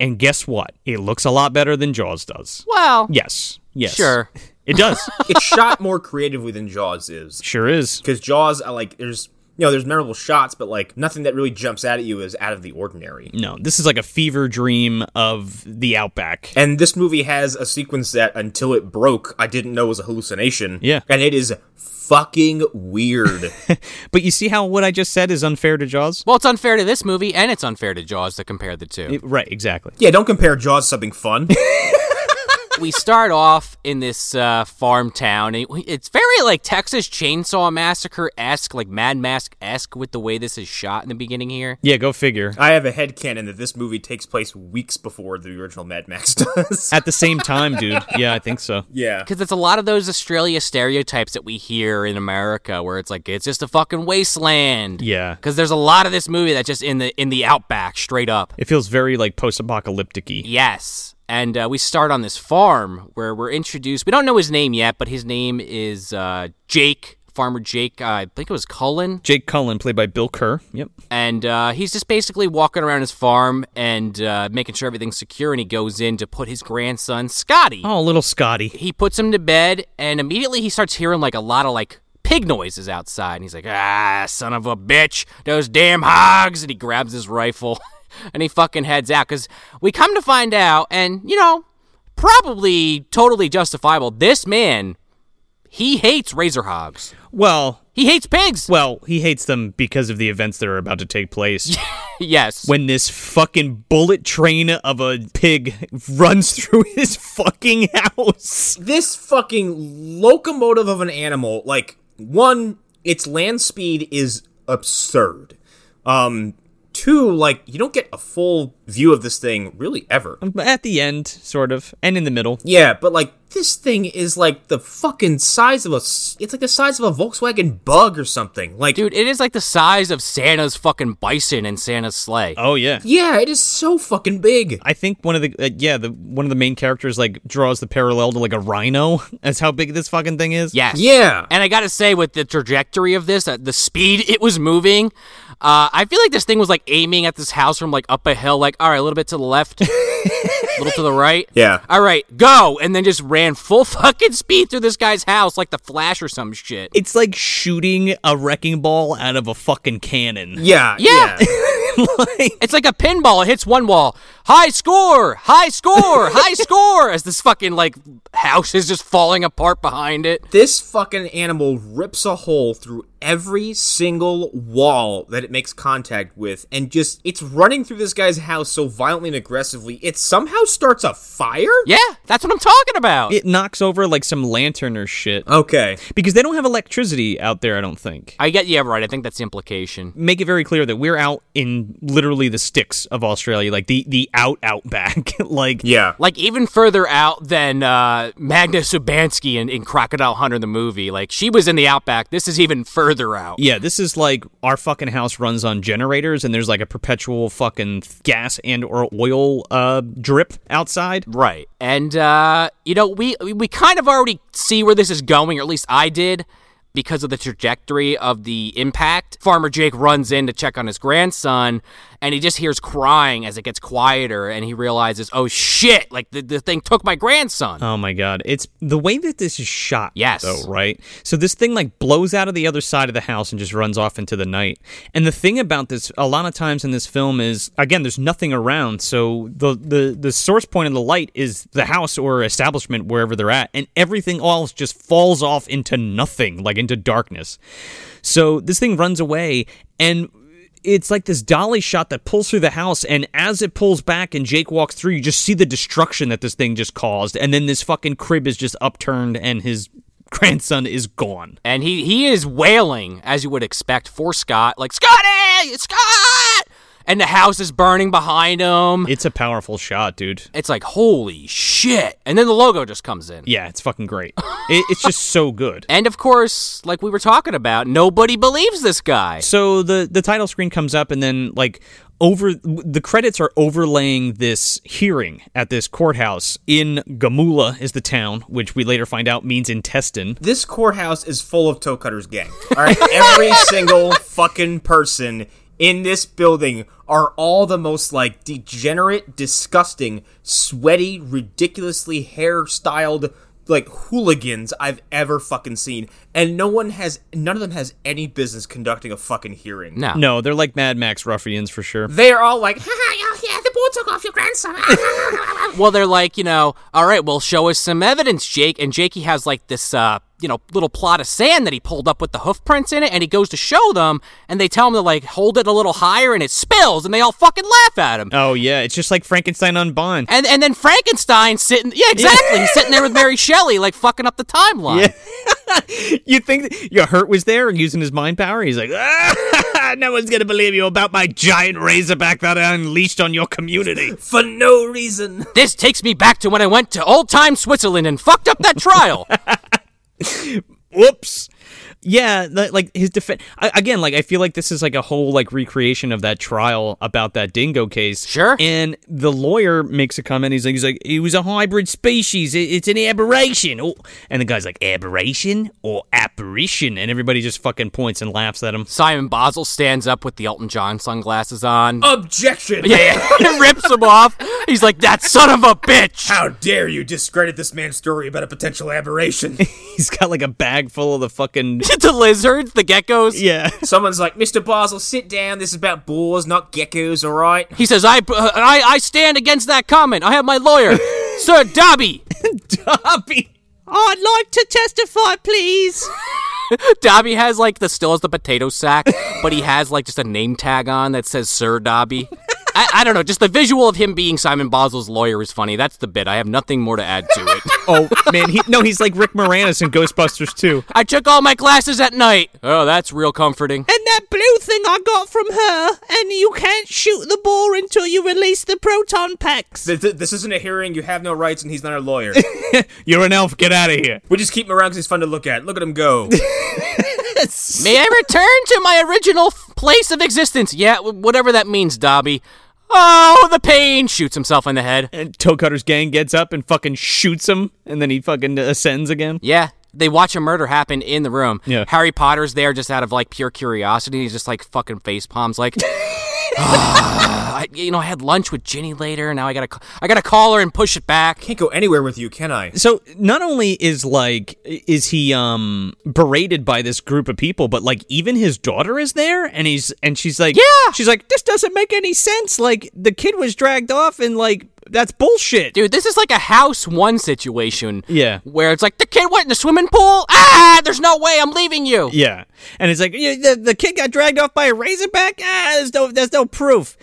[SPEAKER 1] And guess what? It looks a lot better than Jaws does.
[SPEAKER 2] Well,
[SPEAKER 1] Yes. Yes.
[SPEAKER 2] Sure.
[SPEAKER 1] It does.
[SPEAKER 3] It's shot more creatively than Jaws is.
[SPEAKER 1] sure is.
[SPEAKER 3] because Jaws, I like there's you know there's memorable shots, but like nothing that really jumps out at you is out of the ordinary.
[SPEAKER 1] No, this is like a fever dream of the outback.
[SPEAKER 3] And this movie has a sequence that until it broke, I didn't know was a hallucination.
[SPEAKER 1] Yeah.
[SPEAKER 3] and it is fucking weird.
[SPEAKER 1] But you see how what I just said is unfair to Jaws?
[SPEAKER 2] well, it's unfair to this movie and it's unfair to Jaws to compare the two.
[SPEAKER 1] Right, exactly.
[SPEAKER 3] yeah, don't compare Jaws to something fun.
[SPEAKER 2] we start off in this uh, farm town. It- It's very like Texas Chainsaw Massacre esque, like Mad Mask esque, with the way this is shot in the beginning here.
[SPEAKER 1] Yeah, go figure.
[SPEAKER 3] I have a headcanon that this movie takes place weeks before the original Mad Max does.
[SPEAKER 1] At the same time, dude. Yeah, I think so.
[SPEAKER 3] yeah.
[SPEAKER 2] Because it's a lot of those Australia stereotypes that we hear in America, where it's like it's just a fucking wasteland.
[SPEAKER 1] Yeah.
[SPEAKER 2] Because there's a lot of this movie that's just in the in the outback, straight up.
[SPEAKER 1] It feels very like post-apocalyptic y.
[SPEAKER 2] Yes. And uh, we start on this farm where we're introduced. We don't know his name yet, but his name is uh, Jake, Farmer Jake. Uh, I think it was Cullen.
[SPEAKER 1] Jake Cullen, played by Bill Kerr. Yep.
[SPEAKER 2] and uh, he's just basically walking around his farm and uh, making sure everything's secure. And he goes in to put his grandson Scotty.
[SPEAKER 1] Oh, little Scotty.
[SPEAKER 2] He puts him to bed, and immediately he starts hearing like a lot of like pig noises outside. And he's like, "Ah, son of a bitch, those damn hogs!" And he grabs his rifle, and he fucking heads out. Cause we come to find out, and you know, probably totally justifiable. This man, he hates razor hogs.
[SPEAKER 1] Well,
[SPEAKER 2] He hates pigs.
[SPEAKER 1] well, he hates them because of the events that are about to take place.
[SPEAKER 2] yes.
[SPEAKER 1] When this fucking bullet train of a pig runs through his fucking house.
[SPEAKER 3] this fucking locomotive of an animal, like one, its land speed is absurd. Um, two, like you don't get a full view of this thing really ever.
[SPEAKER 1] At the end, sort of, and in the middle.
[SPEAKER 3] Yeah, but like this thing is like the fucking size of a. s- It's like the size of a Volkswagen Bug or something. Like,
[SPEAKER 2] Dude, it is like the size of Santa's fucking bison in Santa's sleigh.
[SPEAKER 1] Oh yeah.
[SPEAKER 3] yeah, it is so fucking big.
[SPEAKER 1] I think one of the uh, yeah the one of the main characters like draws the parallel to like a rhino as how big this fucking thing is.
[SPEAKER 2] Yes.
[SPEAKER 3] Yeah.
[SPEAKER 2] And I got to say, with the trajectory of this, at the speed it was moving, uh, I feel like this thing was like aiming at this house from like up a hill, like, all right, a little bit to the left, a little to the right.
[SPEAKER 3] Yeah.
[SPEAKER 2] All right, go. And then just ran full fucking speed through this guy's house like the Flash or some shit.
[SPEAKER 1] It's like shooting a wrecking ball out of a fucking cannon.
[SPEAKER 3] Yeah,
[SPEAKER 2] Yeah.
[SPEAKER 3] yeah.
[SPEAKER 1] like,
[SPEAKER 2] It's like a pinball. It hits one wall. High score! High score! High score! As this fucking like house is just falling apart behind it.
[SPEAKER 3] This fucking animal rips a hole through every single wall that it makes contact with, and just it's running through this guy's house so violently and aggressively, it somehow starts a fire.
[SPEAKER 2] Yeah, that's what I'm talking about.
[SPEAKER 1] it knocks over like some lantern or shit
[SPEAKER 3] Okay.
[SPEAKER 1] because they don't have electricity out there. I don't think.
[SPEAKER 2] I get yeah, right. I think that's the implication.
[SPEAKER 1] Make it very clear that we're out in literally the sticks of Australia, like the the out out back. like
[SPEAKER 3] Yeah.
[SPEAKER 2] Like even further out than uh, Magna Subansky in, in Crocodile Hunter the movie. Like she was in the outback. This is even further out.
[SPEAKER 1] Yeah, this is like our fucking house runs on generators, and there's like a perpetual fucking gas and or oil uh, drip outside.
[SPEAKER 2] Right. And uh, you know, we we kind of already see where this is going, or at least I did, because of the trajectory of the impact. Farmer Jake runs in to check on his grandson, and he just hears crying as it gets quieter, and he realizes, oh shit, like the, the thing took my grandson.
[SPEAKER 1] Oh my god, it's the way that this is shot.
[SPEAKER 2] Yes.
[SPEAKER 1] though, right? So this thing like blows out of the other side of the house and just runs off into the night. And the thing about this, a lot of times in this film is again, there's nothing around, so the the the source point of the light is the house or establishment wherever they're at, and everything else just falls off into nothing, like into darkness. So this thing runs away and it's like this dolly shot that pulls through the house and as it pulls back and Jake walks through you just see the destruction that this thing just caused and then this fucking crib is just upturned and his grandson is gone.
[SPEAKER 2] And he he is wailing as you would expect for Scott, like Scotty, Scott, and the house is burning behind him.
[SPEAKER 1] It's a powerful shot, dude.
[SPEAKER 2] It's like holy shit, and then the logo just comes in.
[SPEAKER 1] Yeah, it's fucking great. It, it's just so good.
[SPEAKER 2] And of course, like we were talking about, nobody believes this guy.
[SPEAKER 1] So the the title screen comes up, and then like over the credits are overlaying this hearing at this courthouse in Gamula is the town, which we later find out means intestine.
[SPEAKER 3] This courthouse is full of toe cutters gang. All right, every single fucking person in this building are all the most like degenerate, disgusting, sweaty, ridiculously hairstyled like hooligans I've ever fucking seen, and no one has, none of them has any business conducting a fucking hearing.
[SPEAKER 2] No.
[SPEAKER 1] No, they're like Mad Max ruffians for sure.
[SPEAKER 3] They are all like,
[SPEAKER 6] oh, yeah, the ball took off your grandson.
[SPEAKER 2] Well, they're like, you know, all right, well, show us some evidence, Jake. And Jakey has like this, uh, you know, little plot of sand that he pulled up with the hoof prints in it, and he goes to show them, and they tell him to like hold it a little higher, and it spills, and they all fucking laugh at him.
[SPEAKER 1] Oh yeah, it's just like Frankenstein on Bond.
[SPEAKER 2] And and then Frankenstein sitting, yeah, exactly, he's sitting there with Mary Shelley, like fucking up the timeline.
[SPEAKER 1] You think that- your hurt was there and using his mind power? He's like, ah, no one's gonna believe you about my giant razorback that I unleashed on your community.
[SPEAKER 3] for no reason.
[SPEAKER 2] This takes me back to when I went to old time Switzerland and fucked up that trial.
[SPEAKER 1] Whoops. Yeah, li- like his defense again. Like I feel like this is like a whole like recreation of that trial about that dingo case.
[SPEAKER 2] Sure.
[SPEAKER 1] And the lawyer makes a comment. He's like, he's like, he was a hybrid species. It- it's an aberration. Oh. And the guy's like, aberration or apparition, and everybody just fucking points and laughs at him.
[SPEAKER 2] Simon Boswell stands up with the Elton John sunglasses on.
[SPEAKER 3] Oh, Objection!
[SPEAKER 2] Yeah, it rips him off. He's like, that son of a bitch.
[SPEAKER 3] How dare you discredit this man's story about a potential aberration?
[SPEAKER 1] He's got like a bag full of the fucking
[SPEAKER 2] the lizards, the geckos.
[SPEAKER 1] yeah.
[SPEAKER 3] Someone's like, Mr. Basel, sit down. This is about boars, not geckos, all right?
[SPEAKER 2] He says, I, uh, I, I stand against that comment. I have my lawyer, Sir Dobby.
[SPEAKER 1] Dobby. I'd like to testify, please.
[SPEAKER 2] Dobby has like the still has the potato sack, but he has like just a name tag on that says Sir Dobby. I, I don't know. Just the visual of him being Simon Bosel's lawyer is funny. That's the bit. I have nothing more to add to it.
[SPEAKER 1] Oh man, he, no, he's like Rick Moranis in Ghostbusters too.
[SPEAKER 2] I took all my classes at night. Oh, that's real comforting.
[SPEAKER 1] And that blue thing I got from her, and you can't shoot the ball until you release the proton packs.
[SPEAKER 3] Th- th- This isn't a hearing. You have no rights, and he's not a lawyer.
[SPEAKER 1] You're an elf. Get out of here.
[SPEAKER 3] we just keep him around because he's fun to look at. Look at him go.
[SPEAKER 2] May I return to my original f- place of existence? Yeah, w- whatever that means, Dobby. Oh, the pain! Shoots himself in the head.
[SPEAKER 1] And Toe Cutter's gang gets up and fucking shoots him, and then he fucking ascends again.
[SPEAKER 2] Yeah, they watch a murder happen in the room.
[SPEAKER 1] Yeah.
[SPEAKER 2] Harry Potter's there just out of like pure curiosity. He's just like fucking face palms, like. "Ah, I, you know, I had lunch with Ginny later. Now I gotta, c- I gotta call her and push it back.
[SPEAKER 3] Can't go anywhere with you, can I?
[SPEAKER 1] So not only is like is he um berated by this group of people, but like even his daughter is there, and he's and she's like,
[SPEAKER 2] Yeah!
[SPEAKER 1] she's like, this doesn't make any sense. Like the kid was dragged off, and like that's bullshit.
[SPEAKER 2] Dude, this is like a house one situation.
[SPEAKER 1] Yeah.
[SPEAKER 2] Where it's like the kid went in the swimming pool. Ah, there's no way I'm leaving you.
[SPEAKER 1] Yeah, and it's like yeah, the the kid got dragged off by a razorback. Ah, there's no there's no proof.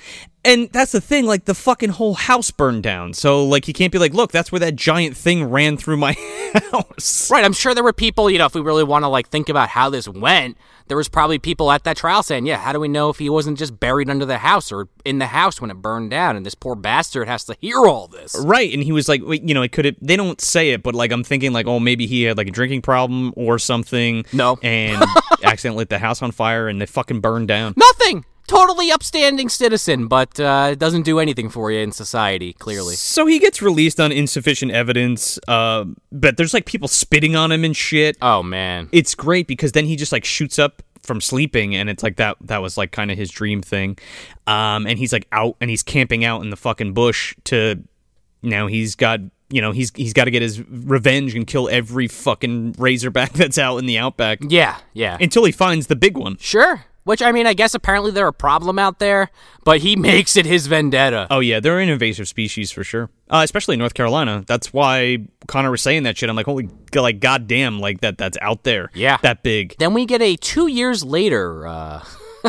[SPEAKER 1] And that's the thing, like the fucking whole house burned down. So like you can't be like, look, that's where that giant thing ran through my house.
[SPEAKER 2] Right, I'm sure there were people, you know, if we really want to like think about how this went, there was probably people at that trial saying, "Yeah, how do we know if he wasn't just buried under the house or in the house when it burned down and this poor bastard has to hear all this?"
[SPEAKER 1] Right, and he was like, wait, you know, it could have. They don't say it, but like I'm thinking, like, oh, maybe he had like a drinking problem or something.
[SPEAKER 2] No.
[SPEAKER 1] and accidentally lit the house on fire, and they fucking burned down.
[SPEAKER 2] Nothing. Totally upstanding citizen, but uh it doesn't do anything for you in society, clearly.
[SPEAKER 1] So he gets released on insufficient evidence, uh, but there's like people spitting on him and shit.
[SPEAKER 2] Oh man.
[SPEAKER 1] it's great because then he just like shoots up from sleeping and it's like that that was like kind of his dream thing um and he's like out and he's camping out in the fucking bush to now he's got you know he's he's got to get his revenge and kill every fucking razorback that's out in the outback
[SPEAKER 2] Yeah, yeah.
[SPEAKER 1] until he finds the big one.
[SPEAKER 2] Sure. Which I mean, I guess apparently they're a problem out there, but he makes it his vendetta.
[SPEAKER 1] Oh yeah, they're an invasive species for sure, uh, especially in North Carolina. That's why Connor was saying that shit. I'm like, holy, like, goddamn, like that, that's out there.
[SPEAKER 2] Yeah.
[SPEAKER 1] that big.
[SPEAKER 2] Then we get a two years later uh,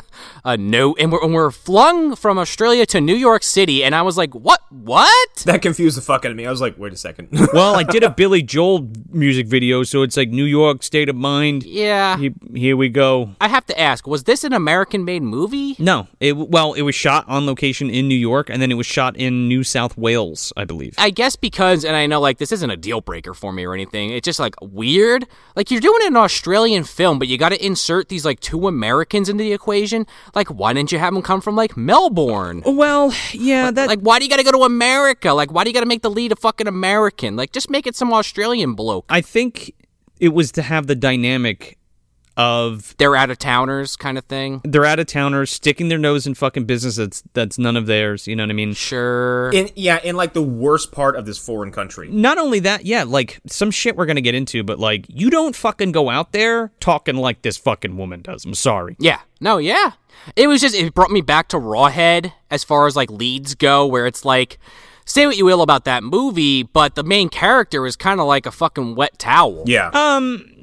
[SPEAKER 2] a note, and we're, and we're flung from Australia to New York City. And I was like, what? What?
[SPEAKER 3] That confused the fuck out of me. I was like, wait a second.
[SPEAKER 1] well, I did a Billy Joel music video, so it's like New York state of mind.
[SPEAKER 2] Yeah.
[SPEAKER 1] He- here we go.
[SPEAKER 2] I have to ask, was this an American made movie?
[SPEAKER 1] No, it well, it was shot on location in New York, and then it was shot in New South Wales, I believe.
[SPEAKER 2] I guess because, and I know like this isn't a deal breaker for me or anything. It's just like weird. Like you're doing an Australian film, but you got to insert these like two Americans into the equation. Like, why didn't you have them come from like Melbourne?
[SPEAKER 1] Oh, well, yeah, that
[SPEAKER 2] Like, why do you got to go to America? Like, why do you got to make the lead a fucking American? Like, just make it some Australian bloke.
[SPEAKER 1] I think it was to have the dynamic of
[SPEAKER 2] They're out of towners kind of thing.
[SPEAKER 1] they're out of towners sticking their nose in fucking business that's that's none of theirs. You know what I mean?
[SPEAKER 2] Sure.
[SPEAKER 3] in, yeah, in like the worst part of this foreign country.
[SPEAKER 1] Not only that, yeah, like some shit we're gonna get into, but like you don't fucking go out there talking like this fucking woman does. I'm sorry.
[SPEAKER 2] yeah. No, yeah. It was just, it brought me back to Rawhead as far as like leads go, where it's like, say what you will about that movie, but the main character is kind of like a fucking wet towel.
[SPEAKER 3] Yeah.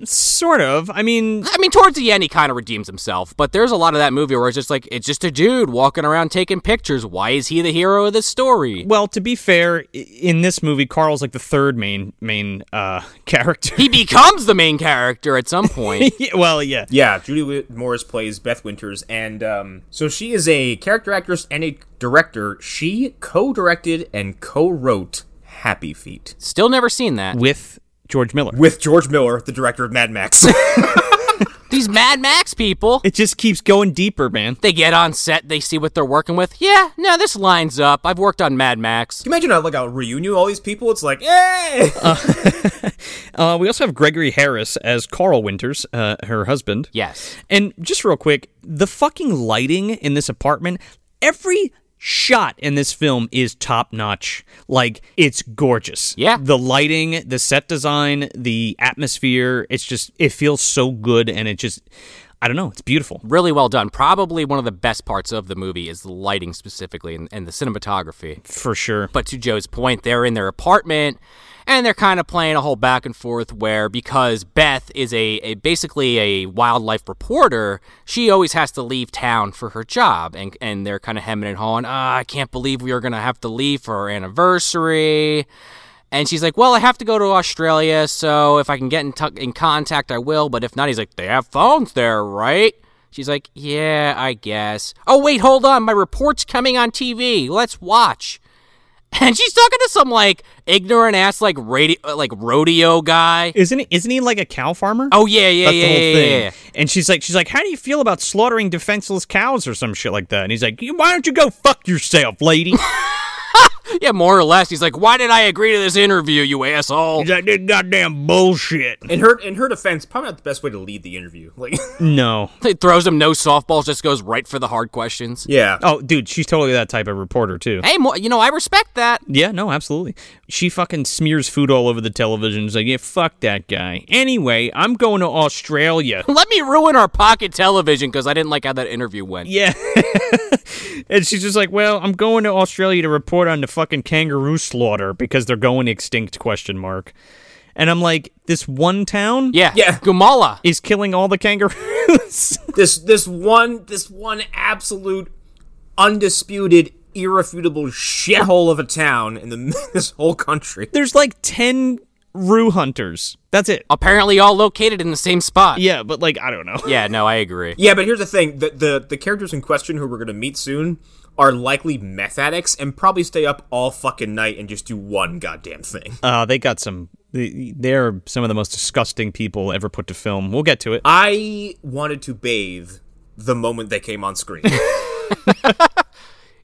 [SPEAKER 1] Sort of. I mean,
[SPEAKER 2] I mean, towards the end, he kind of redeems himself, but there's a lot of that movie where it's just like, it's just a dude walking around taking pictures. Why is he the hero of this story?
[SPEAKER 1] Well, to be fair, i- in this movie, Carl's like the third main main uh, character.
[SPEAKER 2] He becomes the main character at some point.
[SPEAKER 1] Yeah, well, yeah,
[SPEAKER 3] yeah, Judy Wi- Morris plays Beth Winters, and um, so she is a character actress and a director. She co-directed and co-wrote Happy Feet
[SPEAKER 2] Still never seen that.
[SPEAKER 1] with George Miller.
[SPEAKER 3] with George Miller, the director of Mad Max.
[SPEAKER 2] These Mad Max people,
[SPEAKER 1] It just keeps going deeper, man.
[SPEAKER 2] they get on set, they see what they're working with. Yeah, no, this lines up. I've worked on Mad Max.
[SPEAKER 3] Can you imagine uh, like a reunion of all these people? It's like, yay!
[SPEAKER 1] Uh, we also have Gregory Harris as Carl Winters, uh, her husband.
[SPEAKER 2] Yes.
[SPEAKER 1] And just real quick, the fucking lighting in this apartment, every shot in this film is top notch. Like it's gorgeous.
[SPEAKER 2] Yeah.
[SPEAKER 1] The lighting, the set design, the atmosphere, it's just it feels so good and it just I don't know, it's beautiful.
[SPEAKER 2] Really well done. Probably one of the best parts of the movie is the lighting specifically and, and the cinematography.
[SPEAKER 1] For sure.
[SPEAKER 2] But to Joe's point, they're in their apartment and they're kind of playing a whole back and forth where because Beth is a, a basically a wildlife reporter, she always has to leave town for her job, and and they're kind of hemming and hawing. Ah, I can't believe we are gonna have to leave for our anniversary. And she's like, "Well, I have to go to Australia, so if I can get in t- in contact, I will. But if not, he's like, they have phones there, right?" She's like, "Yeah, I guess." Oh wait, hold on, my report's coming on TV. Let's watch. And she's talking to some like ignorant ass like radio like rodeo guy.
[SPEAKER 1] Isn't he, isn't he like a cow farmer?
[SPEAKER 2] Oh yeah, yeah,
[SPEAKER 1] That's
[SPEAKER 2] yeah,
[SPEAKER 1] the whole
[SPEAKER 2] yeah,
[SPEAKER 1] thing.
[SPEAKER 2] yeah, yeah.
[SPEAKER 1] And she's like, she's like, how do you feel about slaughtering defenseless cows or some shit like that? And he's like, why don't you go fuck yourself, lady?
[SPEAKER 2] Yeah, more or less. He's like, "Why did I agree to this interview, you asshole?"
[SPEAKER 1] He's like, this goddamn bullshit.
[SPEAKER 3] In her in her defense, probably not the best way to lead the interview. Like,
[SPEAKER 1] No.
[SPEAKER 2] He throws him no softballs, just goes right for the hard questions.
[SPEAKER 3] yeah,
[SPEAKER 1] Oh, dude, she's totally that type of reporter too.
[SPEAKER 2] Hey, mo- you know, I respect that.
[SPEAKER 1] Yeah, no, absolutely. She fucking smears food all over the television. She's like, yeah, fuck that guy. Anyway, I'm going to Australia.
[SPEAKER 2] Let me ruin our pocket television because I didn't like how that interview went.
[SPEAKER 1] Yeah. and she's just like, well, I'm going to Australia to report on the fucking kangaroo slaughter because they're going extinct question mark. And I'm like, this one town
[SPEAKER 2] Yeah.
[SPEAKER 3] Yeah.
[SPEAKER 2] Gumala.
[SPEAKER 1] is killing all the kangaroos.
[SPEAKER 3] this this one this one absolute undisputed irrefutable shithole of a town in the this whole country.
[SPEAKER 1] There's like 10 roo hunters. That's it. Uh,
[SPEAKER 2] Apparently all located in the same spot.
[SPEAKER 1] Yeah, but like, I don't know.
[SPEAKER 2] Yeah, no, I agree.
[SPEAKER 3] Yeah, but here's the thing: the the, the characters in question who we're gonna meet soon are likely meth addicts and probably stay up all fucking night and just do one goddamn thing.
[SPEAKER 1] Uh, they got some. they- They're some of the most disgusting people ever put to film. We'll get to it.
[SPEAKER 3] I wanted to bathe the moment they came on screen.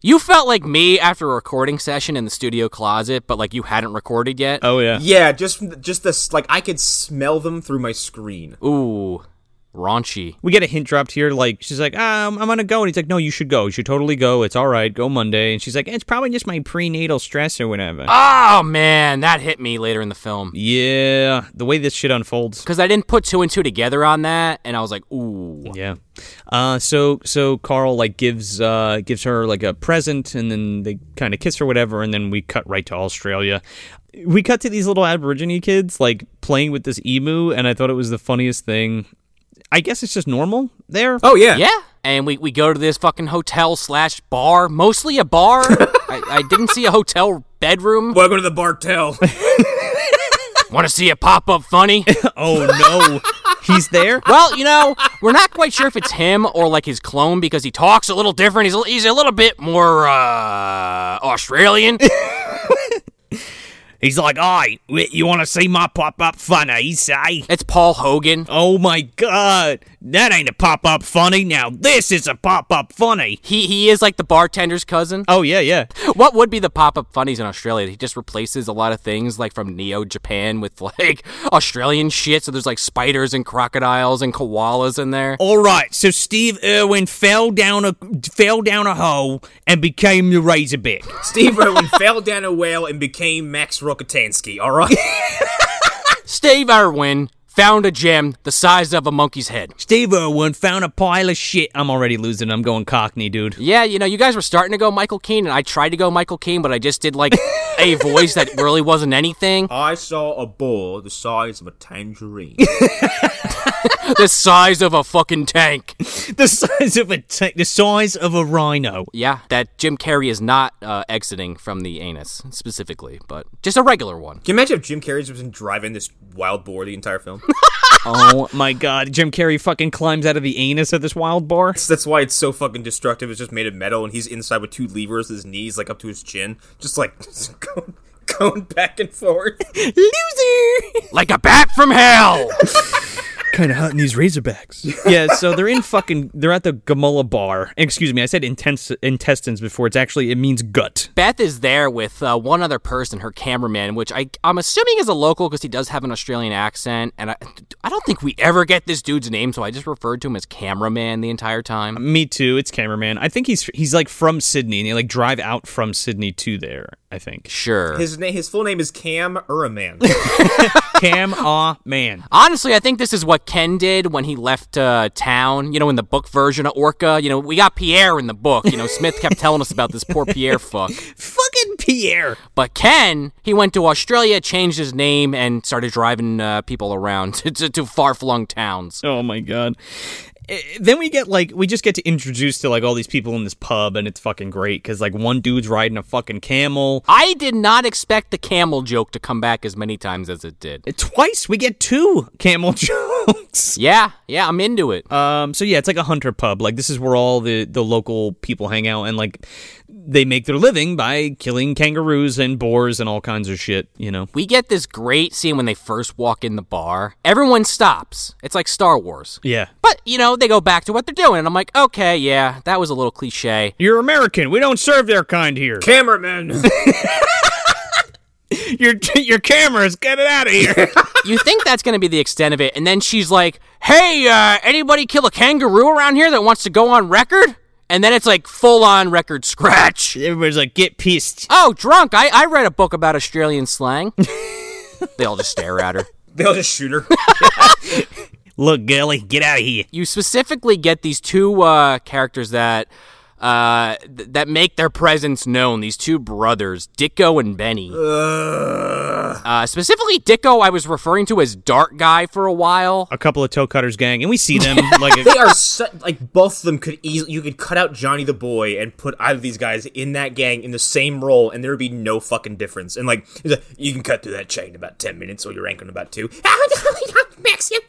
[SPEAKER 2] You felt like me after a recording session in the studio closet, but like you hadn't recorded yet.
[SPEAKER 1] Oh, yeah.
[SPEAKER 3] yeah, just from the- just this like I could smell them through my screen.
[SPEAKER 2] Ooh, raunchy.
[SPEAKER 1] we get a hint dropped here. Like she's like, um, I'm gonna go, and he's like, No, you should go. You should totally go. It's all right. Go Monday. And she's like, It's probably just my prenatal stress or whatever.
[SPEAKER 2] Oh man, that hit me later in the film
[SPEAKER 1] yeah, the way this shit unfolds.
[SPEAKER 2] because I didn't put two and two together on that, and I was like, ooh,
[SPEAKER 1] Yeah. Uh, so so Carl like gives uh gives her like a present, and then they kind of kiss or whatever, and then we cut right to Australia. We cut to these little Aborigine kids like playing with this emu, and I thought it was the funniest thing. I guess it's just normal there.
[SPEAKER 3] Oh yeah,
[SPEAKER 2] yeah. And we, we go to this fucking hotel slash bar, mostly a bar. I, I didn't see a hotel bedroom.
[SPEAKER 3] Welcome to the Bartel.
[SPEAKER 2] Want to see a pop up funny?
[SPEAKER 1] Oh no, he's there.
[SPEAKER 2] Well, you know, we're not quite sure if it's him or like his clone because he talks a little different. He's a, he's a little bit more uh, Australian.
[SPEAKER 1] He's like, "I, you want to see my pop-up funny?" Say,
[SPEAKER 2] it's Paul Hogan.
[SPEAKER 1] "Oh my god, that ain't a pop-up funny. Now this is a pop-up funny."
[SPEAKER 2] He he is like the bartender's cousin.
[SPEAKER 1] Oh yeah, yeah.
[SPEAKER 2] What would be the pop up funnies in Australia? He just replaces a lot of things like from Neo Japan with like Australian shit. So there's like spiders and crocodiles and koalas in there.
[SPEAKER 1] All right, so Steve Irwin fell down a fell down a hole and became the Razorback.
[SPEAKER 3] Steve Irwin fell down a whale and became Max Rokitansky. All right.
[SPEAKER 2] Steve Irwin found a gem the size of a monkey's head.
[SPEAKER 1] Steve Irwin found a pile of shit. I'm already losing. I'm going Cockney, dude.
[SPEAKER 2] Yeah, you know, you guys were starting to go Michael Keane, and I tried to go Michael Keane, but I just did like a voice that really wasn't anything.
[SPEAKER 3] I saw a ball the size of a tangerine.
[SPEAKER 2] The size of a fucking tank.
[SPEAKER 1] The size of a ta- the size of a rhino.
[SPEAKER 2] Yeah, that Jim Carrey is not uh, exiting from the anus specifically, but just a regular one.
[SPEAKER 3] Can you imagine if Jim Carrey was in driving this wild boar the entire film?
[SPEAKER 1] Oh my god, Jim Carrey fucking climbs out of the anus of this wild boar.
[SPEAKER 3] That's why it's so fucking destructive. It's just made of metal, and he's inside with two levers, his knees like up to his chin, just like just going, going back and forth.
[SPEAKER 1] Loser.
[SPEAKER 2] Like a bat from hell!
[SPEAKER 7] Kind of hunting these Razorbacks.
[SPEAKER 1] yeah, so they're in fucking they're at the Gamola bar. Excuse me, I said intens- intestines before. It's actually it means gut.
[SPEAKER 2] Beth is there with uh, one other person, her cameraman, which I, I'm assuming is a local because he does have an Australian accent. And I, I don't think we ever get this dude's name, so I just referred to him as cameraman the entire time.
[SPEAKER 1] Me too. It's cameraman. I think he's he's like from Sydney and they like drive out from Sydney to there, I think.
[SPEAKER 2] Sure.
[SPEAKER 3] His name, his full name is Cam Uraman.
[SPEAKER 1] Cam ah man.
[SPEAKER 2] Honestly, I think this is what Ken did when he left uh, town. You know, in the book version of Orca, you know, we got Pierre in the book. You know, Smith kept telling us about this poor Pierre fuck.
[SPEAKER 1] Fucking Pierre.
[SPEAKER 2] But Ken, he went to Australia, changed his name, and started driving uh, people around to, to, to far flung towns.
[SPEAKER 1] Oh my god. Eh, Then we get like we just get to introduce to like all these people in this pub and it's fucking great cuz like one dude's riding a fucking camel.
[SPEAKER 2] I did not expect the camel joke to come back as many times as it did.
[SPEAKER 1] Twice we get two camel jokes.
[SPEAKER 2] Yeah, yeah, I'm into it. Uh,
[SPEAKER 1] Um, so yeah, it's like a hunter pub. Like this is where all the the local people hang out, and like they make their living by killing kangaroos and boars and all kinds of shit. You know,
[SPEAKER 2] we get this great scene when they first walk in the bar. Everyone stops. It's like Star Wars.
[SPEAKER 1] yeah.
[SPEAKER 2] But, you know, they go back to what they're doing. And I'm like, okay, yeah, that was a little cliche.
[SPEAKER 1] You're American. We don't serve their kind here.
[SPEAKER 3] Cameraman.
[SPEAKER 1] Your your cameras, get it out of here.
[SPEAKER 2] you think that's going to be the extent of it. And then she's like, hey, uh, anybody kill a kangaroo around here that wants to go on record? And then it's like full on record scratch.
[SPEAKER 1] Everybody's like, get pissed.
[SPEAKER 2] Oh, drunk. I, I read a book about Australian slang. they all just stare at her.
[SPEAKER 3] They'll just shoot her.
[SPEAKER 1] Look, girly, get out of here.
[SPEAKER 2] you specifically get these two uh, characters that uh, th- that make their presence known. These two brothers, Dicko and Benny. Uh, specifically, Dicko, I was referring to as Dark Guy for a while.
[SPEAKER 1] A couple of toe cutters gang, and we see them like
[SPEAKER 3] they are su like both of them could easily you could cut out Johnny the Boy and put either of these guys in that gang in the same role and there would be no fucking difference. And like he's like, you can cut through that chain in about ten minutes or you're anchoring in about two.
[SPEAKER 6] Mexican.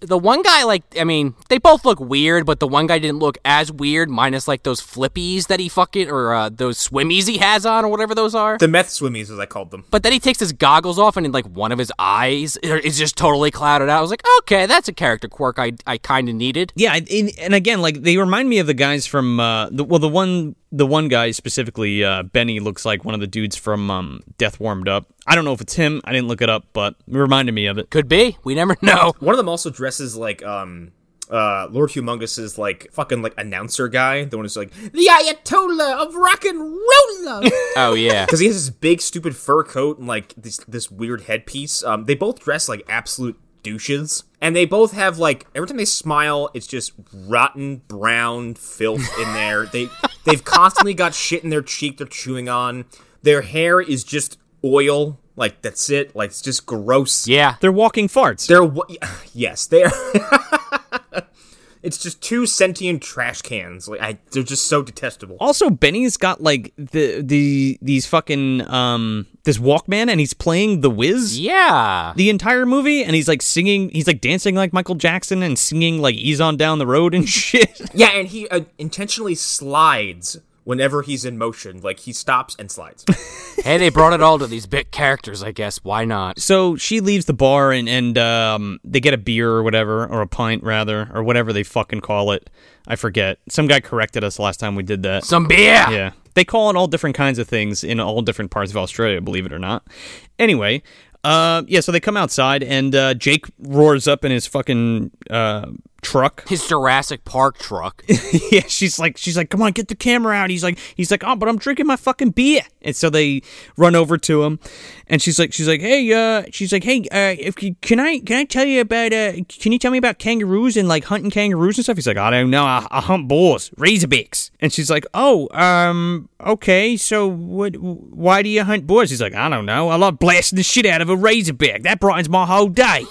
[SPEAKER 2] The one guy, like, I mean, they both look weird, but the one guy didn't look as weird, minus like those flippies that he fucking or uh, those swimmies he has on or whatever those are.
[SPEAKER 3] The meth swimmies as I called them.
[SPEAKER 2] But then he takes his goggles off, and in, like one of his eyes is just totally clouded out. I was like, okay, that's a character quirk I I kind of needed.
[SPEAKER 1] Yeah, and- and, and again, like they remind me of the guys from uh, the, well, the one the one guy specifically, uh, Benny looks like one of the dudes from um, Death Warmed Up. I don't know if it's him. I didn't look it up, but it reminded me of it.
[SPEAKER 2] Could be. We never know.
[SPEAKER 3] One of them also dresses like um uh Lord Humongous's like fucking like announcer guy. The one who's like
[SPEAKER 6] The Ayatollah of rock and roll.
[SPEAKER 2] Oh yeah.
[SPEAKER 3] because he has this big stupid fur coat and like this this weird headpiece. Um, they both dress like absolute douches, and they both have like every time they smile, it's just rotten brown filth in there. they they've constantly got shit in their cheek they're chewing on. Their hair is just oil. Like that's it. Like it's just gross.
[SPEAKER 2] Yeah.
[SPEAKER 1] They're walking farts.
[SPEAKER 3] They're wa- yes, they're. it's just two sentient trash cans. Like I, they're just so detestable.
[SPEAKER 1] also, Benny's got like the the these fucking um this Walkman, and he's playing The Wiz
[SPEAKER 2] Yeah.
[SPEAKER 1] the entire movie, and he's like singing, he's like dancing like Michael Jackson and singing like "Ease on Down the Road" and shit.
[SPEAKER 3] Yeah, and he uh, intentionally slides whenever he's in motion. Like he stops and slides.
[SPEAKER 2] Hey, they brought it all to these big characters, I guess. Why not?
[SPEAKER 1] so she leaves the bar and and um, they get a beer or whatever or a pint rather or whatever they fucking call it. I forget. Some guy corrected us last time we did that.
[SPEAKER 2] Some beer.
[SPEAKER 1] yeah. They call it all different kinds of things in all different parts of Australia, believe it or not. Anyway, uh, yeah, so they come outside and uh, Jake roars up in his fucking uh, truck.
[SPEAKER 2] His Jurassic Park truck.
[SPEAKER 1] yeah, she's like, she's like, come on, get the camera out. He's like, he's like, oh, but I'm drinking my fucking beer. And so they run over to him, and she's like, she's like, hey, uh, she's like, hey, uh, if you, can I can I tell you about uh, can you tell me about kangaroos and like hunting kangaroos and stuff? He's like, I don't know, I, I hunt boars, razorbacks. And she's like, oh, um, okay, so what? Why do you hunt boars? He's like, I don't know, I love blasting the shit out of a razorback. That brightens my whole day.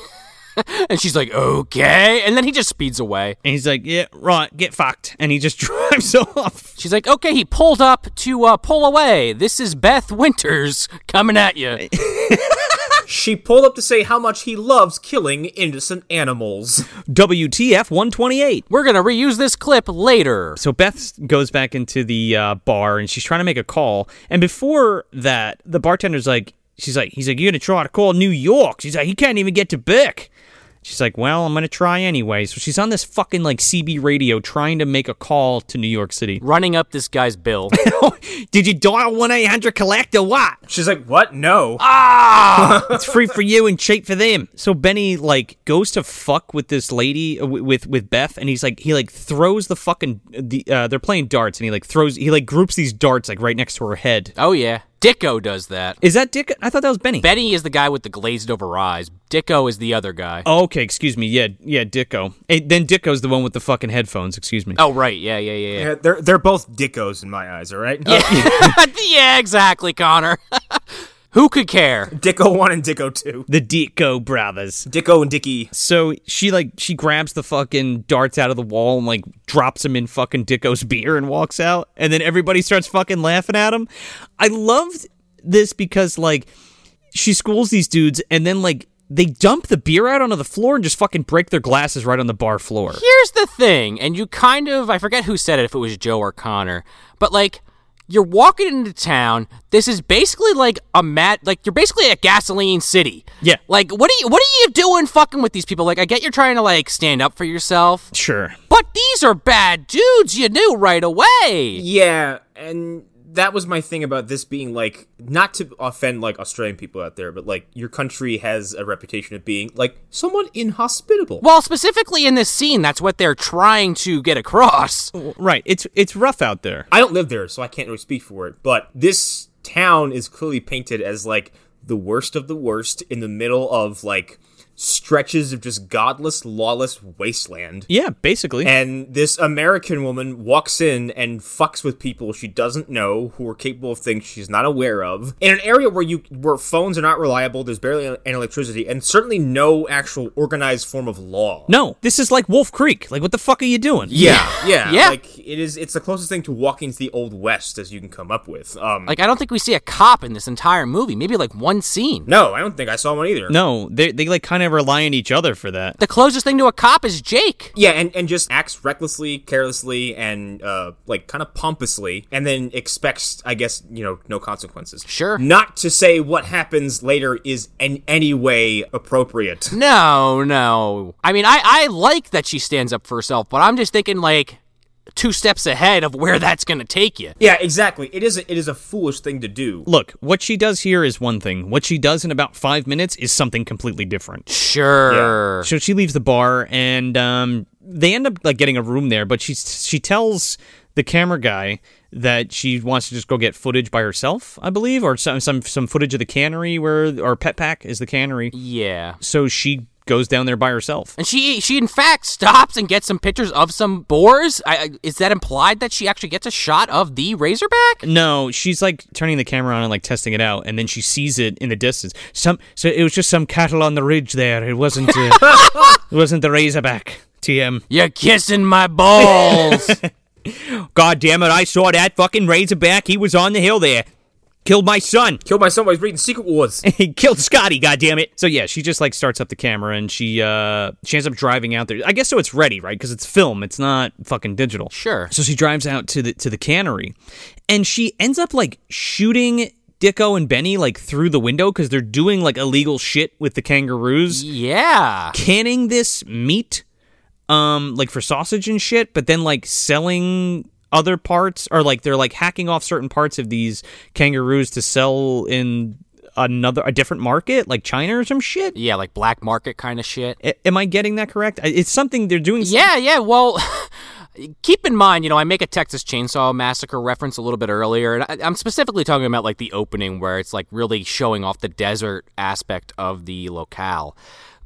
[SPEAKER 2] And she's like, okay. And then he just speeds away.
[SPEAKER 1] And he's like, yeah, right, get fucked. And he just drives off.
[SPEAKER 2] She's like, okay, he pulled up to uh, pull away. This is Beth Winters coming at you.
[SPEAKER 3] she pulled up to say how much he loves killing innocent animals.
[SPEAKER 1] WTF 128.
[SPEAKER 2] We're going to reuse this clip later.
[SPEAKER 1] So Beth goes back into the uh, bar and she's trying to make a call. And before that, the bartender's like, she's like, he's like, you're gonna try to call New York. She's like, he can't even get to Bick. She's like, well, I'm gonna try anyway. So she's on this fucking like CB radio trying to make a call to New York City.
[SPEAKER 2] Running up this guy's bill.
[SPEAKER 1] Did you dial one eight hundred collect or what?
[SPEAKER 3] She's like, "What? No."
[SPEAKER 1] It's free for you and cheap for them. So Benny like goes to fuck with this lady uh, wi- with with Beth, and he's like he like throws the fucking the uh, they're playing darts, and he like throws he like groups these darts like right next to her head.
[SPEAKER 2] oh, yeah. Dicko does that.
[SPEAKER 1] Is that Dick? I thought that was Benny.
[SPEAKER 2] Benny is the guy with the glazed over eyes. Dicko is the other guy.
[SPEAKER 1] Oh, okay, excuse me. Yeah, yeah, Dicko. Eh, then Dicko's the one with the fucking headphones. Excuse me.
[SPEAKER 2] Oh, right. Yeah, yeah, yeah, yeah.
[SPEAKER 3] Yeah, they're they're both dickos in my eyes. All right, Uh,
[SPEAKER 2] yeah, exactly, Connor. Who could care?
[SPEAKER 3] Dicko one and Dicko two.
[SPEAKER 1] The Dicko brothers.
[SPEAKER 3] Dicko and Dicky.
[SPEAKER 1] So she like she grabs the fucking darts out of the wall and like drops them in fucking Dicko's beer and walks out, and then everybody starts fucking laughing at him. I loved this because like she schools these dudes and then like they dump the beer out onto the floor and just fucking break their glasses right on the bar floor.
[SPEAKER 2] Here's the thing, and you kind of, I forget who said it, if it was Joe or Connor, but like, you're walking into town. This is basically like a mat, like you're basically at gasoline city.
[SPEAKER 1] Yeah.
[SPEAKER 2] Like, what are you, what are you doing fucking with these people? Like, I get you're trying to like stand up for yourself,
[SPEAKER 1] Sure.
[SPEAKER 2] but these are bad dudes. You knew right away.
[SPEAKER 3] Yeah, and that was my thing about this being like not to offend like Australian people out there, but like your country has a reputation of being like somewhat inhospitable.
[SPEAKER 2] Well, specifically in this scene, that's what they're trying to get across.
[SPEAKER 1] Right. It's it's rough out there.
[SPEAKER 3] I don't live there, so I can't really speak for it. But this town is clearly painted as like the worst of the worst in the middle of like stretches of just godless, lawless wasteland.
[SPEAKER 1] Yeah, basically.
[SPEAKER 3] And this American woman walks in and fucks with people she doesn't know who are capable of things she's not aware of in an area where you where phones are not reliable, there's barely an electricity, and certainly no actual organized form of law.
[SPEAKER 1] no, this is like Wolf Creek. Like, what the fuck are you doing?
[SPEAKER 3] Yeah, yeah,
[SPEAKER 2] Yeah.
[SPEAKER 3] Like it is, it's the closest thing to walking to the old west as you can come up with. Um,
[SPEAKER 2] Like, I don't think we see a cop in this entire movie. Maybe like one scene.
[SPEAKER 3] no, I don't think I saw one either.
[SPEAKER 1] No, they they like kind of rely on each other for that.
[SPEAKER 2] The closest thing to a cop is Jake.
[SPEAKER 3] Yeah, and, and just acts recklessly, carelessly, and uh, like kind of pompously, and then expects, I guess, you know, no consequences.
[SPEAKER 2] Sure.
[SPEAKER 3] Not to say what happens later is in any way appropriate.
[SPEAKER 2] No, no. I mean, I, I like that she stands up for herself, but I'm just thinking like two steps ahead of where that's going to take you.
[SPEAKER 3] yeah, exactly. It is a, it is a foolish thing to do.
[SPEAKER 1] Look, what she does here is one thing. What she does in about five minutes is something completely different.
[SPEAKER 2] Sure.
[SPEAKER 1] So she leaves the bar, and um, they end up like getting a room there. But she she tells the camera guy that she wants to just go get footage by herself, I believe, or some some some footage of the cannery where or Pet Pack is the cannery.
[SPEAKER 2] Yeah.
[SPEAKER 1] So she goes down there by herself.
[SPEAKER 2] And she she in fact stops and gets some pictures of some boars. I, I- is that implied that she actually gets a shot of the Razorback?
[SPEAKER 1] No, she's like turning the camera on and like testing it out, and then she sees it in the distance. Some, so it was just some cattle on the ridge there. It wasn't, uh, it wasn't the Razorback. TM.
[SPEAKER 2] You're kissing my balls.
[SPEAKER 1] God damn it! I saw that fucking Razorback. He was on the hill there. Killed my son.
[SPEAKER 3] Killed by somebody who's reading Secret Wars.
[SPEAKER 1] He killed Scotty. God damn it. So yeah, she just like starts up the camera and she uh she ends up driving out there. I guess so. It's ready, right? Because it's film. It's not fucking digital.
[SPEAKER 2] sure.
[SPEAKER 1] So she drives out to the to the cannery, and she ends up like shooting Dicko and Benny like through the window because they're doing like illegal shit with the kangaroos,
[SPEAKER 2] Yeah.
[SPEAKER 1] canning this meat, um, like for sausage and shit, but then like selling other parts or like they're like hacking off certain parts of these kangaroos to sell in another a different market like China or some shit.
[SPEAKER 2] Yeah, like black market kind of shit.
[SPEAKER 1] A- Am I getting that correct? I- It's something they're doing.
[SPEAKER 2] Yeah, yeah. Well, keep in mind, you know, I make a Texas Chainsaw Massacre reference a little bit earlier, and I, I'm specifically talking about like the opening where it's like really showing off the desert aspect of the locale.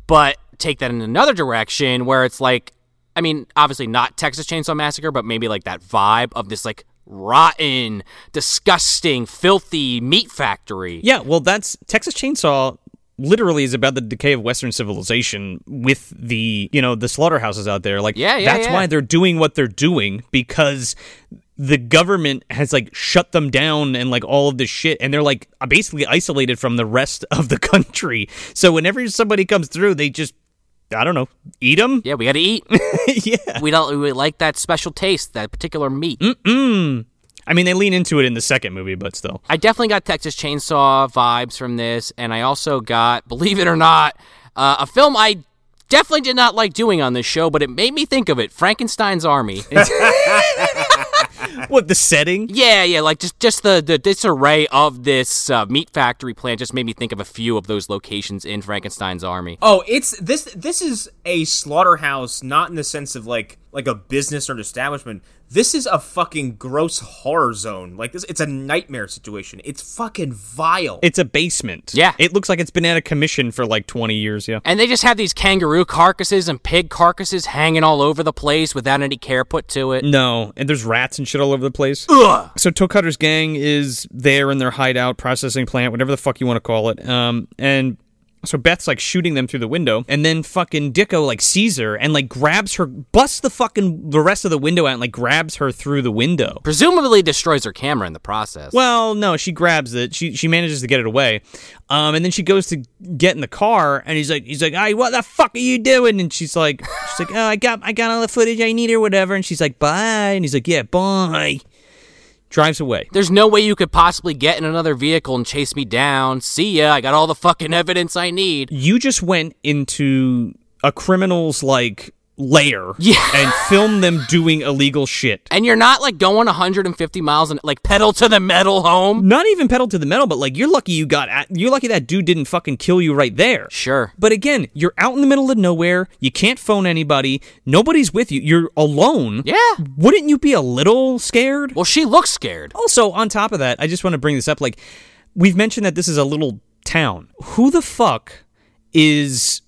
[SPEAKER 2] But take that in another direction where it's like, I mean, obviously not Texas Chainsaw Massacre, but maybe like that vibe of this like rotten, disgusting, filthy meat factory.
[SPEAKER 1] Yeah, well, that's Texas Chainsaw. Literally is about the decay of Western civilization with the you know the slaughterhouses out there. Like
[SPEAKER 2] Yeah, yeah,
[SPEAKER 1] that's
[SPEAKER 2] yeah.
[SPEAKER 1] why they're doing what they're doing because the government has like shut them down and like all of this shit, and they're like basically isolated from the rest of the country. So whenever somebody comes through, they just I don't know eat them.
[SPEAKER 2] Yeah, we got to eat.
[SPEAKER 1] yeah,
[SPEAKER 2] we don't we like that special taste, that particular meat.
[SPEAKER 1] I mean they lean into it in the second movie, but still,
[SPEAKER 2] I definitely got Texas Chainsaw vibes from this, and I also got, believe it or not, uh, a film I definitely did not like doing on this show, but it made me think of it: Frankenstein's Army.
[SPEAKER 1] what the setting?
[SPEAKER 2] Yeah, yeah, like just just the, the disarray of this uh, meat factory plant just made me think of a few of those locations in Frankenstein's Army.
[SPEAKER 3] Oh, it's this. This is a slaughterhouse, not in the sense of like like a business or an establishment. This is a fucking gross horror zone. Like this, it's a nightmare situation. It's fucking vile.
[SPEAKER 1] It's a basement.
[SPEAKER 2] Yeah.
[SPEAKER 1] It looks like it's been out of commission for like 20 years, yeah.
[SPEAKER 2] And they just have these kangaroo carcasses and pig carcasses hanging all over the place without any care put to it.
[SPEAKER 1] No, and there's rats and shit all over the place. So Toe Cutter's gang is there in their hideout, processing plant, whatever the fuck you want to call it. Um, and so Beth's like shooting them through the window, and then fucking Dicko like sees her and like grabs her, busts the fucking the rest of the window out, and like grabs her through the window.
[SPEAKER 2] Presumably destroys her camera in the process.
[SPEAKER 1] Well, no, she grabs it. She she manages to get it away, um, and then she goes to get in the car, and he's like he's like, "Hey, what the fuck are you doing?" And she's like, she's like, "Oh, I got I got all the footage I need or whatever." And she's like, "Bye," and he's like, "Yeah, bye." Drives away.
[SPEAKER 2] There's no way you could possibly get in another vehicle and chase me down. See ya, I got all the fucking evidence I need.
[SPEAKER 1] You just went into a criminal's like lair and filmed them doing illegal shit.
[SPEAKER 2] And you're not like going 150 miles and like pedal to the metal home.
[SPEAKER 1] Not even pedal to the metal, but like you're lucky you got at, you're lucky that dude didn't fucking kill you right there.
[SPEAKER 2] Sure.
[SPEAKER 1] But again, you're out in the middle of nowhere. You can't phone anybody. Nobody's with you. You're alone.
[SPEAKER 2] Yeah.
[SPEAKER 1] Wouldn't you be a little scared?
[SPEAKER 2] Well, she looks scared.
[SPEAKER 1] Also, on top of that, I just want to bring this up. Like, we've mentioned that this is a little town. Who the fuck is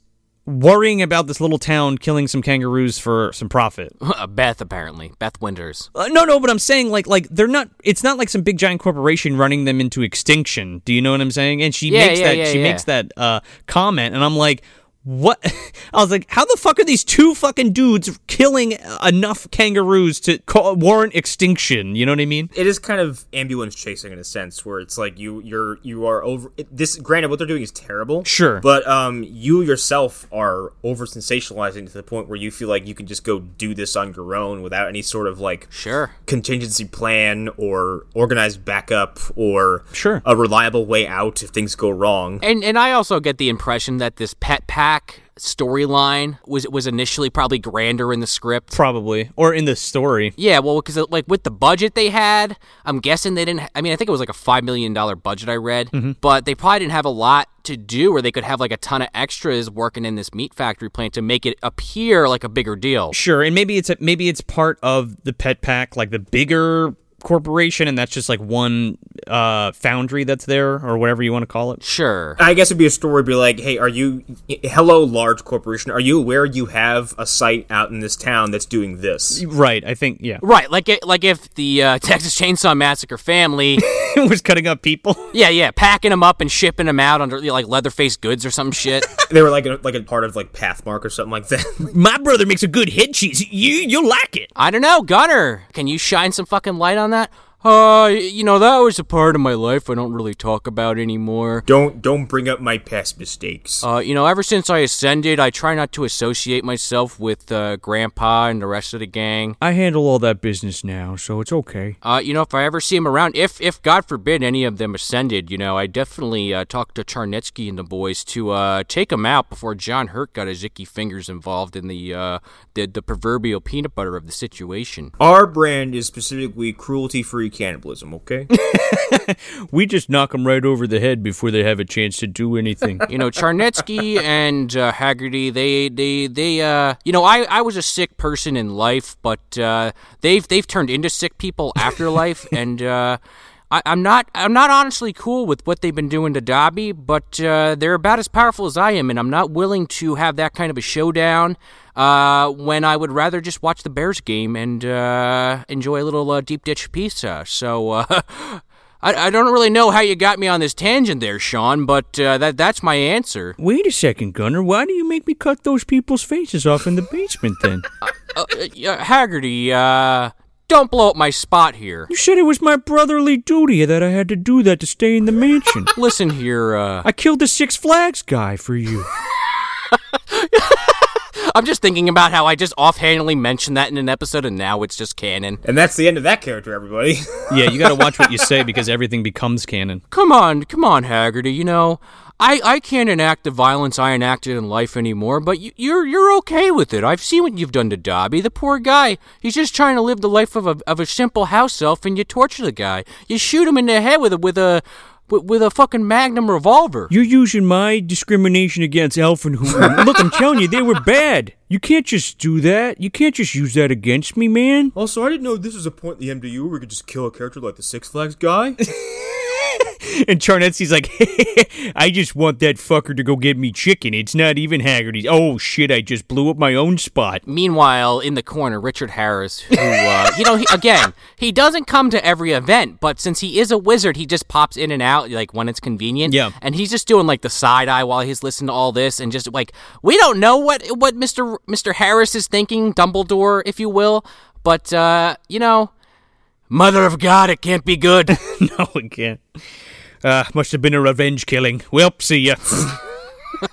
[SPEAKER 1] worrying about this little town killing some kangaroos for some profit?
[SPEAKER 2] Uh, Beth, apparently. Beth Winters.
[SPEAKER 1] Uh, no, no, but I'm saying like like they're not. It's not like some big giant corporation running them into extinction. Do you know what I'm saying? And she
[SPEAKER 2] Yeah,
[SPEAKER 1] makes
[SPEAKER 2] yeah,
[SPEAKER 1] that
[SPEAKER 2] yeah,
[SPEAKER 1] she
[SPEAKER 2] yeah.
[SPEAKER 1] makes that uh, comment, and I'm like. What I was like, how the fuck are these two fucking dudes killing enough kangaroos to ca- warrant extinction? You know what I mean?
[SPEAKER 3] it is kind of ambulance chasing in a sense where it's like you you're you are over it- this granted what they're doing is terrible
[SPEAKER 1] Sure.
[SPEAKER 3] but um you yourself are over sensationalizing to the point where you feel like you can just go do this on your own without any sort of like
[SPEAKER 2] Sure.
[SPEAKER 3] contingency plan or organized backup or
[SPEAKER 1] Sure.
[SPEAKER 3] a reliable way out if things go wrong
[SPEAKER 2] And and I also get the impression that this pet pack storyline was was initially probably grander in the script.
[SPEAKER 1] Probably, or in the story.
[SPEAKER 2] Yeah, well, because like with the budget they had, I'm guessing they didn't. I mean, I think it was like a five million dollar budget I read, but they probably didn't have a lot to do, or they could have like a ton of extras working in this meat factory plant to make it appear like a bigger deal.
[SPEAKER 1] Sure, and maybe it's a, maybe it's part of the pet pack, like the bigger corporation, and that's just like one uh, foundry that's there or whatever you want to call it.
[SPEAKER 2] Sure.
[SPEAKER 3] I guess it'd be a story. Be like, hey, are you? Hello, large corporation. Are you aware you have a site out in this town that's doing this?
[SPEAKER 1] Right, I think yeah.
[SPEAKER 2] Right, like it, like if the uh, Texas Chainsaw Massacre family,
[SPEAKER 1] was cutting up people.
[SPEAKER 2] yeah, yeah, packing them up and shipping them out under you know, like Leatherface goods or some shit.
[SPEAKER 3] They were like, a, like a part of like Pathmark or something like that.
[SPEAKER 1] My brother makes a good head cheese. You you'll like it.
[SPEAKER 2] I don't know, Gunner. Can you shine some fucking light on that? Uh, y- you know, that was a part of my life I don't really talk about anymore.
[SPEAKER 3] don't don't bring up my past mistakes.
[SPEAKER 2] Uh, you know, ever since I ascended, I try not to associate myself with uh, Grandpa and the rest of the gang.
[SPEAKER 1] I handle all that business now, so it's okay.
[SPEAKER 2] Uh, you know, if I ever see him around, if if God forbid any of them ascended, you know, I definitely uh, talked to Charnetsky and the boys to uh, take him out before John Hurt got his icky fingers involved in the uh, the, the proverbial peanut butter of the situation.
[SPEAKER 3] Our brand is specifically cruelty-free cannibalism. Okay.
[SPEAKER 1] We just knock them right over the head before they have a chance to do anything.
[SPEAKER 2] You know, Charnetsky and uh, Haggerty, they, they, they, uh, you know, I, I was a sick person in life, but uh, they've, they've turned into sick people after life, and uh, I, I'm not, I'm not honestly cool with what they've been doing to Dobby, but uh, they're about as powerful as I am, and I'm not willing to have that kind of a showdown uh, when I would rather just watch the Bears game and uh, enjoy a little uh, deep ditch pizza. So. Uh, I, I don't really know how you got me on this tangent there, Sean, but uh, that that's my answer.
[SPEAKER 1] Wait a second, Gunner. Why do you make me cut those people's faces off in the basement then?
[SPEAKER 2] Uh, uh, yeah, Haggerty, uh, don't blow up my spot here.
[SPEAKER 1] You said it was my brotherly duty that I had to do that to stay in the mansion.
[SPEAKER 2] Listen here, uh,
[SPEAKER 1] I killed the Six Flags guy for you.
[SPEAKER 2] I'm just thinking about how I just offhandedly mentioned that in an episode, and now it's just canon.
[SPEAKER 3] and that's the end of that character, everybody.
[SPEAKER 1] yeah, you gotta watch what you say because everything becomes canon.
[SPEAKER 2] Come on, come on, Haggerty. You know, I, I can't enact the violence I enacted in life anymore, but you, you're you're okay with it. I've seen what you've done to Dobby. The poor guy, he's just trying to live the life of a, of a simple house elf, and you torture the guy. You shoot him in the head with a with a with, with a fucking magnum revolver.
[SPEAKER 7] You're using my discrimination against Elf and Hoover. Look, I'm telling you, they were bad. You can't just do that. You can't just use that against me, man.
[SPEAKER 3] Also, I didn't know this was a point in the MDU where we could just kill a character like the Six Flags guy.
[SPEAKER 7] And Charnetski's like, I just want that fucker to go get me chicken. It's not even Haggerty's. Oh, shit, I just blew up my own spot.
[SPEAKER 2] Meanwhile, in the corner, Richard Harris, who, uh, you know, he, again, he doesn't come to every event, but since he is a wizard, he just pops in and out, like, when it's convenient.
[SPEAKER 1] Yeah.
[SPEAKER 2] And he's just doing, like, the side eye while he's listening to all this, and just, like, we don't know what, what Mr. Mr. Harris is thinking, Dumbledore, if you will, but, uh, you know, Mother of God, it can't be good.
[SPEAKER 1] No, we can't. Uh, must have been a revenge killing. Well, see ya.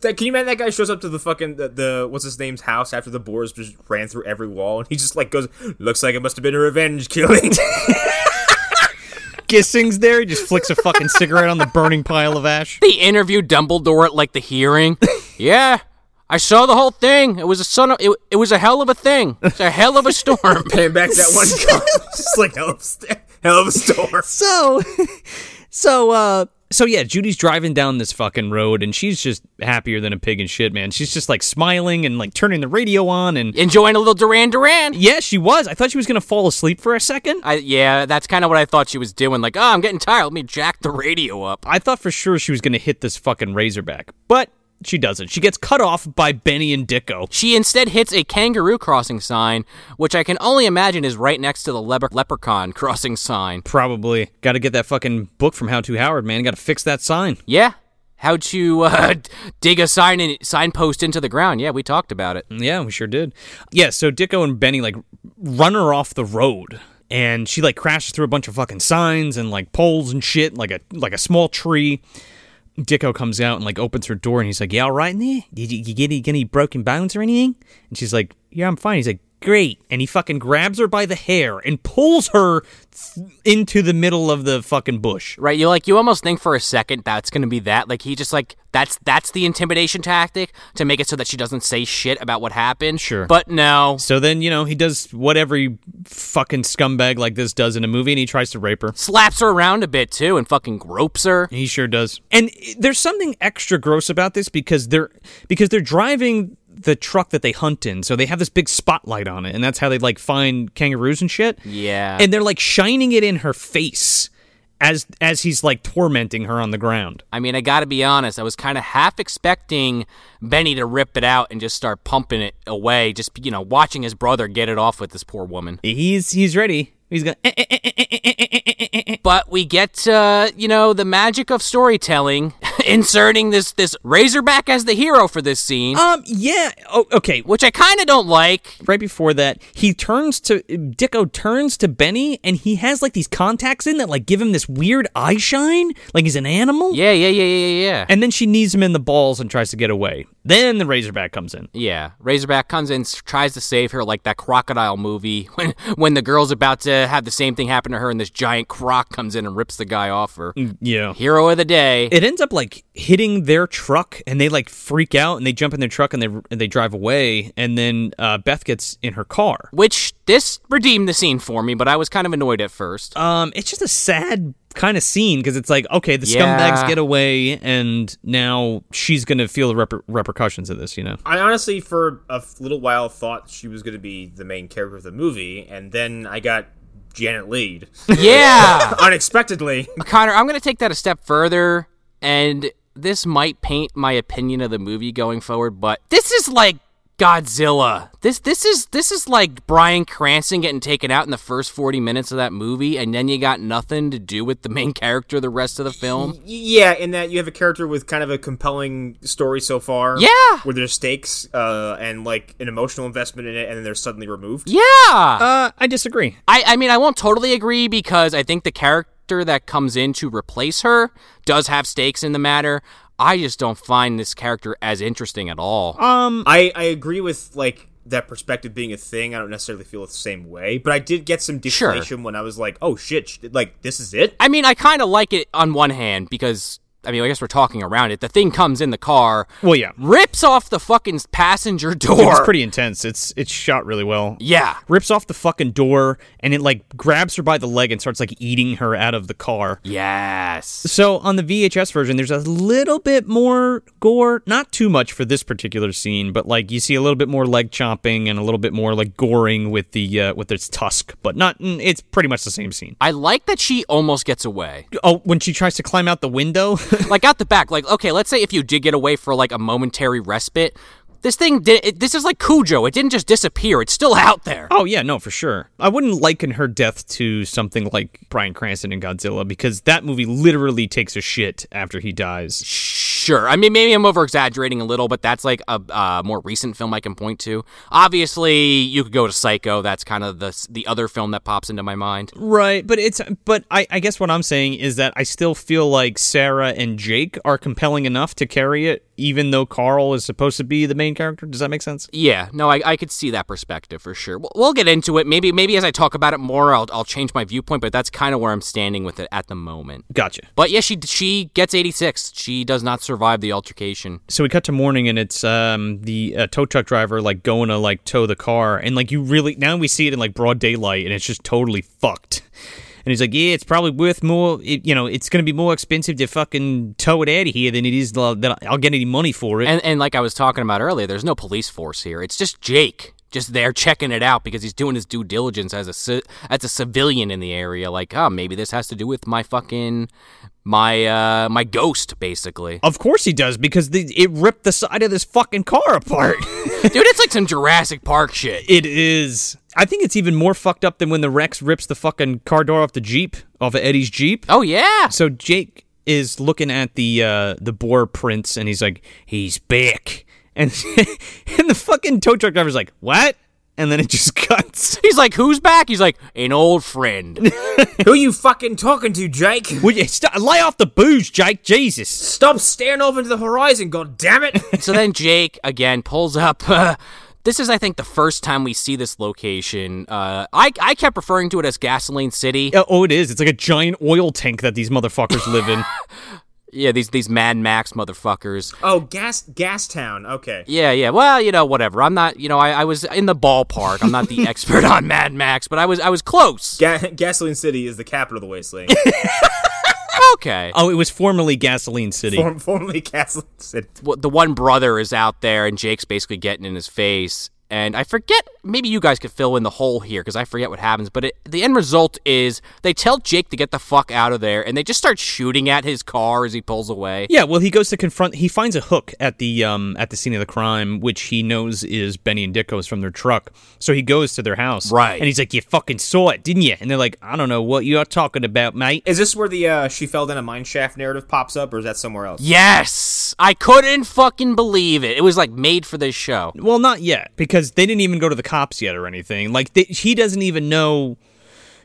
[SPEAKER 3] That- can you imagine that guy shows up to the fucking the, the what's his name's house after the boars just ran through every wall and he just like goes looks like it must have been a revenge killing.
[SPEAKER 1] Gissing's there. He just flicks a fucking cigarette on the burning pile of ash.
[SPEAKER 2] they interviewed Dumbledore at like the hearing. yeah, I saw the whole thing. It was a son of it, it was a hell of a thing. It's a hell of a storm.
[SPEAKER 3] Paying back that one guy. just like hell of, a st- hell of a storm.
[SPEAKER 1] So, so, uh, so yeah, Judy's driving down this fucking road and she's just happier than a pig in shit, man. She's just like smiling and like turning the radio on and
[SPEAKER 2] Enjoying a little Duran Duran.
[SPEAKER 1] yeah, she was. I thought she was gonna fall asleep for a second.
[SPEAKER 2] I, yeah, that's kind of what I thought she was doing. Like, oh, I'm getting tired. Let me jack the radio up.
[SPEAKER 1] I thought for sure she was gonna hit this fucking Razorback, but she doesn't. She gets cut off by Benny and Dicko.
[SPEAKER 2] She instead hits a kangaroo crossing sign, which I can only imagine is right next to the leper- leprechaun crossing sign.
[SPEAKER 1] Probably got to get that fucking book from How to Howard, man. Got to fix that sign.
[SPEAKER 2] Yeah, how to uh, dig a sign in, signpost into the ground. Yeah, we talked about it.
[SPEAKER 1] Yeah, we sure did. Yeah, so Dicko and Benny like run her off the road and she like crashes through a bunch of fucking signs and like poles and shit, like a like a small tree. Dicko comes out and like opens her door and he's like, "Yeah, all right in there? Did you, you get any, get any broken bones or anything?" And she's like, "Yeah, I'm fine." He's like, "Great!" And he fucking grabs her by the hair and pulls her th- into the middle of the fucking bush.
[SPEAKER 2] Right, you like you almost think for a second that's gonna be that. Like he just like that's that's the intimidation tactic to make it so that she doesn't say shit about what happened.
[SPEAKER 1] Sure.
[SPEAKER 2] But no.
[SPEAKER 1] So then you know he does what every fucking scumbag like this does in a movie, and he tries to rape her.
[SPEAKER 2] Slaps her around a bit too and fucking gropes her.
[SPEAKER 1] He sure does. And there's something extra gross about this because they're because they're driving the truck that they hunt in, so they have this big spotlight on it, and that's how they like find kangaroos and shit.
[SPEAKER 2] Yeah.
[SPEAKER 1] And they're like shining it in her face as as he's like tormenting her on the ground.
[SPEAKER 2] I mean, I gotta be honest, I was kinda half expecting Benny to rip it out and just start pumping it away, just you know, watching his brother get it off with this poor woman.
[SPEAKER 1] He's he's ready. He's eh, going
[SPEAKER 2] But we get uh, you know, the magic of storytelling inserting this this razorback as the hero for this scene.
[SPEAKER 1] um yeah oh okay
[SPEAKER 2] which I kind of don't like.
[SPEAKER 1] right before that, he turns to Dicko turns to Benny and he has like these contacts in that like give him this weird eye shine, like he's an animal.
[SPEAKER 2] Yeah, yeah, yeah, yeah, yeah.
[SPEAKER 1] And then she knees him in the balls and tries to get away. Then the Razorback comes in.
[SPEAKER 2] Yeah, Razorback comes in, s- tries to save her like that crocodile movie when when the girl's about to have the same thing happen to her, and this giant croc comes in and rips the guy off her.
[SPEAKER 1] Yeah.
[SPEAKER 2] Hero of the day.
[SPEAKER 1] It ends up like hitting their truck and they like freak out and they jump in their truck and they and they drive away and then uh, Beth gets in her car.
[SPEAKER 2] which this redeemed the scene for me, but I was kind of annoyed at first.
[SPEAKER 1] Um it's just a sad kind of scene because it's like okay the
[SPEAKER 2] Yeah.
[SPEAKER 1] scumbags get away and now she's going to feel the reper- repercussions of this, you know.
[SPEAKER 3] I honestly, for a f- little while, thought she was going to be the main character of the movie, and then I got Janet Lead
[SPEAKER 2] yeah,
[SPEAKER 3] unexpectedly.
[SPEAKER 2] Connor, I'm gonna take that a step further, and this might paint my opinion of the movie going forward, but this is like Godzilla. This this is this is like Brian Cranston getting taken out in the first 40 minutes of that movie, and then you got nothing to do with the main character the rest of the film.
[SPEAKER 3] Yeah, in that you have a character with kind of a compelling story so far.
[SPEAKER 2] Yeah.
[SPEAKER 3] Where there's stakes uh, and like an emotional investment in it, and then they're suddenly removed.
[SPEAKER 2] Yeah.
[SPEAKER 1] Uh I disagree.
[SPEAKER 2] I, I mean, I won't totally agree because I think the character that comes in to replace her does have stakes in the matter. I just don't find this character as interesting at all.
[SPEAKER 1] Uh,
[SPEAKER 3] I, I agree with like that perspective being a thing. I don't necessarily feel the same way, but I did get some
[SPEAKER 2] Sure.
[SPEAKER 3] deflation when I was like, oh shit, sh- like this is it?
[SPEAKER 2] I mean, I kind of like it on one hand because I mean, I guess we're talking around it. The thing comes in the car.
[SPEAKER 1] Well, yeah.
[SPEAKER 2] Rips off the fucking passenger door.
[SPEAKER 1] It's pretty intense. It's it's shot really well.
[SPEAKER 2] Yeah.
[SPEAKER 1] Rips off the fucking door and it like grabs her by the leg and starts like eating her out of the car.
[SPEAKER 2] Yes.
[SPEAKER 1] So on the VHS version, there's a little bit more gore, not too much for this particular scene, but like you see a little bit more leg chomping and a little bit more like goring with the uh, with its tusk, but not. mm, It's pretty much the same scene.
[SPEAKER 2] I like that she almost gets away.
[SPEAKER 1] Oh, when she tries to climb out the window,
[SPEAKER 2] like out the back. Like okay, let's say if you did get away for like a momentary respite, this thing did. It, this is like Cujo. It didn't just disappear. It's still out there.
[SPEAKER 1] Oh yeah, no, for sure. I wouldn't liken her death to something like Brian Cranston in Godzilla because that movie literally takes a shit after he dies.
[SPEAKER 2] Sure. I mean, maybe I'm over exaggerating a little, but that's like a uh, more recent film I can point to. Obviously, you could go to Psycho. That's kind of the the other film that pops into my mind.
[SPEAKER 1] Right, but it's but I, I guess what I'm saying is that I still feel like Sarah and Jake are compelling enough to carry it, even though Carl is supposed to be the main character. Does that make sense?
[SPEAKER 2] Yeah, no, I, I could see that perspective for sure. We'll, we'll get into it. Maybe maybe as I talk about it more, I'll, I'll change my viewpoint, but that's kind of where I'm standing with it at the moment.
[SPEAKER 1] Gotcha.
[SPEAKER 2] But yeah, she she gets 86. She does not survive the altercation.
[SPEAKER 1] So we cut to morning, and it's um the uh, tow truck driver like going to like tow the car, and like you really now we see it in like broad daylight, and it's just totally fucked. And he's like, yeah, it's probably worth more. It, you know, it's going to be more expensive to fucking tow it out of here than it is uh, that I'll get any money for it.
[SPEAKER 2] And and like I was talking about earlier, there's no police force here. It's just Jake just there checking it out because he's doing his due diligence as a ci- as a civilian in the area. Like, oh, maybe this has to do with my fucking my uh my ghost, basically.
[SPEAKER 1] of course he does because the, it ripped the side of this fucking car apart.
[SPEAKER 2] Dude, it's like some Jurassic Park shit.
[SPEAKER 1] it is. I think it's even more fucked up than when the Rex rips the fucking car door off the Jeep, off of Eddie's Jeep.
[SPEAKER 2] Oh yeah.
[SPEAKER 1] So Jake is looking at the uh, the boar prints, and he's like, "He's back," and and the fucking tow truck driver's like, "What?" And then it just cuts.
[SPEAKER 2] He's like, who's back? He's like, an old friend.
[SPEAKER 3] Who you fucking talking to, Jake?
[SPEAKER 1] Would you st- lay off the booze, Jake? Jesus.
[SPEAKER 3] Stop staring off into the horizon, god damn it!
[SPEAKER 2] so then Jake again pulls up. this is, I think, the first time we see this location. Uh, I I kept referring to it as Gasoline City.
[SPEAKER 1] Yeah, Oh, it is. It's like a giant oil tank that these motherfuckers live in.
[SPEAKER 2] Yeah, these these Mad Max motherfuckers.
[SPEAKER 3] oh, gas gas town. Okay.
[SPEAKER 2] Yeah, yeah. Well, you know, whatever. I'm not. You know, I, I was in the ballpark. I'm not the expert on Mad Max, but I was I was close.
[SPEAKER 3] Ga- Gasoline City is the capital of the wasteland.
[SPEAKER 2] Okay.
[SPEAKER 1] Oh, it was formerly Gasoline City.
[SPEAKER 3] Form- formerly Gasoline City.
[SPEAKER 2] Well, the one brother is out there, and Jake's basically getting in his face. And I forget. Maybe you guys could fill in the hole here because I forget what happens. But it, the end result is they tell Jake to get the fuck out of there, and they just start shooting at his car as he pulls away.
[SPEAKER 1] yeah, well, he goes to confront. He finds a hook at the um at the scene of the crime, which he knows is Benny and Dicko's from their truck. So he goes to their house,
[SPEAKER 2] Right.
[SPEAKER 1] And he's like, "You fucking saw it, didn't you?" And they're like, "I don't know what you're talking about, mate."
[SPEAKER 3] Is this where the uh, she fell down a mine shaft narrative pops up, or is that somewhere else?
[SPEAKER 2] Yes, I couldn't fucking believe it. It was like made for this show.
[SPEAKER 1] Well, not yet, because they didn't even go to the cops yet or anything. Like they, he doesn't even know.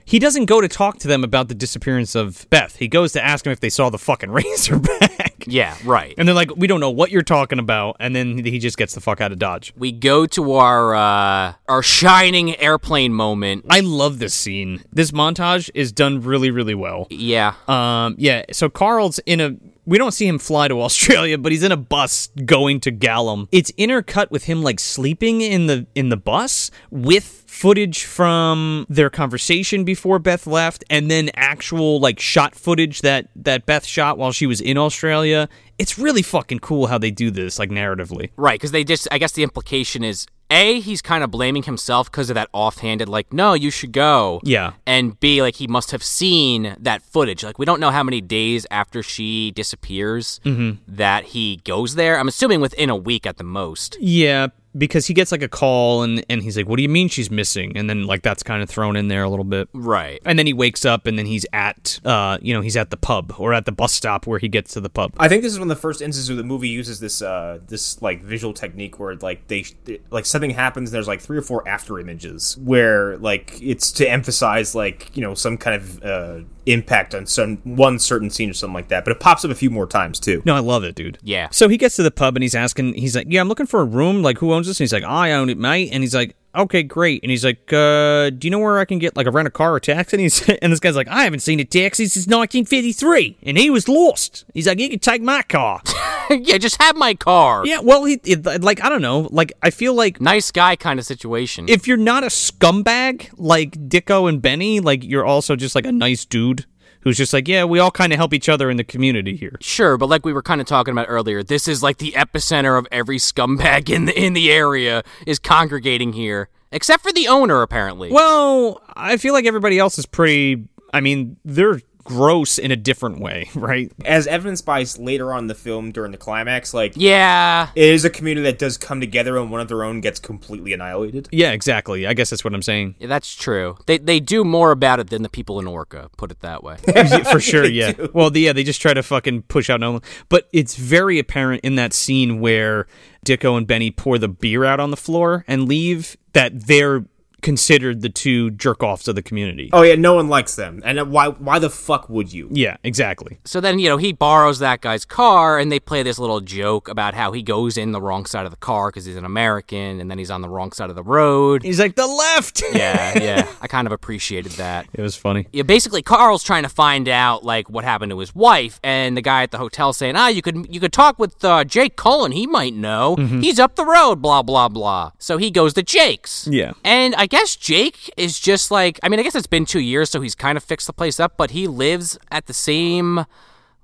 [SPEAKER 1] He doesn't go to talk to them about the disappearance of Beth. He goes to ask them if they saw the fucking Razorback.
[SPEAKER 2] Yeah, right.
[SPEAKER 1] And they're like, "We don't know what you're talking about." And then he just gets the fuck out of Dodge.
[SPEAKER 2] we go to our uh, our shining airplane moment.
[SPEAKER 1] I love this scene. This montage is done really, really well.
[SPEAKER 2] Yeah,
[SPEAKER 1] Um, yeah. So Carl's in a. We don't see him fly to Australia, but he's in a bus going to Gallum. It's intercut with him like sleeping in the in the bus with footage from their conversation before Beth left, and then actual like shot footage that that Beth shot while she was in Australia. It's really fucking cool how they do this like narratively.
[SPEAKER 2] right. Because they just, I guess the implication is a he's kind of blaming himself because of that offhanded like, no, you should go.
[SPEAKER 1] Yeah.
[SPEAKER 2] And B like he must have seen that footage. Like we don't know how many days after she disappears
[SPEAKER 1] Mm-hmm.
[SPEAKER 2] that he goes there. I'm assuming within a week at the most.
[SPEAKER 1] Yeah, because he gets like a call and and he's like, "What do you mean she's missing?" And then like that's kind of thrown in there a little bit.
[SPEAKER 2] Right.
[SPEAKER 1] and then he wakes up and then he's at uh you know he's at the pub or at the bus stop where he gets to the pub
[SPEAKER 3] I think this is one of the first instances where the movie uses this uh this like visual technique where like they like something happens and there's like three or four after images where like it's to emphasize like you know some kind of uh impact on some one certain scene or something like that. But it pops up a few more times too.
[SPEAKER 1] no i love it dude
[SPEAKER 2] Yeah.
[SPEAKER 1] so he gets to the pub and he's asking he's like yeah i'm looking for a room like who owns this and he's like i own it mate and he's like okay, great. And he's like, uh, do you know where I can get like a rent a car or taxi? And he's and this guy's like, I haven't seen a taxi since 1953, and he was lost. He's like, you can take my car.
[SPEAKER 2] yeah, just have my car.
[SPEAKER 1] yeah, well, he it, like I don't know, like I feel like.
[SPEAKER 2] Nice guy kind of situation.
[SPEAKER 1] If you're not a scumbag like Dicko and Benny, like you're also just like a nice dude who's just like, yeah, we all kind of help each other in the community here.
[SPEAKER 2] Sure, but like we were kind of talking about earlier, this is like the epicenter of every scumbag in the in the area is congregating here, except for the owner apparently.
[SPEAKER 1] Well, I feel like everybody else is pretty. I mean, they're gross in a different way, right?
[SPEAKER 3] as evidenced by s- later on in the film during the climax, like
[SPEAKER 2] Yeah,
[SPEAKER 3] it is a community that does come together and one of their own gets completely annihilated.
[SPEAKER 1] Yeah, exactly. I guess that's what I'm saying.
[SPEAKER 2] that's true. They they do more about it than the people in Orca, put it that way.
[SPEAKER 1] Yeah, for sure, yeah. Well, the, yeah, they just try to fucking push out Nolan. But it's very apparent in that scene where Dicko and Benny pour the beer out on the floor and leave that they're considered the two jerk offs of the community.
[SPEAKER 3] Oh yeah, no one likes them, and uh, why? Why the fuck would you?
[SPEAKER 1] Yeah, exactly.
[SPEAKER 2] so then, you know, he borrows that guy's car and they play this little joke about how he goes in the wrong side of the car cuz he's an American and then he's on the wrong side of the road.
[SPEAKER 1] He's like, the left!
[SPEAKER 2] yeah, yeah. I kind of appreciated that.
[SPEAKER 1] It was funny.
[SPEAKER 2] yeah, basically Carl's trying to find out like what happened to his wife, and the guy at the hotel saying, "Ah, you could you could talk with uh, Jake Cullen. He might know. He's up the road." Blah blah blah. So he goes to Jake's.
[SPEAKER 1] Yeah.
[SPEAKER 2] and I guess Jake is just like I mean I guess it's been two years, so he's kind of fixed the place up, but he lives at the same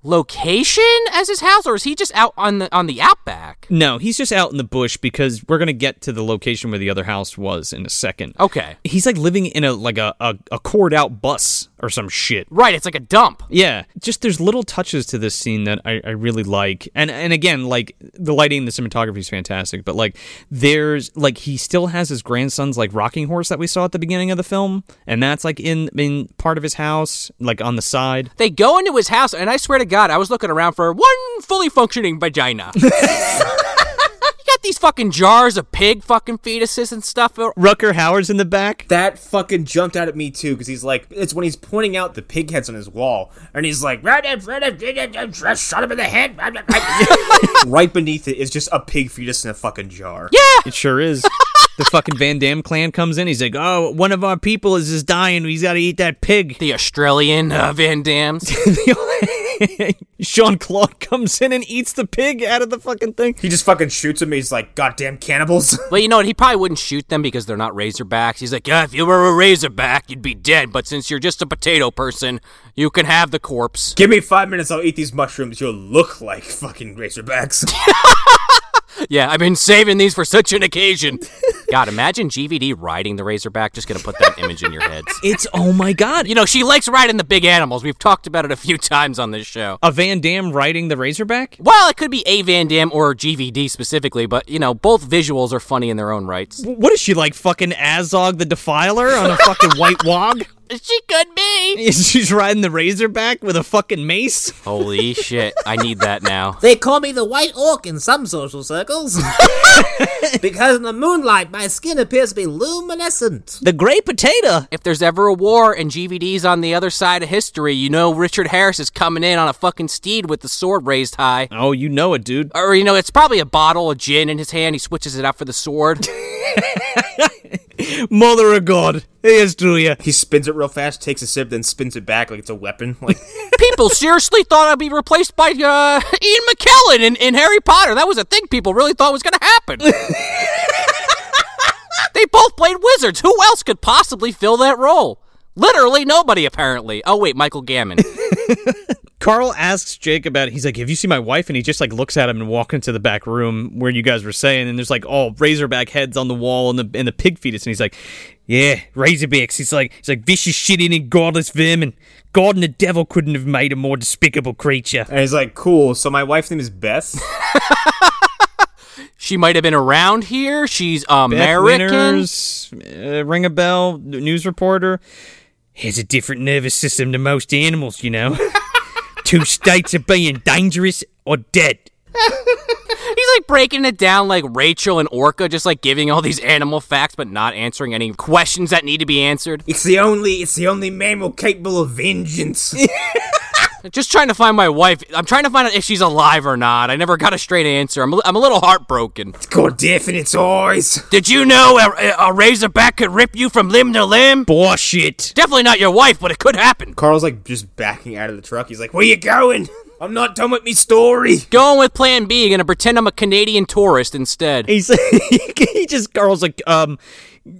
[SPEAKER 2] location as his house, or is he just out on the on the outback?
[SPEAKER 1] No, he's just out in the bush because we're going to get to the location where the other house was in a second.
[SPEAKER 2] Okay,
[SPEAKER 1] He's like living in a like a, a, a cord out bus or some shit.
[SPEAKER 2] right. It's like a dump.
[SPEAKER 1] Yeah, just there's little touches to this scene that I, I really like, and and again, like the lighting, the cinematography is fantastic, but like there's like he still has his grandson's like rocking horse that we saw at the beginning of the film, and that's like in in part of his house, like on the side.
[SPEAKER 2] They go into his house, and I swear to God, I was looking around for one fully functioning vagina. you got these fucking jars of pig fucking fetuses and stuff.
[SPEAKER 1] Rucker Howard's in the back.
[SPEAKER 3] That fucking jumped out at me too, because he's like, it's when he's pointing out the pig heads on his wall, and he's like, right, in front of- shot him in the head. right beneath it is just a pig fetus in a fucking jar. Yeah.
[SPEAKER 1] It sure is. the fucking Van Damme clan comes in. He's like, "Oh, one of our people is just dying. He's got to eat that pig."
[SPEAKER 2] The Australian uh, Van Dams.
[SPEAKER 1] Sean Claude comes in and eats the pig out of the fucking thing.
[SPEAKER 3] He just fucking shoots him. And he's like, goddamn cannibals.
[SPEAKER 2] but you know what? He probably wouldn't shoot them because they're not Razorbacks. He's like, yeah, if you were a Razorback, you'd be dead. But since you're just a potato person, you can have the corpse.
[SPEAKER 3] Give me five minutes, I'll eat these mushrooms. You'll look like fucking razorbacks.
[SPEAKER 2] Yeah, I've been saving these for such an occasion. God, imagine GVD riding the Razorback. Just gonna put that image in your heads.
[SPEAKER 1] It's oh my god.
[SPEAKER 2] You know, she likes riding the big animals. We've talked about it a few times on this show.
[SPEAKER 1] A Van Damme riding the Razorback?
[SPEAKER 2] Well, it could be A Van Dam or GVD specifically, but you know, both visuals are funny in their own rights.
[SPEAKER 1] What is she like fucking Azog the Defiler on a fucking white wog?
[SPEAKER 2] She could be.
[SPEAKER 1] She's riding the Razorback with a fucking mace?
[SPEAKER 2] Holy shit, I need that now.
[SPEAKER 8] They call me the White Orc in some social circles. because in the moonlight, my skin appears to be luminescent.
[SPEAKER 1] The Grey Potato.
[SPEAKER 2] If there's ever a war and GVD's on the other side of history, you know Richard Harris is coming in on a fucking steed with the sword raised high.
[SPEAKER 1] Oh, you know it, dude.
[SPEAKER 2] Or, you know, it's probably a bottle of gin in his hand. He switches it out for the sword.
[SPEAKER 1] Mother of God. Here's to ya.
[SPEAKER 3] he spins it real fast, takes a sip, then spins it back like it's a weapon. Like,
[SPEAKER 2] people seriously thought I'd be replaced by uh, Ian McKellen in, in Harry Potter. That was a thing people really thought was going to happen. they both played wizards. Who else could possibly fill that role? Literally nobody, apparently. Oh, wait, Michael Gammon.
[SPEAKER 1] Carl asks Jake about it. He's like, Have you seen my wife? And he just like looks at him and walks into the back room where you guys were saying, and there's like all razorback heads on the wall and the and the pig fetus, and he's like, Yeah, razorbacks. He's like he's like vicious shitting and godless vermin. God and the devil couldn't have made a more despicable creature.
[SPEAKER 3] and he's like, cool. So my wife's name is Beth.
[SPEAKER 2] she might have been around here. She's
[SPEAKER 1] Beth
[SPEAKER 2] American.
[SPEAKER 1] Winters, uh, ring a bell, news reporter. Has a different nervous system than most animals, you know. Two states of being dangerous or dead.
[SPEAKER 2] He's like breaking it down like Rachel and Orca, just like giving all these animal facts, but not answering any questions that need to be answered.
[SPEAKER 3] It's the only, it's the only mammal capable of vengeance.
[SPEAKER 2] Just trying to find my wife. I'm trying to find out if she's alive or not. I never got a straight answer. I'm a, I'm a little heartbroken.
[SPEAKER 3] It's called death in its eyes.
[SPEAKER 2] Did you know a, a razorback could rip you from limb to limb?
[SPEAKER 1] Bullshit.
[SPEAKER 2] Definitely not your wife, but it could happen.
[SPEAKER 3] Carl's like just backing out of the truck. He's like, "Where you going? I'm not done with me story."
[SPEAKER 2] Going with Plan B. Gonna pretend I'm a Canadian tourist instead.
[SPEAKER 1] He's he just Carl's like, um,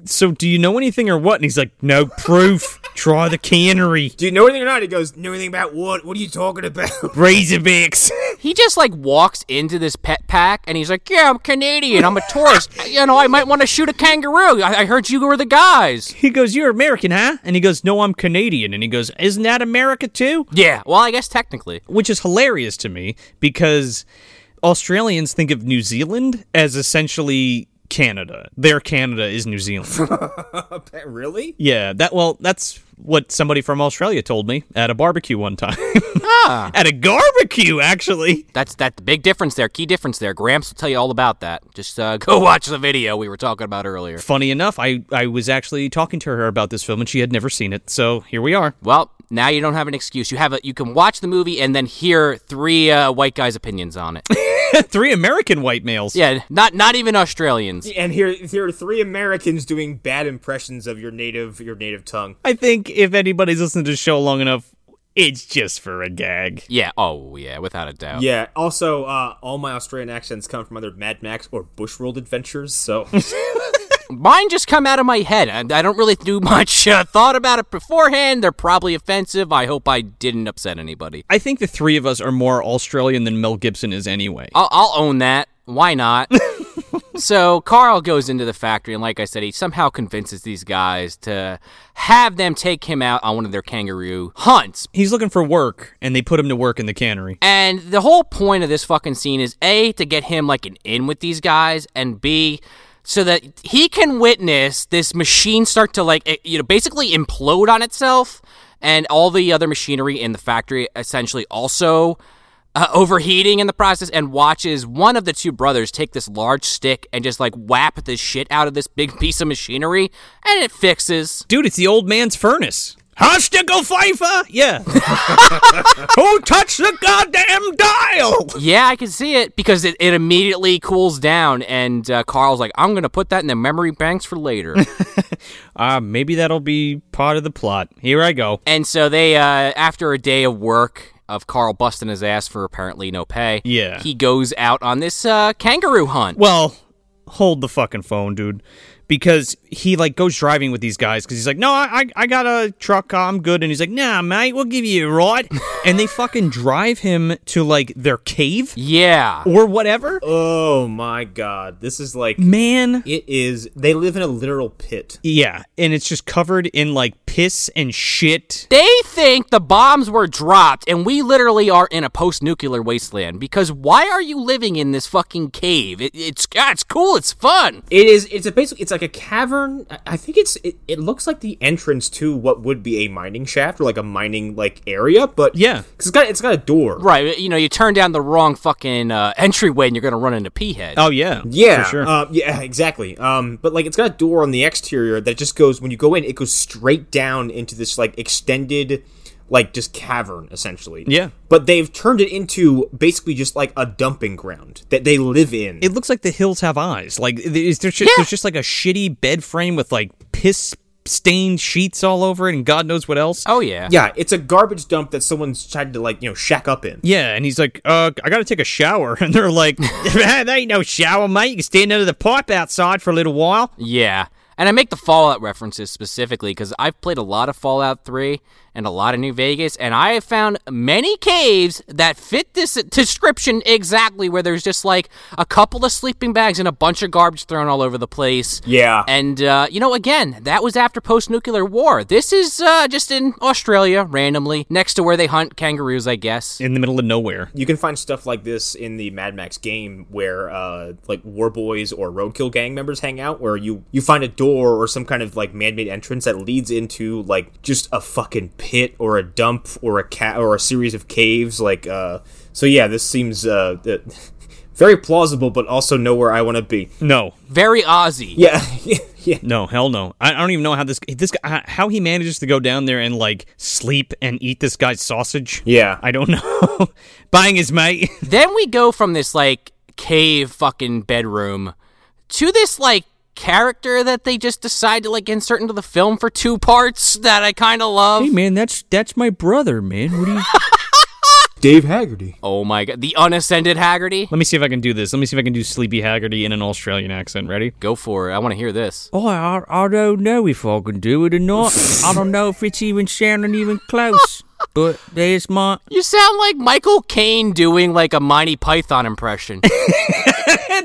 [SPEAKER 1] so do you know anything or what? And he's like, no proof. Try the cannery.
[SPEAKER 3] Do you know anything or not? He goes, "Know anything about what? What are you talking about?"
[SPEAKER 1] Razorbacks.
[SPEAKER 2] He just like walks into this pet pack and he's like, "Yeah, I'm Canadian. I'm a tourist. you know, I might want to shoot a kangaroo. I-, I heard you were the guys."
[SPEAKER 1] He goes, You're American, huh? And he goes, No, I'm Canadian. And he goes, Isn't that America too?
[SPEAKER 2] Yeah. Well, I guess technically.
[SPEAKER 1] Which is hilarious to me because Australians think of New Zealand as essentially Canada. Their Canada is New Zealand.
[SPEAKER 3] really?
[SPEAKER 1] yeah, that well, that's what somebody from Australia told me at a barbecue one time. at a barbecue, actually.
[SPEAKER 2] That's that big difference there. Key difference there. Gramps will tell you all about that. Just uh, go watch the video we were talking about earlier.
[SPEAKER 1] Funny enough, I, I was actually talking to her about this film and she had never seen it, so here we are.
[SPEAKER 2] Well, now you don't have an excuse. You have a, you can watch the movie and then hear three uh, white guys' opinions on it.
[SPEAKER 1] Three American white males.
[SPEAKER 2] yeah, not not even Australians.
[SPEAKER 3] And here, here are three Americans doing bad impressions of your native, your native tongue.
[SPEAKER 1] I think if anybody's listened to the show long enough, it's just for a gag.
[SPEAKER 2] Yeah. Oh, yeah. Without a doubt.
[SPEAKER 3] Yeah. Also, uh, all my Australian accents come from either Mad Max or Bushworld adventures. So
[SPEAKER 2] Mine just come out of my head. I, I don't really do much uh, thought about it beforehand. They're probably offensive. I hope I didn't upset anybody.
[SPEAKER 1] I think the three of us are more Australian than Mel Gibson is anyway.
[SPEAKER 2] I'll, I'll own that. Why not? so Carl goes into the factory, and like I said, he somehow convinces these guys to have them take him out on one of their kangaroo hunts.
[SPEAKER 1] He's looking for work, and they put him to work in the cannery.
[SPEAKER 2] And the whole point of this fucking scene is A, to get him like an in with these guys, and B, so that he can witness this machine start to like, eh, you know, basically implode on itself, and all the other machinery in the factory essentially also. Uh, overheating in the process and watches one of the two brothers take this large stick and just like whap the shit out of this big piece of machinery and it fixes.
[SPEAKER 1] Dude, it's the old man's furnace. Huh, Stickle Pfeiffer? Yeah. Who touched the goddamn dial?
[SPEAKER 2] Yeah, I can see it because it, it immediately cools down, and uh, Carl's like, I'm going to put that in the memory banks for later.
[SPEAKER 1] Uh, maybe that'll be part of the plot. Here I go.
[SPEAKER 2] and so they, uh, after a day of work of Carl busting his ass for apparently no pay,
[SPEAKER 1] Yeah.
[SPEAKER 2] he goes out on this uh, kangaroo hunt.
[SPEAKER 1] Well, hold the fucking phone, dude. Because he like goes driving with these guys because he's like, no, I, I I got a truck, I'm good, and he's like, nah, mate, we'll give you a ride, and they fucking drive him to like their cave
[SPEAKER 2] yeah.
[SPEAKER 1] or whatever.
[SPEAKER 3] oh my god, this is like
[SPEAKER 1] Man,
[SPEAKER 3] it is. They live in a literal pit.
[SPEAKER 1] yeah, and it's just covered in like piss and shit.
[SPEAKER 2] They think the bombs were dropped, and we literally are in a post nuclear wasteland because why are you living in this fucking cave? It, it's, ah, it's cool, it's fun.
[SPEAKER 3] It is. It's a basically. It's like a cavern. I- I think it's. It, it looks like the entrance to what would be a mining shaft or like a mining like area, but
[SPEAKER 1] Yeah.
[SPEAKER 3] 'cause it's got it's got a door.
[SPEAKER 2] Right, you know, you turn down the wrong fucking uh, entryway and you're going to run into P Head.
[SPEAKER 1] Oh yeah,
[SPEAKER 3] Yeah,
[SPEAKER 1] for sure.
[SPEAKER 3] uh, yeah, exactly. Um, but like, it's got a door on the exterior that just goes when you go in, it goes straight down into this like extended, like just cavern essentially.
[SPEAKER 1] Yeah.
[SPEAKER 3] But they've turned it into basically just like a dumping ground that they live in.
[SPEAKER 1] it looks like the hills have eyes. Like there's, there's, just,
[SPEAKER 2] Yeah.
[SPEAKER 1] there's just like a shitty bed frame with like piss stained sheets all over it, and God knows what else.
[SPEAKER 2] Oh, yeah.
[SPEAKER 3] yeah, it's a garbage dump that someone's tried to like you know shack up in.
[SPEAKER 1] Yeah, and he's like, uh, I gotta take a shower. And they're like, there ain't no shower, mate. You can stand under the pipe outside for a little while.
[SPEAKER 2] Yeah. And I make the Fallout references specifically because I've played a lot of Fallout 3 and a lot of New Vegas, and I have found many caves that fit this description exactly where there's just like a couple of sleeping bags and a bunch of garbage thrown all over the place.
[SPEAKER 3] Yeah.
[SPEAKER 2] And, uh, you know, again, that was after post nuclear war. This is uh, just in Australia randomly, next to where they hunt kangaroos, I guess.
[SPEAKER 1] In the middle of nowhere.
[SPEAKER 3] You can find stuff like this in the Mad Max game where uh, like war boys or roadkill gang members hang out, where you you find a door or some kind of like man-made entrance that leads into like just a fucking pit or a dump or a cat or a series of caves. Like, uh, so yeah, this seems uh, that Very plausible, but also nowhere I want to be.
[SPEAKER 1] No,
[SPEAKER 2] Very Aussie.
[SPEAKER 3] Yeah, yeah.
[SPEAKER 1] no, hell no. I, I don't even know how this this guy how he manages to go down there and like sleep and eat this guy's sausage.
[SPEAKER 3] Yeah.
[SPEAKER 1] I don't know. Buying his mate.
[SPEAKER 2] Then we go from this like cave fucking bedroom to this like character that they just decide to like insert into the film for two parts that I kind of love.
[SPEAKER 1] man, that's that's my brother, man. What do you?
[SPEAKER 3] Dave Haggerty.
[SPEAKER 2] Oh my god, the unascended Haggerty.
[SPEAKER 1] Let me see if I can do this. Let me see if I can do Sleepy Haggerty in an Australian accent. Ready?
[SPEAKER 2] Go for it. I want to hear this.
[SPEAKER 1] Oh, I, I don't know if I can do it or not. I don't know if it's even sounding even close. But there's my.
[SPEAKER 2] You sound like Michael Caine doing like a Monty Python impression.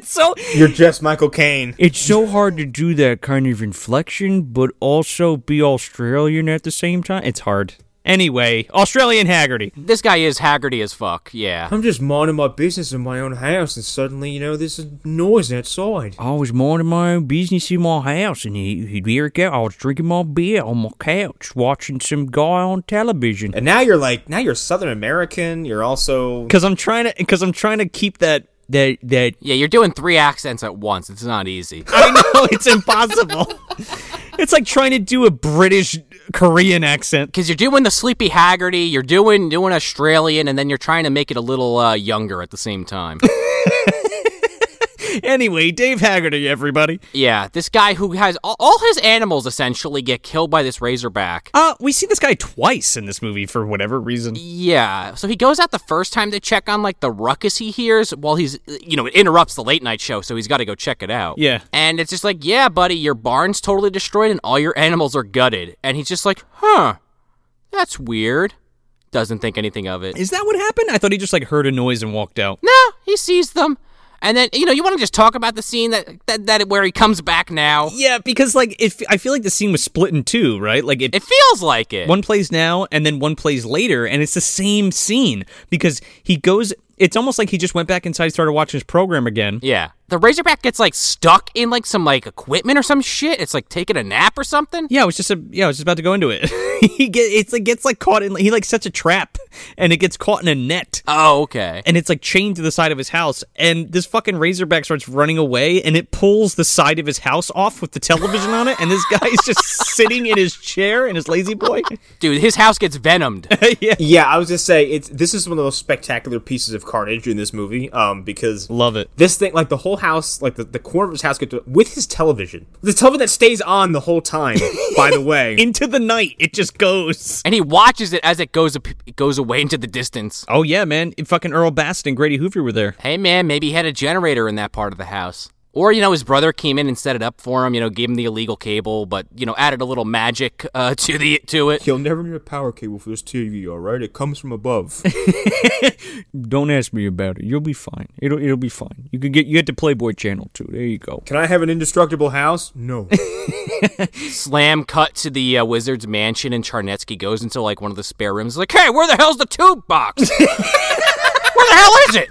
[SPEAKER 1] So
[SPEAKER 3] You're just Michael Caine.
[SPEAKER 1] it's so hard to do that kind of inflection, but also be Australian at the same time. It's hard. Anyway, Australian Haggerty.
[SPEAKER 2] this guy is Haggerty as fuck. Yeah.
[SPEAKER 3] I'm just minding my business in my own house, and suddenly, you know, there's a noise outside.
[SPEAKER 1] I was minding my own business in my house, and he- he- here it go. I was drinking my beer on my couch, watching some guy on television.
[SPEAKER 3] And now you're like, now you're Southern American. You're also
[SPEAKER 1] Because I'm trying to, because I'm trying to keep that that that
[SPEAKER 2] Yeah, you're doing three accents at once. It's not easy.
[SPEAKER 1] I know it's impossible. it's like trying to do a British Korean accent.
[SPEAKER 2] Cause you're doing the sleepy Haggerty, you're doing doing Australian, and then you're trying to make it a little uh, younger at the same time.
[SPEAKER 1] Anyway, Dave Haggerty, everybody.
[SPEAKER 2] yeah, this guy who has all, all his animals essentially get killed by this razorback.
[SPEAKER 1] Uh, we see this guy twice in this movie for whatever reason.
[SPEAKER 2] Yeah, so he goes out the first time to check on like the ruckus he hears while he's you know it interrupts the late night show, so he's got to go check it out.
[SPEAKER 1] Yeah.
[SPEAKER 2] and it's just like, yeah, buddy, your barn's totally destroyed and all your animals are gutted, and he's just like, huh, that's weird. Doesn't think anything of it.
[SPEAKER 1] Is that what happened? I thought he just like heard a noise and walked out.
[SPEAKER 2] No, he sees them. And then you know you want to just talk about the scene that that, that where he comes back now.
[SPEAKER 1] Yeah, because like it, I feel like the scene was split in two, right? Like it,
[SPEAKER 2] It feels like it.
[SPEAKER 1] one plays now and then one plays later, and it's the same scene because he goes. It's almost like he just went back inside, and started watching his program again.
[SPEAKER 2] yeah, the Razorback gets like stuck in like some like equipment or some shit. It's like taking a nap or something.
[SPEAKER 1] Yeah, I was just a, yeah, I was just about to go into it. he get it's like gets like caught in he like sets a trap and it gets caught in a net
[SPEAKER 2] Oh, okay.
[SPEAKER 1] and it's like chained to the side of his house and this fucking razorback starts running away and it pulls the side of his house off with the television on it and this guy is just sitting in his chair in his lazy boy.
[SPEAKER 2] Dude, his house gets venomed.
[SPEAKER 3] Yeah, I was gonna say it's this is one of those spectacular pieces of carnage in this movie, um, because
[SPEAKER 1] Love it.
[SPEAKER 3] this thing like the whole house, like the, the corner of his house, gets with his television, the television that stays on the whole time. by the way,
[SPEAKER 1] Into the night it just goes.
[SPEAKER 2] and he watches it as it goes ap- it goes away into the distance.
[SPEAKER 1] Oh yeah, man. fucking Earl Bassett and Grady Hoover were there.
[SPEAKER 2] Hey man, maybe he had a generator in that part of the house. Or, you know, his brother came in and set it up for him, you know, gave him the illegal cable, but, you know, added a little magic uh, to the to it.
[SPEAKER 3] you'll never need a power cable for this TV. All right, it comes from above.
[SPEAKER 1] Don't ask me about it. You'll be fine. It'll it'll be fine. You could get you get the Playboy channel too. There you go.
[SPEAKER 3] Can I have an indestructible house? No.
[SPEAKER 2] Slam cut to the uh, wizard's mansion, and Charnetsky goes into like one of the spare rooms. Like, hey, where the hell's the tube box? where the hell is it?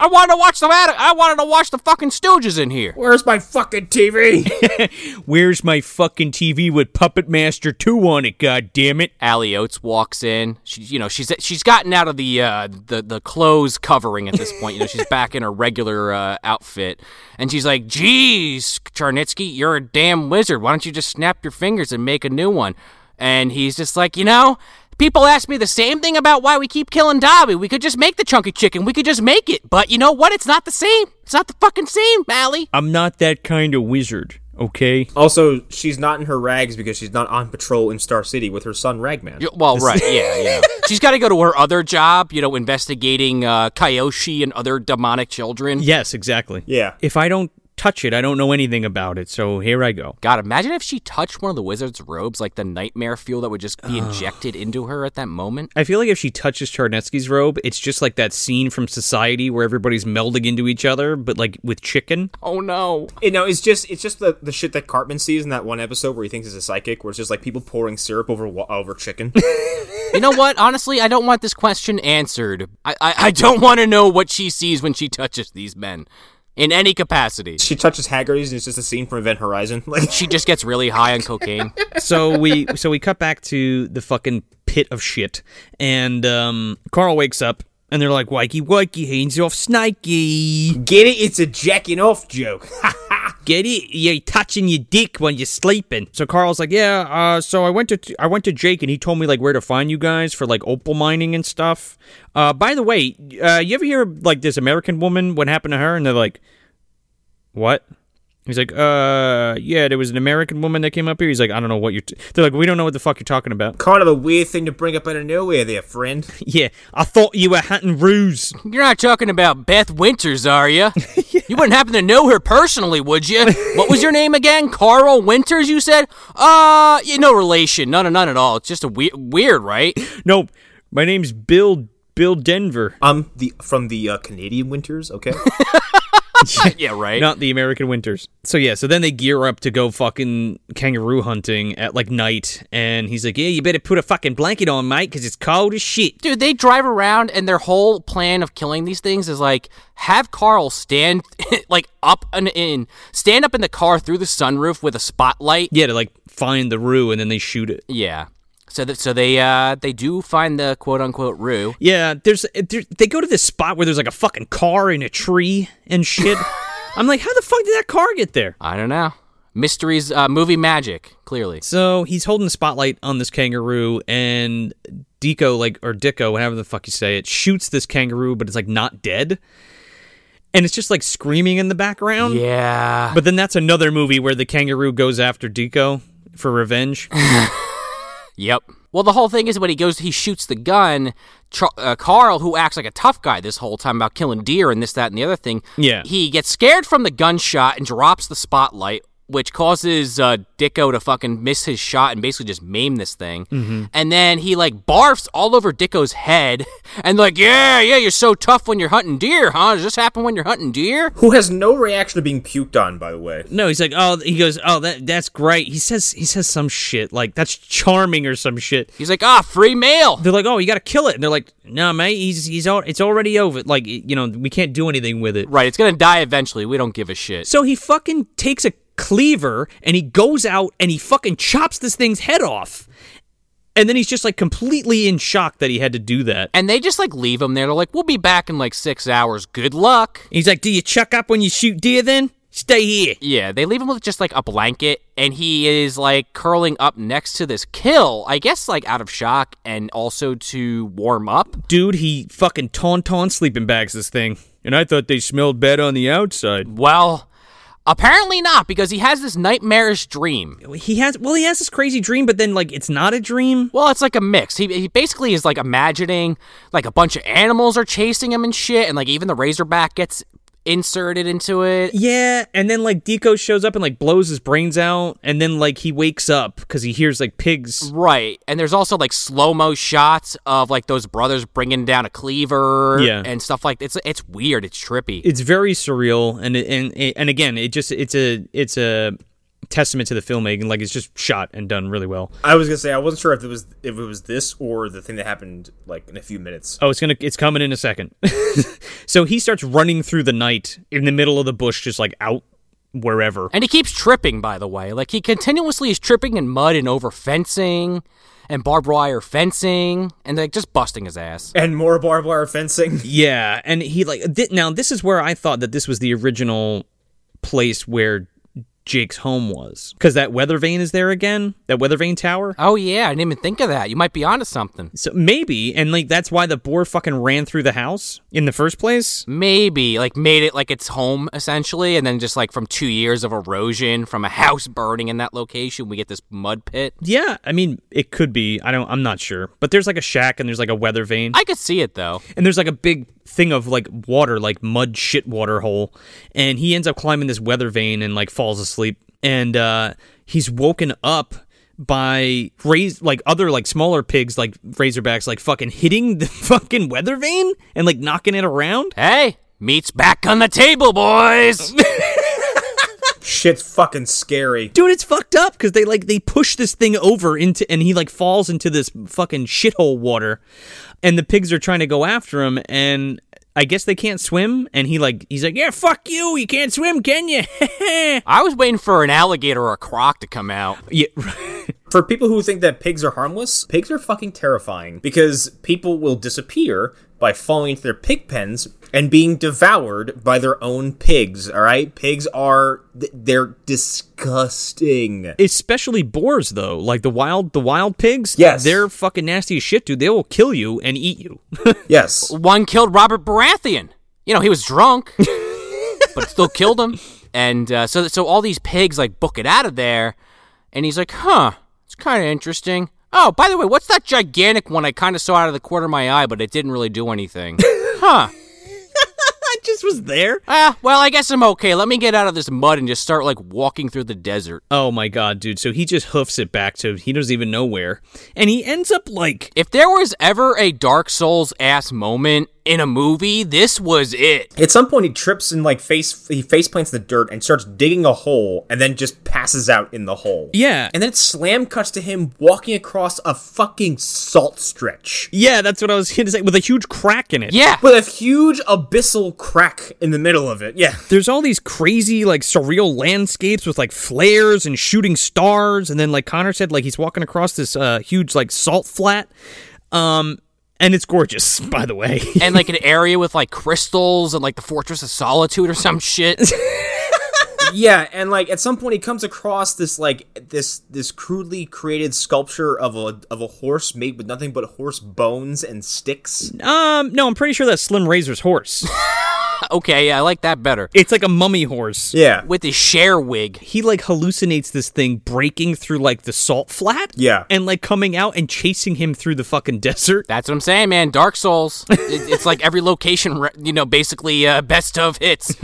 [SPEAKER 2] I wanted to watch the mat- I wanted to watch the fucking Stooges in here.
[SPEAKER 3] Where's my fucking TV?
[SPEAKER 1] Where's my fucking TV with Puppet Master 2 on it, god damn it?
[SPEAKER 2] Allie Oates walks in. She, you know, she's she's gotten out of the uh, the the clothes covering at this point. You know, she's back in her regular uh, outfit, and she's like, "Geez, Charnitsky, you're a damn wizard. Why don't you just snap your fingers and make a new one?" And he's just like, "You know, people ask me the same thing about why we keep killing Dobby. We could just make the chunky chicken. We could just make it. But you know what? It's not the same. It's not the fucking same, Allie."
[SPEAKER 1] I'm not that kind of wizard, okay?
[SPEAKER 3] also, she's not in her rags because she's not on patrol in Star City with her son Ragman.
[SPEAKER 2] Y- Well, right, yeah, yeah. She's got to go to her other job, you know, investigating uh, Kyoshi and other demonic children.
[SPEAKER 1] Yes, exactly.
[SPEAKER 3] Yeah.
[SPEAKER 1] If I don't touch it, I don't know anything about it, so here I go.
[SPEAKER 2] God, imagine if she touched one of the wizard's robes, like the nightmare fuel that would just be injected into her at that moment.
[SPEAKER 1] I feel like if she touches Charnetsky's robe, it's just like that scene from Society where everybody's melding into each other, but like with chicken.
[SPEAKER 2] Oh no.
[SPEAKER 3] You know, it's just it's just the, the shit that Cartman sees in that one episode where he thinks he's a psychic, where it's just like people pouring syrup over wa- over chicken.
[SPEAKER 2] You know what? Honestly, I don't want this question answered. I, I, I don't want to know what she sees when she touches these men in any capacity.
[SPEAKER 3] she touches Haggerty's and it's just a scene from Event Horizon. Like
[SPEAKER 2] She just gets really high on cocaine.
[SPEAKER 1] so we so we cut back to the fucking pit of shit and um Carl wakes up And they're like, Wikey, wikey, hands off, Snakey.
[SPEAKER 3] Get it? It's a jacking off joke.
[SPEAKER 1] Get it? You're touching your dick when you're sleeping. So Carl's like, yeah. Uh, so I went to I went to Jake and he told me like where to find you guys for like opal mining and stuff. Uh, by the way, uh, you ever hear like this American woman? What happened to her? And they're like, what? He's like, uh, yeah, there was an American woman that came up here. He's like, I don't know what you're. T-. They're like, we don't know what the fuck you're talking about.
[SPEAKER 3] kind of a weird thing to bring up out of nowhere there, friend.
[SPEAKER 1] Yeah, I thought you were hunting ruse.
[SPEAKER 2] You're not talking about Beth Winters, are you? You wouldn't happen to know her personally, would you? What was your name again? Carl Winters, you said? Uh, yeah, no relation. No, no, none at all. It's just a we- weird, right?
[SPEAKER 1] Nope, my name's Bill Bill Denver,
[SPEAKER 3] Um, the from the uh, Canadian winters, okay?
[SPEAKER 2] Uh, yeah, right.
[SPEAKER 1] not the American Winters. So yeah, so then they gear up to go fucking kangaroo hunting at like night, and he's like, yeah, you better put a fucking blanket on, mate, because it's cold as shit.
[SPEAKER 2] Dude, they drive around and their whole plan of killing these things is like have Carl stand like up and in, stand up in the car through the sunroof with a spotlight.
[SPEAKER 1] Yeah, to like find the roo, and then they shoot it.
[SPEAKER 2] Yeah. So that so they uh they do find the quote unquote rue.
[SPEAKER 1] Yeah, there's there, they go to this spot where there's like a fucking car in a tree and shit. I'm like, how the fuck did that car get there?
[SPEAKER 2] I don't know. Mysteries uh movie magic, clearly.
[SPEAKER 1] So he's holding the spotlight on this kangaroo, and Dico, like, or Dicko, whatever the fuck you say it, shoots this kangaroo, but it's like not dead. And it's just like screaming in the background.
[SPEAKER 2] Yeah.
[SPEAKER 1] But then that's another movie where the kangaroo goes after Dico for revenge.
[SPEAKER 2] Yep. Well, the whole thing is when he goes, he shoots the gun. Char- uh, Carl, who acts like a tough guy this whole time about killing deer and this, that, and the other thing,
[SPEAKER 1] Yeah.
[SPEAKER 2] he gets scared from the gunshot and drops the spotlight, which causes uh, Dicko to fucking miss his shot and basically just maim this thing. And then he like barfs all over Dicko's head and like, yeah, yeah, you're so tough when you're hunting deer, huh? Does this happen when you're hunting deer?
[SPEAKER 3] Who has no reaction to being puked on, by the way.
[SPEAKER 1] no, he's like, oh, he goes, oh, that that's great. He says he says some shit like that's charming or some shit.
[SPEAKER 2] He's like, ah, free mail.
[SPEAKER 1] They're like, oh, you got to kill it, and they're like, no, mate, he's he's all, it's already over. Like, you know, we can't do anything with it.
[SPEAKER 2] Right, it's gonna die eventually. We don't give a shit.
[SPEAKER 1] So he fucking takes a cleaver and he goes out and he fucking chops this thing's head off. And then he's just like completely in shock that he had to do that. And
[SPEAKER 2] and they just like leave him there. They're like, "We'll be back in like six hours. Good luck."
[SPEAKER 1] he's like, Do you chuck up when you shoot deer then? Stay here.
[SPEAKER 2] Yeah, they leave him with just like a blanket, and he is like curling up next to this kill. I guess like out of shock and also to warm up.
[SPEAKER 1] Dude, he fucking tauntaun sleeping bags this thing. And I thought they smelled bad on the outside.
[SPEAKER 2] Well, apparently not because he has this nightmarish dream.
[SPEAKER 1] He has, well, he has this crazy dream, but then, like, it's not a dream.
[SPEAKER 2] Well, it's like a mix. He, he basically is like imagining like a bunch of animals are chasing him and shit, and like even the Razorback gets inserted into it.
[SPEAKER 1] Yeah, and then, like, Deco shows up and, like, blows his brains out. And then, like, he wakes up because he hears, like, pigs
[SPEAKER 2] Right. And there's also like slow mo shots of like those brothers bringing down a cleaver
[SPEAKER 1] Yeah.
[SPEAKER 2] and stuff like that. It's, it's weird. It's trippy.
[SPEAKER 1] it's very surreal and and and again it just it's a it's a testament to the filmmaking like it's just shot and done really well
[SPEAKER 3] I was gonna say I wasn't sure if it was if it was this or the thing that happened like in a few minutes.
[SPEAKER 1] oh it's gonna it's coming in a second so he starts running through the night in the middle of the bush just like out wherever
[SPEAKER 2] and he keeps tripping, by the way. Like he continuously is tripping in mud and over fencing and barbed wire fencing and like just busting his ass.
[SPEAKER 3] And more barbed wire fencing.
[SPEAKER 1] yeah and he like thi- now this is where i thought that this was the original place where jake's home was because that weather vane is there again that weather vane tower
[SPEAKER 2] Oh, yeah. I didn't even think of that. You might be onto something.
[SPEAKER 1] so maybe and like that's why the boar fucking ran through the house in the first place
[SPEAKER 2] Maybe like made it like its home essentially, and then just like from two years of erosion from a house burning in that location, we get this mud pit.
[SPEAKER 1] Yeah, I mean, it could be. I don't. I'm not sure. But there's like a shack, and there's like a weather vane,
[SPEAKER 2] I could see it though.
[SPEAKER 1] and there's like a big thing of like water, like mud shit water hole. And he ends up climbing this weather vane and like falls asleep. And uh, he's woken up by raise like other like smaller pigs, like razorbacks, like fucking hitting the fucking weather vane and like knocking it around.
[SPEAKER 2] Hey, meat's back on the table, boys.
[SPEAKER 3] Shit's fucking scary.
[SPEAKER 1] Dude, it's fucked up because they like they push this thing over into, and he like falls into this fucking shithole water, and the pigs are trying to go after him, and I guess they can't swim, and he like he's like, yeah, fuck you, you can't swim, can you?
[SPEAKER 2] I was waiting for an alligator or a croc to come out.
[SPEAKER 1] yeah,
[SPEAKER 3] For people who think that pigs are harmless, pigs are fucking terrifying because people will disappear by falling into their pig pens and being devoured by their own pigs. All right, pigs are th- they're disgusting.
[SPEAKER 1] especially boars though like the wild the wild pigs
[SPEAKER 3] Yes.
[SPEAKER 1] they're fucking nasty as shit dude they will kill you and eat you
[SPEAKER 3] Yes,
[SPEAKER 2] One killed Robert Baratheon. You know, he was drunk, but still killed him. And uh, so, so all these pigs like book it out of there, and he's like, "Huh, it's kind of interesting." Oh, by the way, what's that gigantic one I kind of saw out of the corner of my eye, but it didn't really do anything? huh?
[SPEAKER 1] i just was there
[SPEAKER 2] Ah, well, I guess I'm okay. Let me get out of this mud and just start like walking through the desert.
[SPEAKER 1] oh my god dude so he just hoofs it back to he doesn't even know where and he ends up like
[SPEAKER 2] If there was ever a Dark Souls ass moment in a movie, this was it.
[SPEAKER 3] at some point he trips and like face he face plants the dirt and starts digging a hole and then just passes out in the hole.
[SPEAKER 1] yeah
[SPEAKER 3] And then it slam cuts to him walking across a fucking salt stretch.
[SPEAKER 1] yeah that's what i was gonna say with a huge crack in it
[SPEAKER 2] Yeah.
[SPEAKER 3] With a huge abyssal crack in the middle of it. Yeah.
[SPEAKER 1] there's all these crazy like surreal landscapes with like flares and shooting stars and then like connor said like he's walking across this uh huge like salt flat um and it's gorgeous by the way
[SPEAKER 2] and like an area with like crystals and like the Fortress of Solitude or some shit.
[SPEAKER 3] Yeah, and like at some point he comes across this like this this crudely created sculpture of a of a horse made with nothing but horse bones and sticks.
[SPEAKER 1] um no i'm pretty sure that's slim razor's horse
[SPEAKER 2] okay, yeah, I like that better.
[SPEAKER 1] It's like a mummy horse.
[SPEAKER 3] Yeah.
[SPEAKER 2] With his share wig.
[SPEAKER 1] He like hallucinates this thing breaking through like the salt flat.
[SPEAKER 3] Yeah.
[SPEAKER 1] And like coming out and chasing him through the fucking desert.
[SPEAKER 2] That's what I'm saying, man. Dark Souls. It- it's like every location, re- you know, basically uh, best of hits,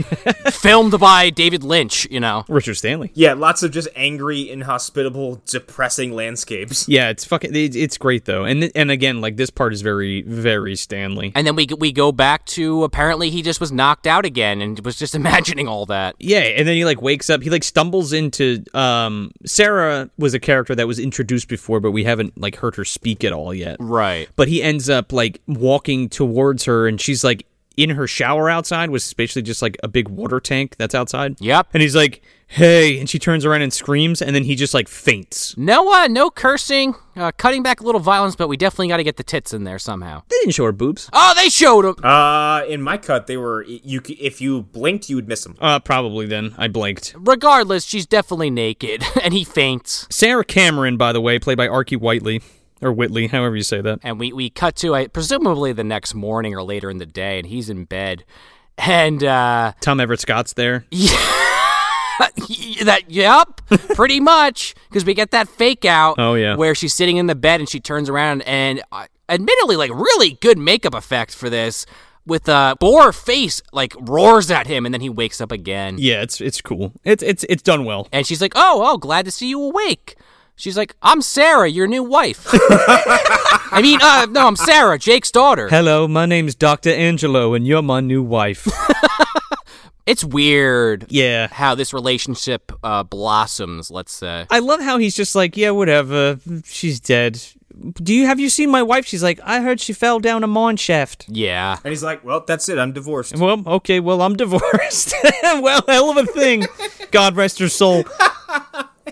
[SPEAKER 2] filmed by David Lynch. You know,
[SPEAKER 1] Richard Stanley.
[SPEAKER 3] Yeah, lots of just angry, inhospitable, depressing landscapes.
[SPEAKER 1] Yeah, it's fucking it, it's great though. And and again, like this part is very very Stanley.
[SPEAKER 2] and then we g- we go back to apparently he just was knocked out again and was just imagining all that.
[SPEAKER 1] Yeah, and then he like wakes up. He like stumbles into um Sarah was a character that was introduced before, but we haven't like heard her speak at all yet.
[SPEAKER 2] Right.
[SPEAKER 1] But he ends up like walking towards her, and she's like in her shower outside, was basically just like a big water tank that's outside.
[SPEAKER 2] Yep.
[SPEAKER 1] And he's like, "Hey!" And she turns around and screams, and then he just like faints.
[SPEAKER 2] No, uh, no cursing. Uh, cutting back a little violence, but we definitely got to get the tits in there somehow.
[SPEAKER 1] They didn't show her boobs.
[SPEAKER 2] Oh, they showed him.
[SPEAKER 3] Uh, in my cut, they were you. c- If you blinked, you would miss them.
[SPEAKER 1] Uh, probably then. I blanked.
[SPEAKER 2] Regardless, she's definitely naked, and he faints.
[SPEAKER 1] Sarah Cameron, by the way, played by Archie Whiteley or Whitley, however you say that.
[SPEAKER 2] and we, we cut to I presumably the next morning or later in the day and he's in bed and uh
[SPEAKER 1] Tom Everett Scott's there.
[SPEAKER 2] that yep pretty much because we get that fake out
[SPEAKER 1] Oh, yeah.
[SPEAKER 2] where she's sitting in the bed and she turns around and uh, admittedly like really good makeup effect for this with a boar face like roars at him and then he wakes up again
[SPEAKER 1] Yeah, it's it's cool. It's it's it's done well.
[SPEAKER 2] and she's like oh oh glad to see you awake she's like i'm sarah your new wife i mean uh no i'm sarah jake's daughter
[SPEAKER 1] Hello, my name's Dr. Angelo, and you're my new wife.
[SPEAKER 2] it's weird
[SPEAKER 1] yeah.
[SPEAKER 2] how this relationship uh, blossoms. Let's say
[SPEAKER 1] I love how he's just like, yeah, whatever. She's dead. Do you have you seen my wife? She's like, I heard she fell down a mine shaft.
[SPEAKER 2] yeah.
[SPEAKER 3] And he's like, "Well, that's it. I'm divorced."
[SPEAKER 1] Well, okay, well, I'm divorced. well, hell of a thing. God rest her soul.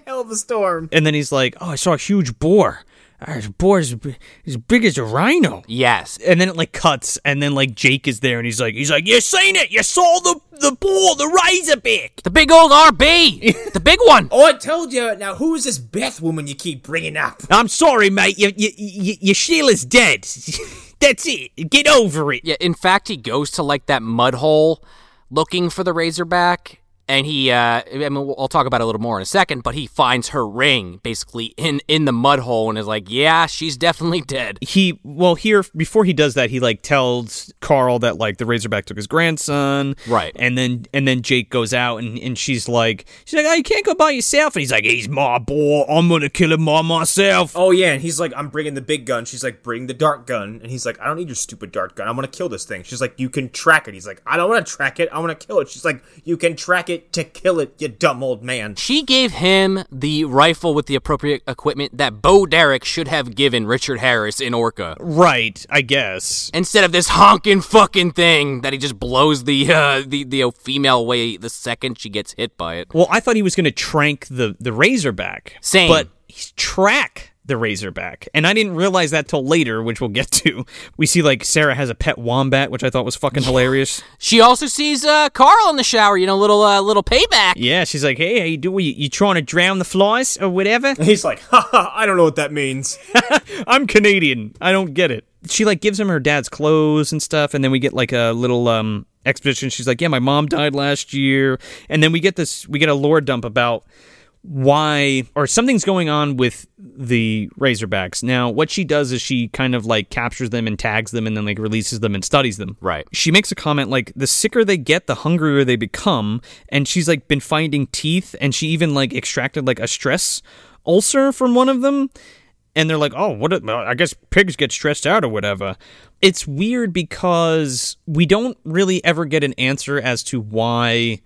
[SPEAKER 3] Hell of a storm.
[SPEAKER 1] And then he's like, oh, I saw a huge boar. Uh, This boar's b- as big as a rhino.
[SPEAKER 2] Yes.
[SPEAKER 1] And then it like cuts, and then like Jake is there, and he's like, he's like, you seen it? You saw the the boar, the razorback.
[SPEAKER 2] The big old RB, the big one.
[SPEAKER 3] Oh, I told you. Now, who is this Beth woman you keep bringing up?
[SPEAKER 1] I'm sorry, mate. You, you, you, your Sheila's dead. That's it. Get over it.
[SPEAKER 2] Yeah. In fact, he goes to like that mud hole looking for the Razorback, and he. Uh, I mean, we'll- I'll talk about it a little more in a second, but he finds her ring basically in in the mud hole and is like, "Yeah, she's definitely dead."
[SPEAKER 1] he well here before he does that he like tells carl that like the razorback took his grandson
[SPEAKER 2] Right.
[SPEAKER 1] and then and then jake goes out and, and she's like she's like oh you can't go by yourself and he's like he's my boy i'm gonna kill him by myself
[SPEAKER 3] Oh yeah, and he's like, "I'm bringing the big gun." She's like, "Bring the dart gun," and he's like, "I don't need your stupid dart gun. I want to kill this thing." She's like, "You can track it." He's like, "I don't want to track it. I want to kill it." She's like, "You can track it to kill it, you dumb old man."
[SPEAKER 2] She gave him the rifle with the appropriate equipment that Bo Derek should have given Richard Harris in Orca.
[SPEAKER 1] right i guess
[SPEAKER 2] instead of this honking fucking thing that he just blows the uh, the the uh, female away the second she gets hit by it.
[SPEAKER 1] well i thought he was gonna trank the the razorback
[SPEAKER 2] Same.
[SPEAKER 1] but he's track the Razorback. And I didn't realize that till later, which we'll get to. We see like Sarah has a pet wombat, which I thought was fucking hilarious.
[SPEAKER 2] She also sees uh, Carl in the shower. You know, little uh, little payback.
[SPEAKER 1] Yeah, she's like, "Hey, how you doing? You, you trying to drown the flies or whatever?"
[SPEAKER 3] He's like, ha, ha, I don't know what that means.
[SPEAKER 1] I'm Canadian. I don't get it. She like gives him her dad's clothes and stuff, and then we get like a little um exposition. She's like, "Yeah, my mom died last year," and then we get this we get a lore dump about why or something's going on with the Razorbacks. Now, what she does is she kind of like captures them and tags them, and then like releases them and studies them.
[SPEAKER 2] Right.
[SPEAKER 1] She makes a comment like, "The sicker they get, the hungrier they become," and she's like been finding teeth, and she even like extracted like a stress ulcer from one of them and they're like, "Oh, what? a- well, I guess pigs get stressed out or whatever." It's weird because we don't really ever get an answer as to why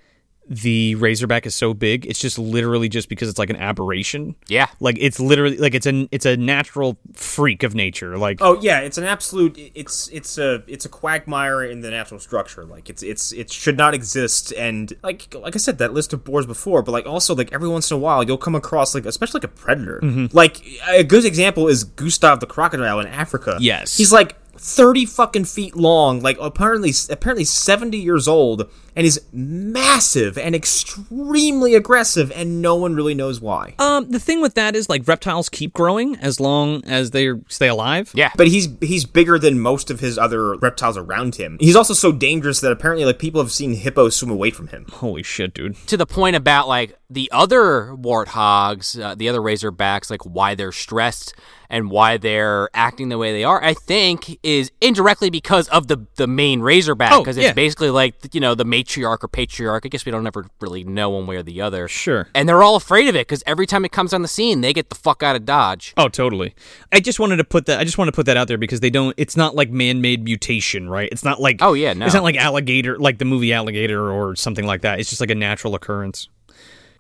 [SPEAKER 1] the Razorback is so big. It's just literally just because it's like an aberration.
[SPEAKER 2] Yeah.
[SPEAKER 1] like it's literally like it's an it's a natural freak of nature. Like
[SPEAKER 3] Oh yeah, it's an absolute. It's it's a it's a quagmire in the natural structure. Like it's it's it should not exist. And like like I said, that list of boars before, but like also like every once in a while you'll come across like especially like a predator. Like a good example is Gustav the crocodile in Africa.
[SPEAKER 1] Yes.
[SPEAKER 3] he's like. 30 fucking feet long like apparently apparently 70 years old and is massive and extremely aggressive and no one really knows why
[SPEAKER 1] um, the thing with that is like reptiles keep growing as long as they stay alive.
[SPEAKER 2] Yeah.
[SPEAKER 3] But he's he's bigger than most of his other reptiles around him. He's also so dangerous that apparently like people have seen hippos swim away from him.
[SPEAKER 1] Holy shit, dude.
[SPEAKER 2] to the point about like the other warthogs, uh, the other razorbacks, like why they're stressed and why they're acting the way they are, I think is indirectly because of the the main razorback
[SPEAKER 1] Oh,
[SPEAKER 2] because
[SPEAKER 1] yeah.
[SPEAKER 2] it's basically like you know the matriarch or patriarch. I guess we don't ever really know one way or the other.
[SPEAKER 1] Sure.
[SPEAKER 2] And they're all afraid of it because every time it comes on the scene, they get the fuck out of dodge.
[SPEAKER 1] Oh, totally. I just wanted to put that. I just want to put that out there because they don't. It's not like man-made mutation, right? It's not like.
[SPEAKER 2] Oh, yeah, no.
[SPEAKER 1] It's not like alligator, like the movie Alligator or something like that. It's just like a natural occurrence,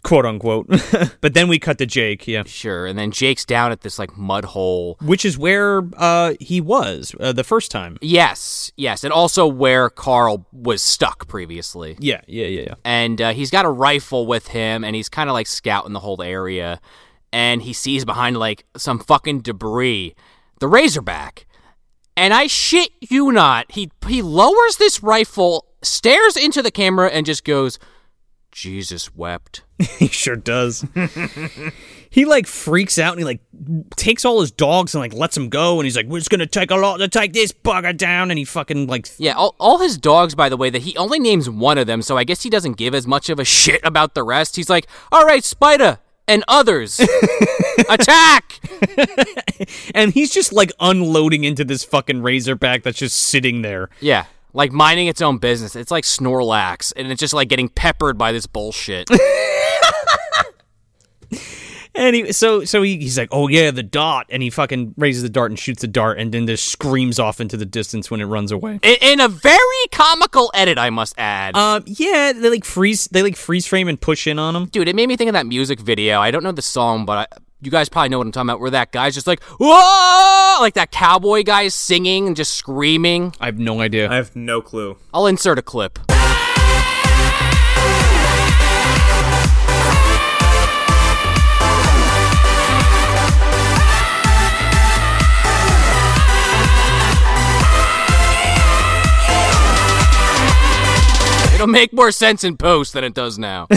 [SPEAKER 1] quote unquote. but then we cut to Jake, yeah,
[SPEAKER 2] Sure. And then Jake's down at this like mud hole.
[SPEAKER 1] which is where uh, he was uh, the first time.
[SPEAKER 2] Yes, yes, and also where Carl was stuck previously.
[SPEAKER 1] Yeah, yeah, yeah, yeah.
[SPEAKER 2] and uh, he's got a rifle with him, and he's kind of like scouting the whole area, and he sees behind like some fucking debris the Razorback, and I shit you not, he he lowers this rifle, stares into the camera, and just goes, "Jesus wept."
[SPEAKER 1] He sure does. he like freaks out and he like takes all his dogs and like lets them go and he's like, "We're just gonna take a lot to take this bugger down." And he fucking like
[SPEAKER 2] Yeah, all, all his dogs, by the way, that he only names one of them, so I guess he doesn't give as much of a shit about the rest. He's like, "All right, Spider." And others attack.
[SPEAKER 1] and he's just like unloading into this fucking razorback that's just sitting there.
[SPEAKER 2] Yeah. Like minding its own business. It's like Snorlax, and it's just like getting peppered by this bullshit.
[SPEAKER 1] And he, so so he, he's like, "Oh yeah, the dot," and he fucking raises the dart and shoots the dart, and then just screams off into the distance when it runs away.
[SPEAKER 2] in, in a very comical edit, I must add.
[SPEAKER 1] Um, yeah, they like freeze, they like freeze frame and push in on him.
[SPEAKER 2] Dude, it made me think of that music video. I don't know the song, but I, you guys probably know what I'm talking about, where that guy's just like, whoa! Like that cowboy guy is singing and just screaming.
[SPEAKER 1] I have no idea.
[SPEAKER 3] I have no clue.
[SPEAKER 2] I'll insert a clip. It'll make more sense in post than it does now.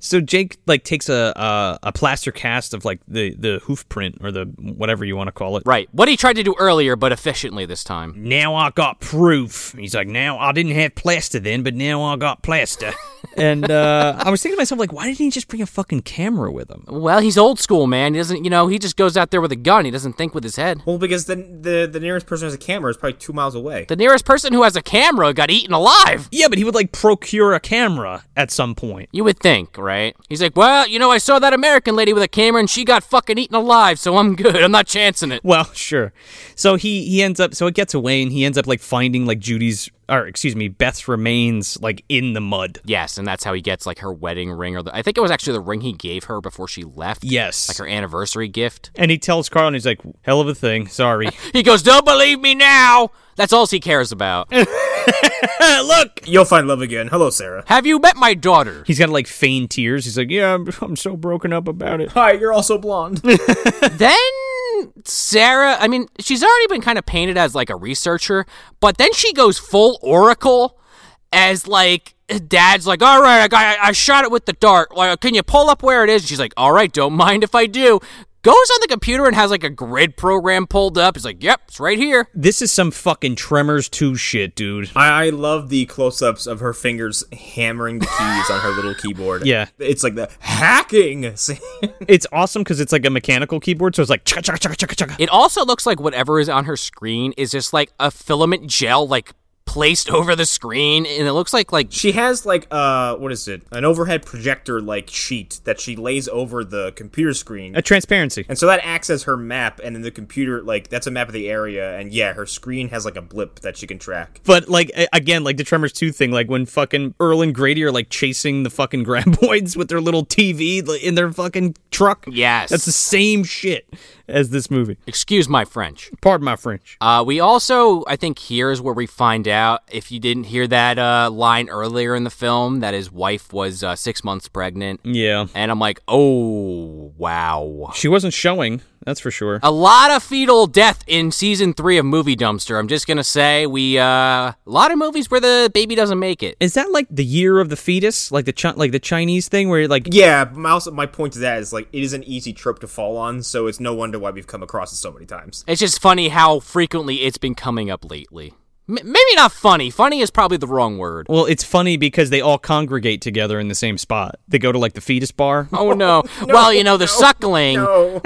[SPEAKER 1] so Jake like takes a, a a plaster cast of like the the hoof print or the whatever you want to call it.
[SPEAKER 2] right. What he tried to do earlier, but efficiently this time.
[SPEAKER 1] Now I got proof. He's like, now I didn't have plaster then, but now I got plaster. and uh, I was thinking to myself, like, why didn't he just bring a fucking camera with him?
[SPEAKER 2] Well, he's old school, man. He doesn't, you know, he just goes out there with a gun. He doesn't think with his head.
[SPEAKER 3] Well, because the the, the nearest person who has a camera is probably two miles away.
[SPEAKER 2] The nearest person who has a camera got eaten alive.
[SPEAKER 1] Yeah, but he would like procure a camera at some point.
[SPEAKER 2] You would think, right? He's like, well, you know, I saw that American lady with a camera and she got fucking eaten alive, so I'm good. I'm not chancing it.
[SPEAKER 1] Well, sure. So he he ends up so it gets away and he ends up like finding like Judy's or excuse me, Beth's remains like in the mud.
[SPEAKER 2] Yes, and that's how he gets like her wedding ring, or the, I think it was actually the ring he gave her before she left.
[SPEAKER 1] Yes.
[SPEAKER 2] like her anniversary gift.
[SPEAKER 1] And he tells Carl and he's like, "Hell of a thing. Sorry."
[SPEAKER 2] He goes, "Don't believe me now." That's all he cares about.
[SPEAKER 1] Look,
[SPEAKER 3] You'll find love again. Hello, Sarah.
[SPEAKER 2] Have you met my daughter?
[SPEAKER 1] he's got to like feign tears. He's like, "Yeah, I'm, I'm so broken up about it."
[SPEAKER 3] Hi, you're also blonde.
[SPEAKER 2] then then Sarah, I mean, she's already been kind of painted as like a researcher, but then she goes full Oracle as like dad's like, all right, I, got, I, I shot it with the dart. Like, can you pull up where it is? And she's like, all right, don't mind if I do. Goes on the computer and has like a grid program pulled up. He's like, yep, it's right here.
[SPEAKER 1] This is some fucking Tremors 2 shit, dude.
[SPEAKER 3] I, I love the close-ups of her fingers hammering the keys on her little keyboard.
[SPEAKER 1] Yeah.
[SPEAKER 3] it's like the hacking. scene.
[SPEAKER 1] It's awesome because it's like a mechanical keyboard, so it's like chugga, chugga, chugga, chugga, chugga.
[SPEAKER 2] It also looks like whatever is on her screen is just like a filament gel, like placed over the screen, and it looks like like
[SPEAKER 3] she has like uh, what is it? An overhead projector like sheet that she lays over the computer screen.
[SPEAKER 1] a transparency.
[SPEAKER 3] And so that acts as her map, and then the computer, like, that's a map of the area, and yeah, her screen has like a blip that she can track.
[SPEAKER 1] But like a- again, like the Tremors Two thing, like when fucking Earl and Grady are like chasing the fucking Graboids with their little TV like, in their fucking truck.
[SPEAKER 2] Yes.
[SPEAKER 1] that's the same shit as this movie.
[SPEAKER 2] excuse my French.
[SPEAKER 1] Pardon my French.
[SPEAKER 2] Uh, we also, I think, here is where we find out if you didn't hear that uh, line earlier in the film that his wife was uh, six months pregnant,
[SPEAKER 1] Yeah,
[SPEAKER 2] and I'm like, oh wow.
[SPEAKER 1] she wasn't showing. That's for sure.
[SPEAKER 2] A lot of fetal death in season three of Movie Dumpster. I'm just gonna say we uh, a lot of movies where the baby doesn't make it.
[SPEAKER 1] Is that like the year of the fetus, like the chi- like the Chinese thing, where like
[SPEAKER 3] Yeah, but my, also, my point to that is, like, it is an easy trope to fall on, so it's no wonder why we've come across it so many times.
[SPEAKER 2] It's just funny how frequently it's been coming up lately. M- maybe not funny. Funny is probably the wrong word.
[SPEAKER 1] Well, it's funny because they all congregate together in the same spot. They go to like the fetus bar.
[SPEAKER 2] Oh no. well, you know, the suckling
[SPEAKER 3] Oh.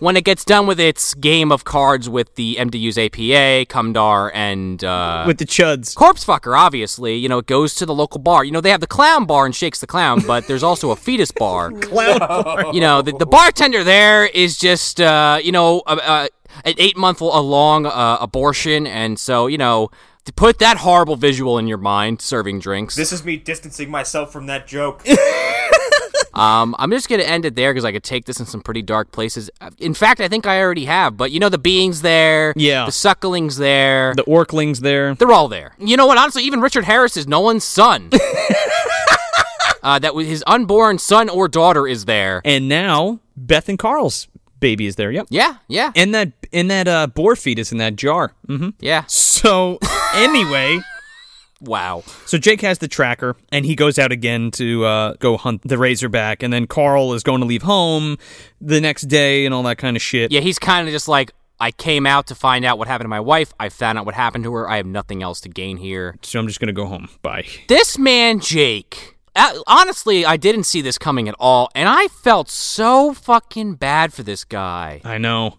[SPEAKER 2] when it gets done with its game of cards with the MDU's APA, Cumdar, and uh,
[SPEAKER 1] With the chuds.
[SPEAKER 2] Corpse Fucker, obviously, you know, it goes to the local bar. You know, they have the clown bar and Shakes the Clown, but there's also a fetus bar.
[SPEAKER 1] Clown bar.
[SPEAKER 2] You know, the, the bartender there is just, uh, you know, a, a, an eight month long uh, abortion. And so, you know, to put that horrible visual in your mind, serving drinks.
[SPEAKER 3] This is me distancing myself from that joke.
[SPEAKER 2] Um, I'm just gonna end it there because I could take this in some pretty dark places. In fact, I think I already have. But you know, the beings there,
[SPEAKER 1] Yeah.
[SPEAKER 2] the sucklings there,
[SPEAKER 1] The orklings there.
[SPEAKER 2] they're all there. You know what? Honestly, even Richard Harris is Nolan's son. uh, that was his unborn son or daughter is there.
[SPEAKER 1] And now Beth and Carl's baby is there. Yep.
[SPEAKER 2] Yeah, yeah,
[SPEAKER 1] And that and that uh, boar fetus in that jar. hmm
[SPEAKER 2] yeah.
[SPEAKER 1] So anyway,
[SPEAKER 2] Wow.
[SPEAKER 1] so Jake has the tracker and he goes out again to uh, go hunt the Razorback, and then Carl is going to leave home the next day and all that kind of shit.
[SPEAKER 2] Yeah, he's kind of just like. I came out to find out what happened to my wife. I found out what happened to her. I have nothing else to gain here.
[SPEAKER 1] So I'm just gonna go home. Bye.
[SPEAKER 2] this man Jake. uh, Honestly, I didn't see this coming at all, and I felt so fucking bad for this guy.
[SPEAKER 1] I know.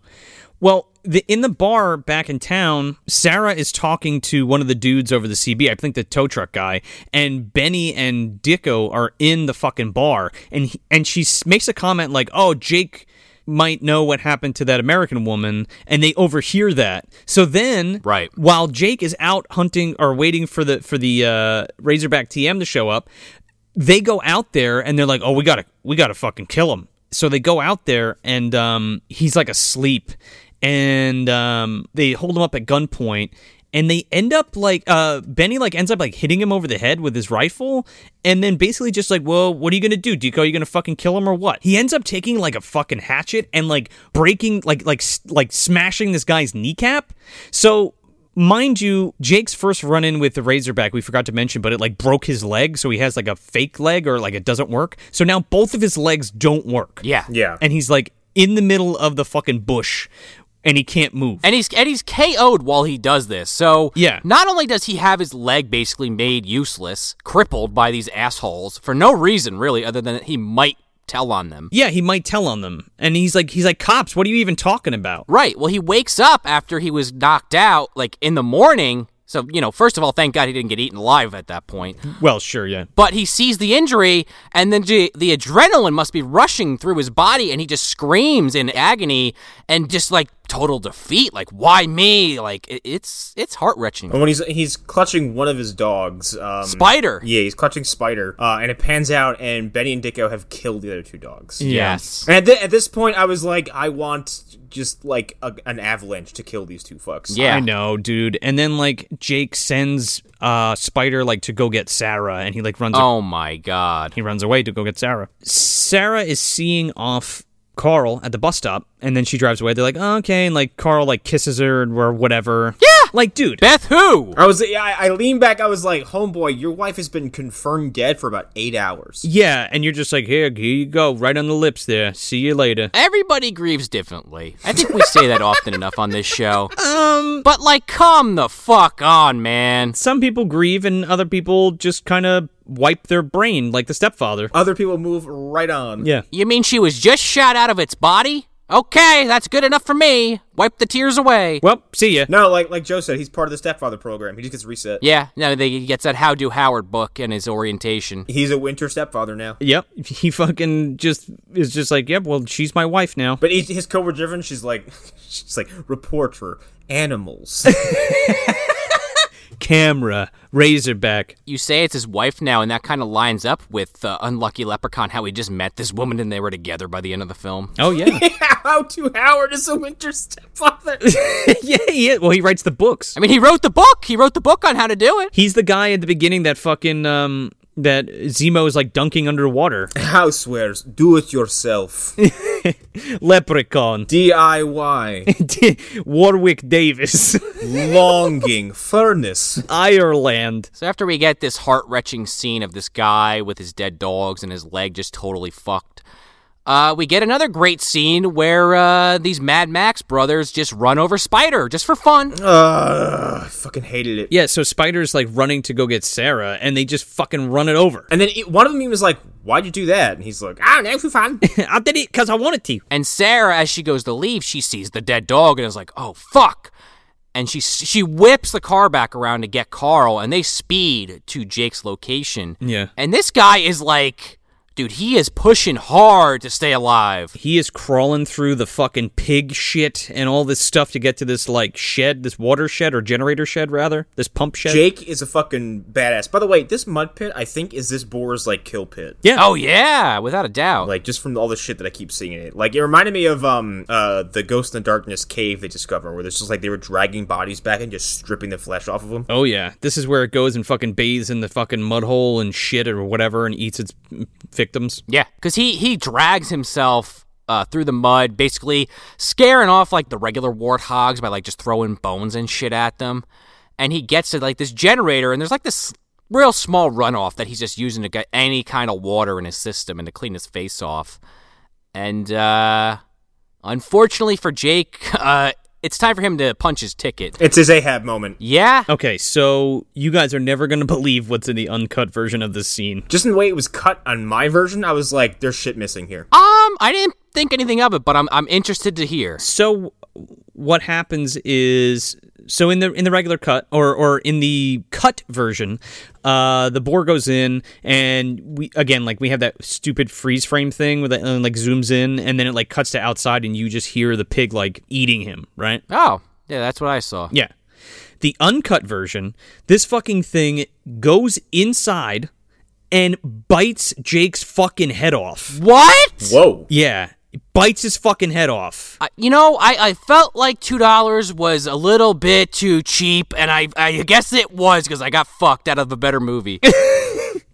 [SPEAKER 1] Well, the, in the bar back in town, Sarah is talking to one of the dudes over the CB, I think the tow truck guy, and Benny and Dicko are in the fucking bar, and he, and she s- makes a comment like, "Oh, Jake." Might know what happened to that American woman, and they overhear that. So then,
[SPEAKER 2] Right.
[SPEAKER 1] while Jake is out hunting or waiting for the for the uh, Razorback TM to show up, they go out there and they're like, "Oh, we gotta, we gotta fucking kill him." So they go out there and um, he's like asleep, and um, they hold him up at gunpoint, and they end up like uh, Benny like ends up like hitting him over the head with his rifle, and then basically just like, "Well, what are you gonna do, Deco? Are you gonna fucking kill him or what?" He ends up taking like a fucking hatchet and like breaking like like s- like smashing this guy's kneecap. So mind you, Jake's first run in with the Razorback, we forgot to mention, but it like broke his leg, so he has like a fake leg or like it doesn't work. So now both of his legs don't work.
[SPEAKER 2] Yeah.
[SPEAKER 3] yeah.
[SPEAKER 1] And he's like in the middle of the fucking bush and he can't move.
[SPEAKER 2] And he's and he's KO'd while he does this. So
[SPEAKER 1] Yeah.
[SPEAKER 2] not only does he have his leg basically made useless, crippled by these assholes for no reason really, other than that he might tell on them.
[SPEAKER 1] yeah, he might tell on them. And he's like he's like cops, what are you even talking about?
[SPEAKER 2] Right. Well, he wakes up after he was knocked out, like in the morning. So you know, first of all, thank God he didn't get eaten alive at that point.
[SPEAKER 1] Well, sure, yeah.
[SPEAKER 2] but he sees the injury and then the, the adrenaline must be rushing through his body and he just screams in agony and just like total defeat like why me like it, it's it's heart-wrenching
[SPEAKER 3] And when he's he's clutching one of his dogs, um,
[SPEAKER 2] spider
[SPEAKER 3] Yeah, he's clutching Spider, uh, and it pans out, and Benny and Dicko have killed the other two dogs.
[SPEAKER 2] yes
[SPEAKER 3] And at, thi- at this point, I was like, I want just like a, an avalanche to kill these two fucks.
[SPEAKER 2] yeah
[SPEAKER 1] I know, dude. And then like Jake sends uh Spider like to go get Sarah and he like runs
[SPEAKER 2] oh my god
[SPEAKER 1] He runs away to go get Sarah. Sarah is seeing off Carl at the bus stop, and then she drives away. They're like, oh, okay, and like Carl like kisses her or whatever.
[SPEAKER 2] Yeah!
[SPEAKER 1] like dude,
[SPEAKER 2] Beth, who?
[SPEAKER 3] I was yeah, I, I leaned back. I was like, "Homeboy, your wife has been confirmed dead for about eight hours."
[SPEAKER 1] yeah, and you're just like, here, here you go, right on the lips there. See you later.
[SPEAKER 2] Everybody grieves differently. I think we say that often enough on this show. Um, but like, come the fuck on, man.
[SPEAKER 1] Some people grieve, and other people just kind of wipe their brain like the stepfather.
[SPEAKER 3] Other people move right on.
[SPEAKER 1] Yeah.
[SPEAKER 2] You mean she was just shot out of its body? Okay, that's good enough for me. Wipe the tears away.
[SPEAKER 1] Well, see ya.
[SPEAKER 3] No, like like Joe said, he's part of the stepfather program. He just gets reset.
[SPEAKER 2] Yeah, no, they, he gets that How Do Howard book and his orientation.
[SPEAKER 3] He's a winter stepfather now.
[SPEAKER 1] Yep. He fucking just is just like, yep, well, she's my wife now.
[SPEAKER 3] But he's, his coworker Driven, she's like, she's like reporter animals.
[SPEAKER 1] Camera, Razorback.
[SPEAKER 2] You say it's his wife now, and that kind of lines up with uh, Unlucky Leprechaun, how he just met this woman and they were together by the end of the film.
[SPEAKER 1] Oh, yeah.
[SPEAKER 3] How to Howard is a winter stepfather.
[SPEAKER 1] yeah, yeah. Well, he writes the books.
[SPEAKER 2] I mean, he wrote the book. He wrote the book on how to do it.
[SPEAKER 1] He's the guy at the beginning that fucking um that Zemo is like dunking underwater.
[SPEAKER 3] Housewares, do it yourself,
[SPEAKER 1] Leprechaun,
[SPEAKER 3] DIY,
[SPEAKER 1] Warwick Davis,
[SPEAKER 3] longing, furnace.
[SPEAKER 1] Ireland.
[SPEAKER 2] So after we get this heart wrenching scene of this guy with his dead dogs and his leg just totally fucked, uh, we get another great scene where uh, these Mad Max brothers just run over Spider just for fun.
[SPEAKER 3] Ugh, Ah, I fucking hated it.
[SPEAKER 1] Yeah, so Spider's like running to go get Sarah, and they just fucking run it over.
[SPEAKER 3] And then it, one of them was like, "Why'd you do that?" And he's like, "I don't know, for fun."
[SPEAKER 1] I did it because I wanted to.
[SPEAKER 2] And Sarah, as she goes to leave, she sees the dead dog and is like, "Oh fuck!" And she she whips the car back around to get Carl, and they speed to Jake's location.
[SPEAKER 1] Yeah.
[SPEAKER 2] And this guy is like, dude, he is pushing hard to stay alive.
[SPEAKER 1] He is crawling through the fucking pig shit and all this stuff to get to this like shed, this water shed or generator shed rather, this pump shed.
[SPEAKER 3] Jake is a fucking badass. By the way, this mud pit, I think, is this boar's like kill pit.
[SPEAKER 1] Yeah.
[SPEAKER 2] Oh yeah, without a doubt.
[SPEAKER 3] Like just from all the shit that I keep seeing in it. Like it reminded me of um uh the Ghost in the Darkness cave they discover, where there's just like they were dragging bodies back and just stripping the flesh off of them.
[SPEAKER 1] Oh yeah, this is where it goes and fucking bathes in the fucking mud hole and shit or whatever and eats its victims.
[SPEAKER 2] Yeah, because he he drags himself uh, through the mud, basically scaring off like the regular warthogs by like just throwing bones and shit at them. And he gets to like this generator, and there's like this real small runoff that he's just using to get any kind of water in his system and to clean his face off. And uh, unfortunately for Jake, uh, it's time for him to punch his ticket.
[SPEAKER 3] It's his Ahab moment.
[SPEAKER 2] Yeah,
[SPEAKER 1] Okay, so you guys are never gonna believe what's in the uncut version of this scene.
[SPEAKER 3] Just in the way it was cut on my version, I was like, "There's shit missing here."
[SPEAKER 2] um, I didn't think anything of it, but I'm I'm interested to hear.
[SPEAKER 1] So what happens is so in the in the regular cut or or in the cut version, uh, the boar goes in and we again like we have that stupid freeze frame thing where that uh, like zooms in and then it like cuts to outside and you just hear the pig like eating him right.
[SPEAKER 2] Oh, yeah, that's what I saw.
[SPEAKER 1] Yeah. The uncut version, this fucking thing goes inside and bites Jake's fucking head off.
[SPEAKER 2] What?
[SPEAKER 3] Whoa.
[SPEAKER 1] Yeah. It bites his fucking head off.
[SPEAKER 2] I- you know, I, I felt like two dollars was a little bit too cheap, and I I guess it was because I got fucked out of a better movie.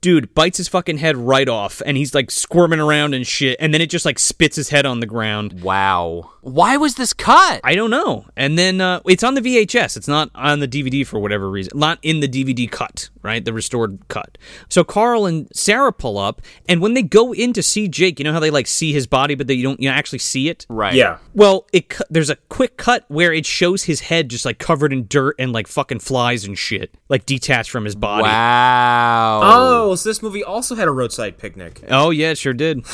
[SPEAKER 1] Dude bites his fucking head right off and he's like squirming around and shit and then it just like spits his head on the ground.
[SPEAKER 2] wow, why was this cut?
[SPEAKER 1] I don't know. And then uh, it's on the VHS. It's not on the DVD for whatever reason. Not in the DVD cut, right? The restored cut. So Carl and Sarah pull up, and when they go in to see Jake, you know how they like see his body, but they don't you know, actually see it.
[SPEAKER 2] right.
[SPEAKER 3] Yeah.
[SPEAKER 1] Well, it cu- there's a quick cut where it shows his head just like covered in dirt and like fucking flies and shit, like detached from his body.
[SPEAKER 2] Wow.
[SPEAKER 3] Oh, so this movie also had a roadside picnic.
[SPEAKER 1] Oh yeah, it sure did.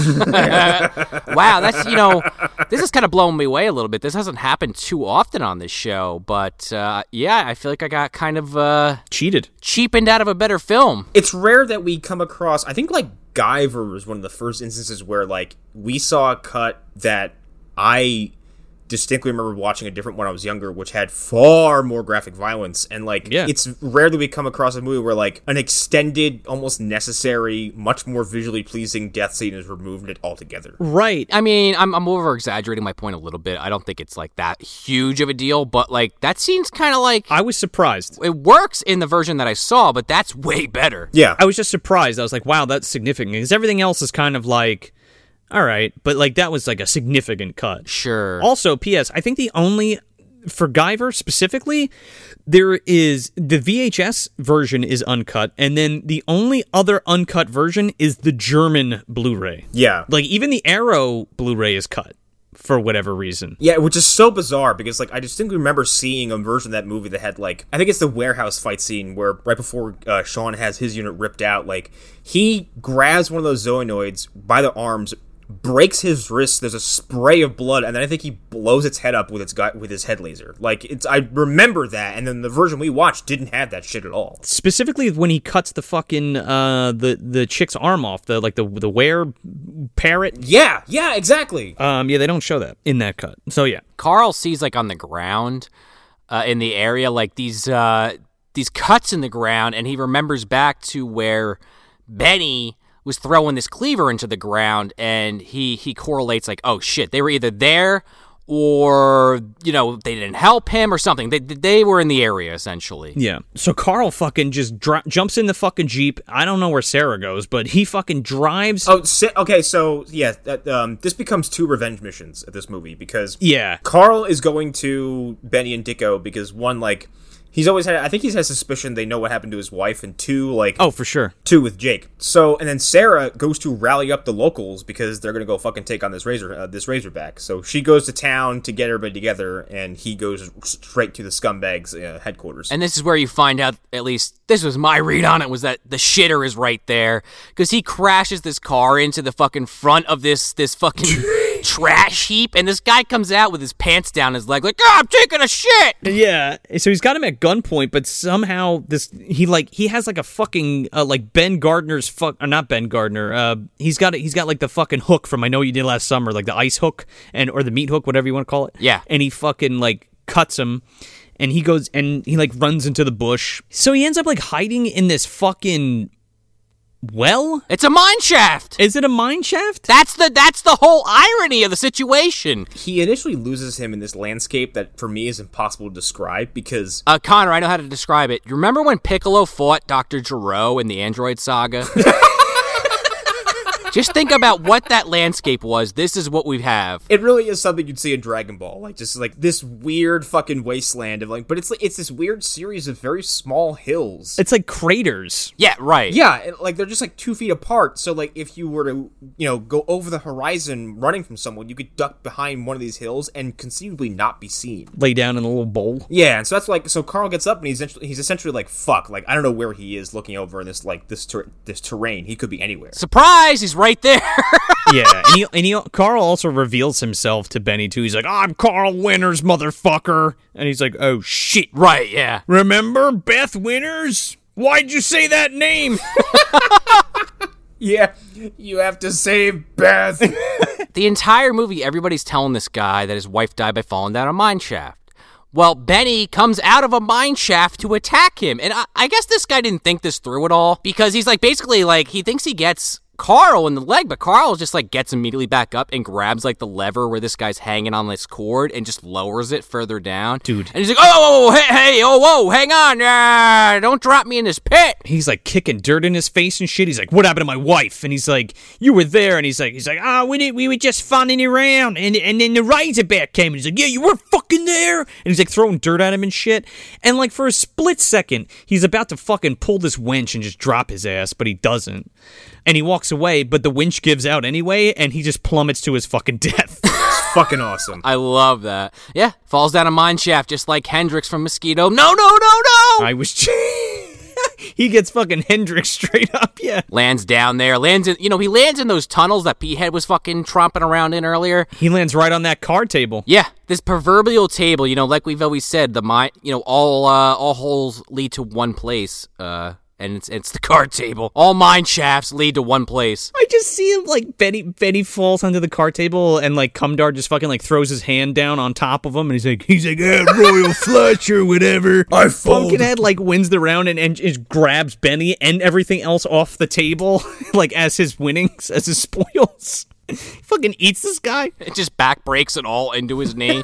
[SPEAKER 2] Wow. That's you know, this is kind of blowing me away a little bit. This hasn't happened too often on this show, but uh, yeah, I feel like I got kind of uh,
[SPEAKER 1] Cheated.
[SPEAKER 2] cheapened out of a better film.
[SPEAKER 3] It's rare that we come across. I think like Guyver was one of the first instances where like we saw a cut that I distinctly remember watching a different one when I was younger, which had far more graphic violence. And like,
[SPEAKER 1] Yeah.
[SPEAKER 3] it's rare that we come across a movie where like an extended, almost necessary, much more visually pleasing death scene is removed it altogether.
[SPEAKER 1] Right.
[SPEAKER 2] I mean, I'm, I'm over exaggerating my point a little bit. I don't think it's like that huge of a deal, but like that seems kind of like
[SPEAKER 1] I was surprised.
[SPEAKER 2] it works in the version that I saw, but that's way better.
[SPEAKER 3] Yeah,
[SPEAKER 1] I was just surprised. I was like, wow, that's significant. Because everything else is kind of like All right, but like that was like a significant cut.
[SPEAKER 2] Sure.
[SPEAKER 1] Also, P.S. I think the only for Guyver specifically, there is the VHS version is uncut, and then the only other uncut version is the German Blu-ray.
[SPEAKER 3] Yeah.
[SPEAKER 1] Like even the Arrow Blu-ray is cut for whatever reason.
[SPEAKER 3] Yeah, which is so bizarre because like I distinctly remember seeing a version of that movie that had like I think it's the warehouse fight scene where right before uh, Sean has his unit ripped out, like he grabs one of those zoonoids by the arms, breaks his wrist. There's a spray of blood, and then I think he blows its head up with its gut with his head laser. Like it's I remember that, and then the version we watched didn't have that shit at all.
[SPEAKER 1] Specifically when he cuts the fucking uh the the chick's arm off, the like the the were parrot.
[SPEAKER 3] Yeah, yeah, exactly.
[SPEAKER 1] Um yeah, they don't show that in that cut. So yeah.
[SPEAKER 2] Carl sees like on the ground uh, in the area like these uh, these cuts in the ground, and he remembers back to where Benny was throwing this cleaver into the ground, and he he correlates like, oh shit, they were either there or you know they didn't help him or something. They they were in the area essentially.
[SPEAKER 1] Yeah. So Carl fucking just dri- jumps in the fucking Jeep. I don't know where Sarah goes, but he fucking drives.
[SPEAKER 3] Oh, si- okay. So yeah, that, um, this becomes two revenge missions at this movie because
[SPEAKER 1] Yeah.
[SPEAKER 3] Carl is going to Benny and Dicko because one, like, he's always had. I think he's had suspicion they know what happened to his wife, and two, like,
[SPEAKER 1] Oh, for sure.
[SPEAKER 3] two with Jake. So, and then Sarah goes to rally up the locals because they're gonna go fucking take on this razor, uh, this Razorback. So she goes to town to get everybody together, and he goes straight to the scumbags' uh, headquarters.
[SPEAKER 2] And this is where you find out, at least this was my read on it, was that the shitter is right there because he crashes this car into the fucking front of this this fucking trash heap, and this guy comes out with his pants down his leg, like, "Ah, I'm taking a shit.
[SPEAKER 1] Yeah. So he's got him at gunpoint, but somehow this he like he has like a fucking uh, like Ben Gardner's fuck or not Ben Gardner. Uh, he's got he's got like the fucking hook from I know you did last summer, like the ice hook and or the meat hook, whatever you want to call it.
[SPEAKER 2] Yeah.
[SPEAKER 1] And he fucking like cuts him. And he goes and he like runs into the bush. So he ends up like hiding in this fucking well.
[SPEAKER 2] It's a mine shaft.
[SPEAKER 1] Is it a mine shaft?
[SPEAKER 2] That's the that's the whole irony of the situation.
[SPEAKER 3] he initially loses him in this landscape that for me is impossible to describe because
[SPEAKER 2] Uh, Connor, I know how to describe it. You remember when Piccolo fought Doctor Giro in the Android Saga? Just think about what that landscape was. This is what we have.
[SPEAKER 3] it really is something you'd see in Dragon Ball, like just like this weird fucking wasteland of like, but it's like it's this weird series of very small hills.
[SPEAKER 1] It's like craters.
[SPEAKER 2] Yeah, right.
[SPEAKER 3] yeah, and, like they're just like two feet apart. So like if you were to you know go over the horizon running from someone, you could duck behind one of these hills and conceivably not be seen.
[SPEAKER 1] Lay down in a little bowl.
[SPEAKER 3] Yeah, and so that's like so Carl gets up and he's essentially, he's essentially like fuck, like I don't know where he is looking over this like this ter- this terrain. He could be anywhere.
[SPEAKER 2] Surprise, he's right there.
[SPEAKER 1] Yeah, and he, and he Carl also reveals himself to Benny too. He's like, "I'm Carl Winters, motherfucker," and he's like, "Oh shit,
[SPEAKER 2] Right, yeah.
[SPEAKER 1] remember Beth Winters? Why'd you say that name?"
[SPEAKER 3] yeah, you have to save Beth.
[SPEAKER 2] The entire movie, everybody's telling this guy that his wife died by falling down a mine shaft. Well, Benny comes out of a mine shaft to attack him. And I, I guess this guy didn't think this through at all because he's like basically like he thinks he gets Carl in the leg, but Carl just like gets immediately back up and grabs like the lever where this guy's hanging on this cord and just lowers it further down.
[SPEAKER 1] Dude.
[SPEAKER 2] And he's like, oh, hey, hey, oh, whoa, hang on. ah, don't drop me in this pit.
[SPEAKER 1] he's like kicking dirt in his face and shit. He's like, "What happened to my wife?" And he's like, "You were there." And he's like, "He's like, ah, we did, we were just funning around." And and then the Razorback came and he's like, "Yeah, you were fucking there." And he's like throwing dirt at him and shit. And like for a split second, he's about to fucking pull this winch and just drop his ass, but he doesn't. And he walks away, but the winch gives out anyway, and he just plummets to his fucking death.
[SPEAKER 3] fucking awesome.
[SPEAKER 2] I love that. Yeah, falls down a mine shaft just like Hendrix from Mosquito. No, no, no, no.
[SPEAKER 1] I was. he gets fucking Hendrix straight up. Yeah.
[SPEAKER 2] lands down there, lands in, you know, he lands in those tunnels that P-Head was fucking tromping around in earlier.
[SPEAKER 1] He lands right on that card table.
[SPEAKER 2] Yeah, this proverbial table, you know, like we've always said, the mine, you know, all uh, all holes lead to one place, uh, and it's it's the card table. All mine shafts lead to one place.
[SPEAKER 1] I just see him like Benny. Benny falls onto the card table, and like Cumdar just fucking like throws his hand down on top of him, and he's like, he's like, ah, Royal Flush or whatever. I Pumpkinhead like wins the round and, and just grabs Benny and everything else off the table, like as his winnings, as his spoils. fucking eats this guy.
[SPEAKER 2] It just back breaks it all into his knee.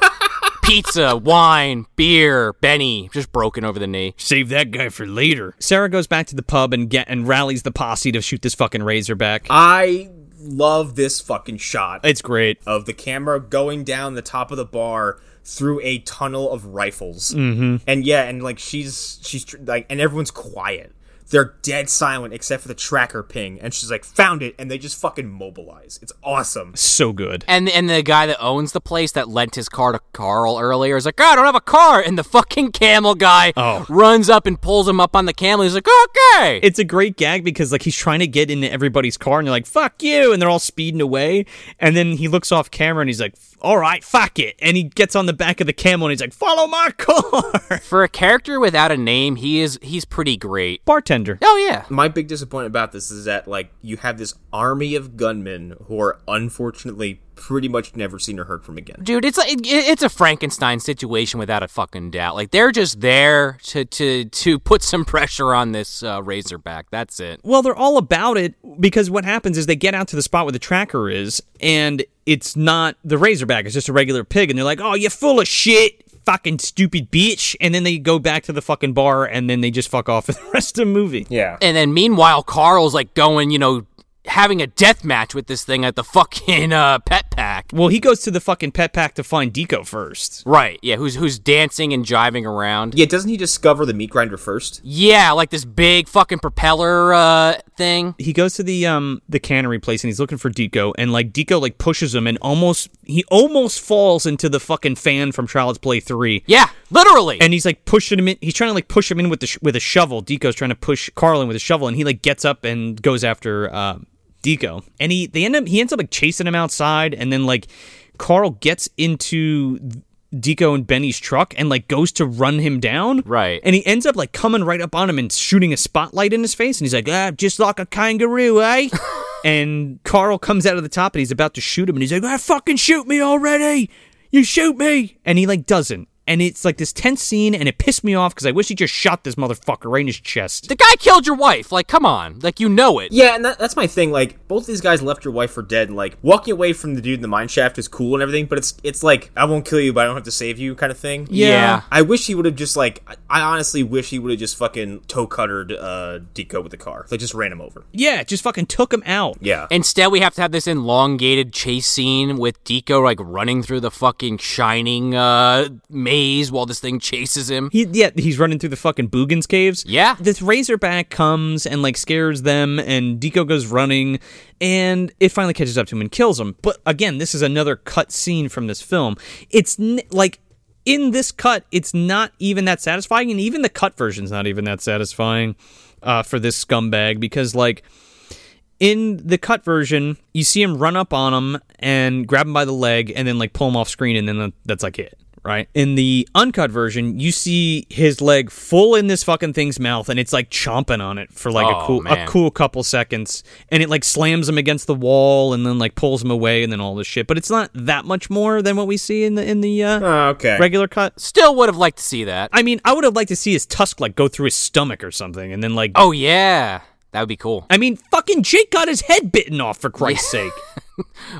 [SPEAKER 2] Pizza, wine, beer, Benny, just broken over the knee.
[SPEAKER 1] Save that guy for later. Sarah goes back to the pub and get and rallies the posse to shoot this fucking razorback.
[SPEAKER 3] I love this fucking shot
[SPEAKER 1] It's great.
[SPEAKER 3] of the camera going down the top of the bar through a tunnel of rifles. Mm-hmm. And yeah, and like she's she's tr- like, and everyone's quiet. They're dead silent except for the tracker ping, and she's like, "Found it!" And they just fucking mobilize. It's awesome.
[SPEAKER 1] So good.
[SPEAKER 2] And and the guy that owns the place that lent his car to Carl earlier is like, "Oh, I don't have a car," and the fucking camel guy runs up and pulls him up on the camel. He's like, "Okay."
[SPEAKER 1] It's a great gag because like he's trying to get into everybody's car and they're like, fuck you, and they're all speeding away. And then he looks off camera and he's like, all right, fuck it. And he gets on the back of the camel and he's like, follow my car.
[SPEAKER 2] For a character without a name, he is he's pretty great.
[SPEAKER 1] Bartender.
[SPEAKER 2] Oh yeah.
[SPEAKER 3] My big disappointment about this is that like you have this army of gunmen who are unfortunately pretty much never seen or heard from again.
[SPEAKER 2] Dude, it's like it, it's a Frankenstein situation without a fucking doubt. Like they're just there to to to put some pressure on this uh, Razorback. That's it.
[SPEAKER 1] Well, they're all about it because what happens is they get out to the spot where the tracker is, and it's not the Razorback, it's just a regular pig. And they're like, oh, you're full of shit, fucking stupid bitch. And then they go back to the fucking bar, and then they just fuck off for the rest of the movie.
[SPEAKER 3] Yeah.
[SPEAKER 2] And then meanwhile, Carl's like going, you know, having a death match with this thing at the fucking uh, pet pack.
[SPEAKER 1] Well, he goes to the fucking pet pack to find Deco first.
[SPEAKER 2] Right. Yeah. Who's who's dancing and jiving around.
[SPEAKER 3] Yeah, doesn't he discover the meat grinder first?
[SPEAKER 2] Yeah, like this big fucking propeller uh, thing.
[SPEAKER 1] He goes to the um the cannery place and he's looking for Deco and like Deco like pushes him and almost he almost falls into the fucking fan from Child's Play 3.
[SPEAKER 2] Yeah, literally.
[SPEAKER 1] and he's like pushing him in. He's trying to like push him in with the sh- with a shovel. Deco's trying to push Carlin with a shovel, and he like gets up and goes after uh, Deco. And he they end up he ends up like chasing him outside, and then like Carl gets into Deco and Benny's truck and like goes to run him down.
[SPEAKER 2] Right.
[SPEAKER 1] And he ends up like coming right up on him and shooting a spotlight in his face, and he's like, ah, just like a kangaroo, eh? and Carl comes out of the top and he's about to shoot him, and he's like, ah, fucking shoot me already! You shoot me! And he like doesn't. And it's like this tense scene, and it pissed me off because I wish he just shot this motherfucker right in his chest.
[SPEAKER 2] the guy killed your wife. Like, come on. Like, you know it.
[SPEAKER 3] Yeah, and that, that's my thing. Like, both these guys left your wife for dead. And, like, walking away from the dude in the mine shaft is cool and everything, but it's it's like I won't kill you, but I don't have to save you, kind of thing.
[SPEAKER 2] Yeah.
[SPEAKER 3] I wish he would have just like. I- I honestly wish he would have just fucking toe cuttered uh, Deco with the car. Like, just ran him over.
[SPEAKER 1] Yeah, just fucking took him out.
[SPEAKER 3] Yeah.
[SPEAKER 2] Instead, we have to have this elongated chase scene with Deco like running through the fucking shining uh, maze while this thing chases him.
[SPEAKER 1] He yeah, he's running through the fucking Boogan's caves.
[SPEAKER 2] Yeah.
[SPEAKER 1] This Razorback comes and like scares them and Deco goes running and it finally catches up to him and kills him. But again, this is another cut scene from this film. It's n- like in this cut, it's not even that satisfying and even the cut version's not even that satisfying uh, for this scumbag because like in the cut version, you see him run up on him and grab him by the leg and then like pull him off screen and then that- that's like it, right? In the uncut version, you see his leg full in this fucking thing's mouth and it's like chomping on it for like
[SPEAKER 2] Oh,
[SPEAKER 1] a cool a
[SPEAKER 2] man.
[SPEAKER 1] cool couple seconds and it like slams him against the wall and then like pulls him away and then all this shit. But it's not that much more than what we see in the in the uh,
[SPEAKER 3] Okay.
[SPEAKER 1] regular cut.
[SPEAKER 2] Still would have liked to see that.
[SPEAKER 1] I mean, I would have liked to see his tusk like go through his stomach or something and then like
[SPEAKER 2] Oh, yeah. That would be cool.
[SPEAKER 1] I mean, fucking Jake got his head bitten off for Christ's sake.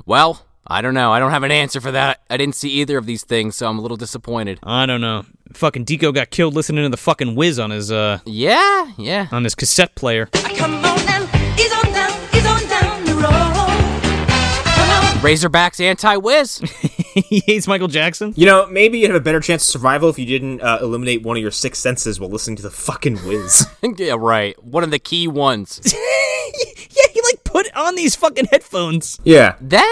[SPEAKER 2] Well, I don't know. I don't have an answer for that. I didn't see either of these things, so I'm a little disappointed.
[SPEAKER 1] I don't know. Fucking Deco got killed listening to the fucking whiz on his uh
[SPEAKER 2] Yeah, yeah.
[SPEAKER 1] on his cassette player.
[SPEAKER 9] Come on down, he's on down, he's on down the road.
[SPEAKER 1] Uh.
[SPEAKER 2] Razorback's anti whiz.
[SPEAKER 1] he hates Michael Jackson.
[SPEAKER 3] You know, maybe you'd have a better chance of survival if you didn't uh, eliminate one of your six senses while listening to the fucking whiz.
[SPEAKER 2] yeah, right. One of the key ones.
[SPEAKER 1] yeah, he like put on these fucking headphones.
[SPEAKER 3] yeah.
[SPEAKER 2] then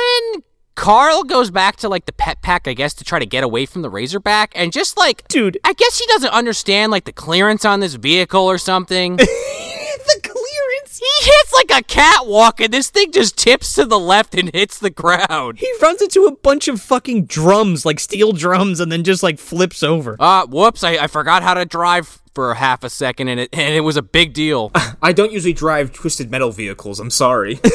[SPEAKER 2] Carl goes back to like the pet pack, I guess, to try to get away from the Razorback. And just like,
[SPEAKER 1] Dude.
[SPEAKER 2] I guess he doesn't understand like the clearance on this vehicle or something.
[SPEAKER 1] the clearance.
[SPEAKER 2] he hits like a catwalk, and this thing just tips to the left and hits the ground.
[SPEAKER 1] He runs into a bunch of fucking drums, like steel drums, and then just like flips over.
[SPEAKER 2] Uh, whoops, I, I forgot how to drive for half a second, and it, and it was a big deal.
[SPEAKER 3] I don't usually drive twisted metal vehicles. I'm sorry.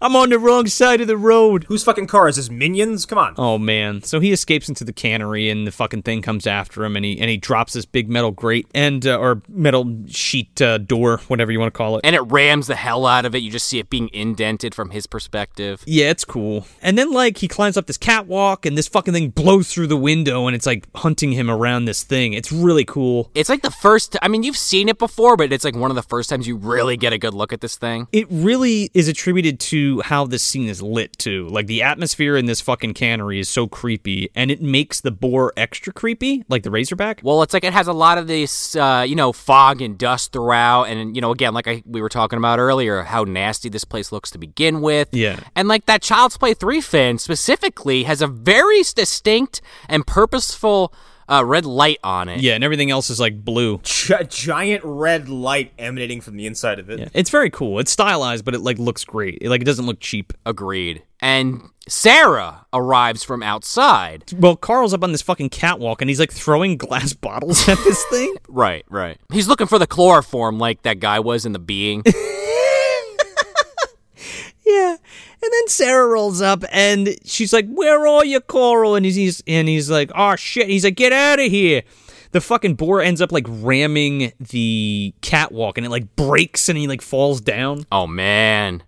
[SPEAKER 1] I'm on the wrong side of the road.
[SPEAKER 3] Whose fucking car is this? Minions? Come on.
[SPEAKER 1] Oh man. So he escapes into the cannery and the fucking thing comes after him and he and he drops this big metal grate and uh, or metal sheet uh, door, whatever you want to call it.
[SPEAKER 2] and it rams the hell out of it. You just see it being indented from his perspective.
[SPEAKER 1] Yeah, it's cool. And then like he climbs up this catwalk and this fucking thing blows through the window and it's like hunting him around this thing. It's really cool.
[SPEAKER 2] It's like the first. I mean, you've seen it before, but it's like one of the first times you really get a good look at this thing.
[SPEAKER 1] It really is attributed related to how this scene is lit too. Like the atmosphere in this fucking cannery is so creepy, and it makes the boar extra creepy, like the Razorback.
[SPEAKER 2] Well, it's like it has a lot of this, uh, you know, fog and dust throughout, and you know, again, like I, we were talking about earlier, how nasty this place looks to begin with.
[SPEAKER 1] Yeah.
[SPEAKER 2] and like that Child's Play three fin specifically has a very s- distinct and purposeful uh, red light on it.
[SPEAKER 1] Yeah, and everything else is like blue.
[SPEAKER 3] Gi- giant red light emanating from the inside of it.
[SPEAKER 1] It's very cool. It's stylized, but it like looks great. It, like it doesn't look cheap.
[SPEAKER 2] Agreed. And Sarah arrives from outside.
[SPEAKER 1] Well, Carl's up on this fucking catwalk, and he's like throwing glass bottles at this thing.
[SPEAKER 2] Right, right. He's looking for the chloroform like that guy was in the being.
[SPEAKER 1] Yeah. And then Sarah rolls up and she's like, Where are you, Coral? And he's, he's and he's like, Oh shit. He's like, Get out of here. The fucking boar ends up like ramming the catwalk and it like breaks and he like falls down.
[SPEAKER 2] Oh man.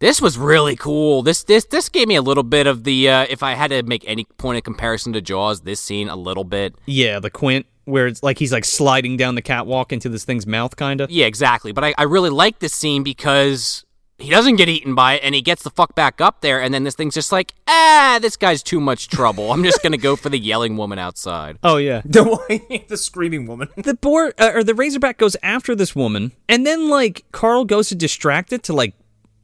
[SPEAKER 2] This was really cool. This this this gave me a little bit of the uh, if I had to make any point of comparison to Jaws, this scene a little bit.
[SPEAKER 1] Yeah, the quint where it's like he's like sliding down the catwalk into this thing's mouth kinda.
[SPEAKER 2] Yeah, exactly. But I, I really like this scene because he doesn't get eaten by it and he gets the fuck back up there and then this thing's just like, ah, this guy's too much trouble. I'm just gonna go for the yelling woman outside.
[SPEAKER 1] Oh yeah.
[SPEAKER 3] The, the screaming woman.
[SPEAKER 1] The boar uh, or the razorback goes after this woman and then like Carl goes to distract it to like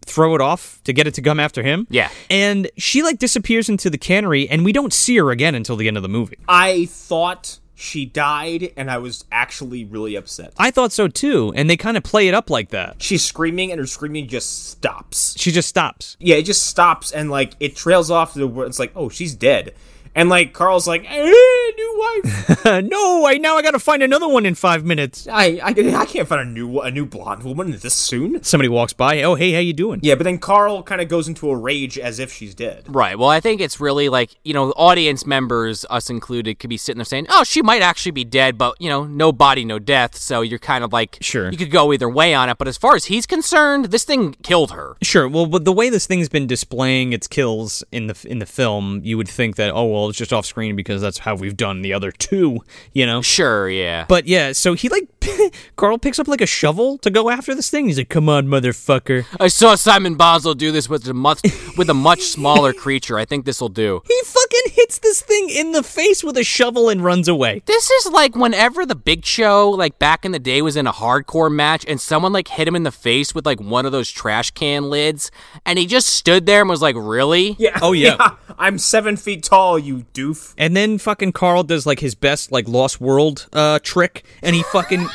[SPEAKER 1] throw it off to get it to come after him.
[SPEAKER 2] Yeah.
[SPEAKER 1] And she like disappears into the cannery and we don't see her again until the end of the movie.
[SPEAKER 3] I thought she died, and I was actually really upset.
[SPEAKER 1] I thought so too, and they kind of play it up like that.
[SPEAKER 3] She's screaming, and her screaming just stops.
[SPEAKER 1] She just stops.
[SPEAKER 3] Yeah, it just stops, and like it trails off. To the wor- it's like, oh, she's dead. And like Carl's like, eh, new wife.
[SPEAKER 1] no, I now I gotta find another one in five minutes.
[SPEAKER 3] I, I I can't find a new a new blonde woman this soon.
[SPEAKER 1] Somebody walks by. Oh, hey, how you doing?
[SPEAKER 3] Yeah, but then Carl kind of goes into a rage as if she's dead.
[SPEAKER 2] Right. Well, I think it's really like, you know, audience members, us included, could be sitting there saying, oh, she might actually be dead, but, you know, no body, no death. So you're kind of like,
[SPEAKER 1] Sure.
[SPEAKER 2] You could go either way on it. But as far as he's concerned, this thing killed her.
[SPEAKER 1] Sure. Well, but the way this thing's been displaying its kills in the in the film, you would think that oh well, it's just off screen because that's how we've done the other two. You know.
[SPEAKER 2] Sure. Yeah.
[SPEAKER 1] But yeah, so he like Carl picks up like a shovel to go after this thing. He's like, "Come on, motherfucker!"
[SPEAKER 2] I saw Simon Boswell do this with a much, with a much smaller creature. I think this will do.
[SPEAKER 1] He fucking hits this thing in the face with a shovel and runs away.
[SPEAKER 2] This is like whenever the Big Show, like back in the day, was in a hardcore match and someone like hit him in the face with like one of those trash can lids and he just stood there and was like, really?
[SPEAKER 3] Yeah.
[SPEAKER 1] Oh, yeah.
[SPEAKER 3] I'm seven feet tall, you doof.
[SPEAKER 1] And then fucking Carl does like his best like Lost World uh trick, and he fucking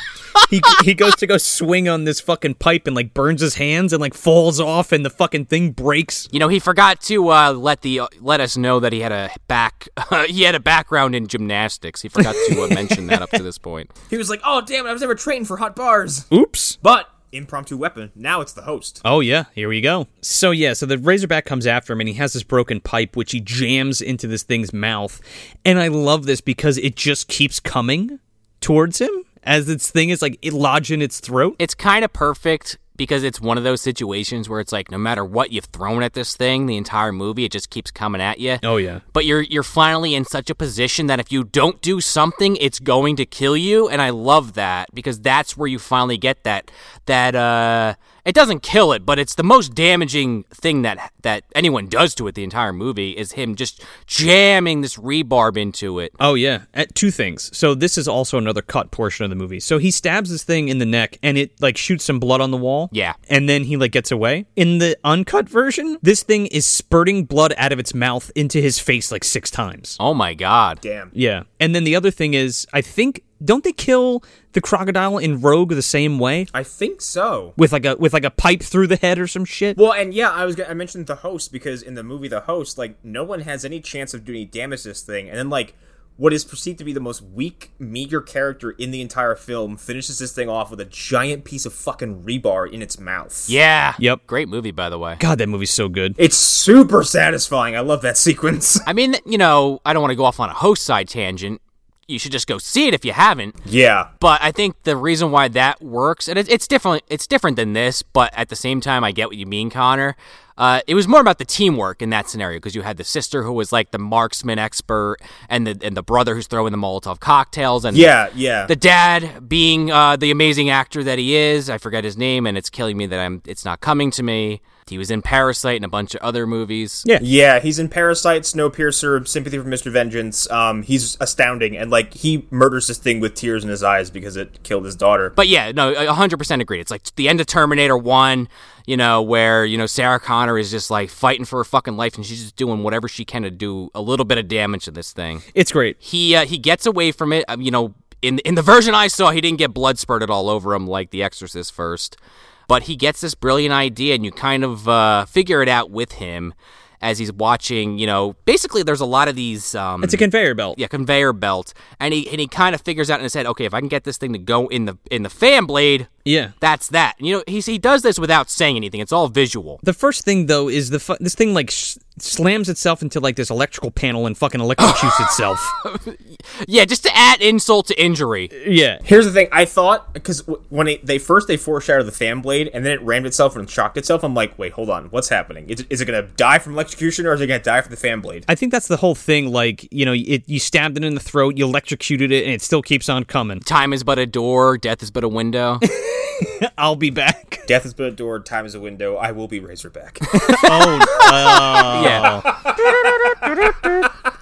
[SPEAKER 1] he he goes to go swing on this fucking pipe and like burns his hands and like falls off, and the fucking thing breaks.
[SPEAKER 2] You know, he forgot to uh, let the let us know that he had a back he had a background in gymnastics. He forgot to uh, mention that up to this point.
[SPEAKER 3] He was like, oh damn it, I was never trained for hot bars.
[SPEAKER 1] Oops.
[SPEAKER 3] But impromptu weapon. Now it's the host.
[SPEAKER 1] Oh yeah, here we go. So yeah, so the Razorback comes after him and he has this broken pipe which he jams into this thing's mouth. And I love this because it just keeps coming towards him as this thing is like it lodged in its throat.
[SPEAKER 2] It's kind of perfect because it's one of those situations where it's like no matter what you've thrown at this thing the entire movie, it just keeps coming at you.
[SPEAKER 1] Oh yeah.
[SPEAKER 2] But you're you're finally in such a position that if you don't do something, it's going to kill you, and I love that because that's where you finally get that that uh it doesn't kill it, but it's the most damaging thing that that anyone does to it the entire movie is him just jamming this rebarb into it.
[SPEAKER 1] Oh yeah, at two things. So this is also another cut portion of the movie. So he stabs this thing in the neck and it like shoots some blood on the wall.
[SPEAKER 2] Yeah.
[SPEAKER 1] And then he like gets away. In the uncut version, this thing is spurting blood out of its mouth into his face like 6 times.
[SPEAKER 2] Oh my god.
[SPEAKER 3] Damn.
[SPEAKER 1] Yeah. And then the other thing is I think don't they kill the crocodile in Rogue the same way
[SPEAKER 3] I think so.
[SPEAKER 1] with like a with like a pipe through the head or some shit?
[SPEAKER 3] Well, and yeah, I was gonna, I mentioned the host because in the movie The Host, like no one has any chance of doing any damage to this thing, and then like what is perceived to be the most weak, meager character in the entire film finishes this thing off with a giant piece of fucking rebar in its mouth.
[SPEAKER 2] Yeah.
[SPEAKER 1] Yep.
[SPEAKER 2] Great movie by the way.
[SPEAKER 1] God, that movie's so good.
[SPEAKER 3] It's super satisfying. I love that sequence.
[SPEAKER 2] I mean, you know, I don't want to go off on a host side tangent. You should just go see it if you haven't.
[SPEAKER 3] yeah.
[SPEAKER 2] But I think the reason why that works, and it, it's different, it's different than this. But at the same time, I get what you mean, Connor. Uh, it was more about the teamwork in that scenario because you had the sister who was like the marksman expert, and the and the brother who's throwing the Molotov cocktails, and
[SPEAKER 3] Yeah, yeah.
[SPEAKER 2] the dad being uh, the amazing actor that he is. I forget his name, and it's killing me that I'm. It's not coming to me. He was in Parasite and a bunch of other movies.
[SPEAKER 1] Yeah.
[SPEAKER 3] Yeah, he's in Parasite, Snowpiercer, Sympathy for Mr. Vengeance. Um, he's astounding, and like he murders this thing with tears in his eyes because it killed his daughter.
[SPEAKER 2] But yeah, no, I 100% agree. It's like the end of Terminator 1, you know, where, you know, Sarah Connor is just like fighting for her fucking life and she's just doing whatever she can to do a little bit of damage to this thing.
[SPEAKER 1] It's great.
[SPEAKER 2] He uh, he gets away from it, um, you know, in in the version I saw, he didn't get blood spurted all over him like The Exorcist first. But he gets this brilliant idea and you kind of uh, figure it out with him as he's watching, you know, basically there's a lot of these um
[SPEAKER 1] It's a conveyor belt.
[SPEAKER 2] yeah, conveyor belt, and he and he kind of figures out in his head, okay, if I can get this thing to go in the in the fan blade,
[SPEAKER 1] Yeah.
[SPEAKER 2] that's that. And, you know, he he does this without saying anything. It's all visual.
[SPEAKER 1] The first thing though is the fu- this thing like sh- slams itself into like this electrical panel and fucking electrocutes itself.
[SPEAKER 2] Yeah, just to add insult to injury.
[SPEAKER 1] Yeah.
[SPEAKER 3] Here's the thing: I thought because when it, they first they foreshadowed the fan blade, and then it rammed itself and shocked itself. I'm like, wait, hold on, what's happening? Is, is it gonna die from electrocution, or is it gonna die from the fan blade?
[SPEAKER 1] I think that's the whole thing. Like you know, it, you stabbed it in the throat, you electrocuted it, and it still keeps on coming.
[SPEAKER 2] Time is but a door. Death is but a window.
[SPEAKER 1] I'll be back.
[SPEAKER 3] Death is but a door, time is a window. I will be Razorback.
[SPEAKER 2] yeah.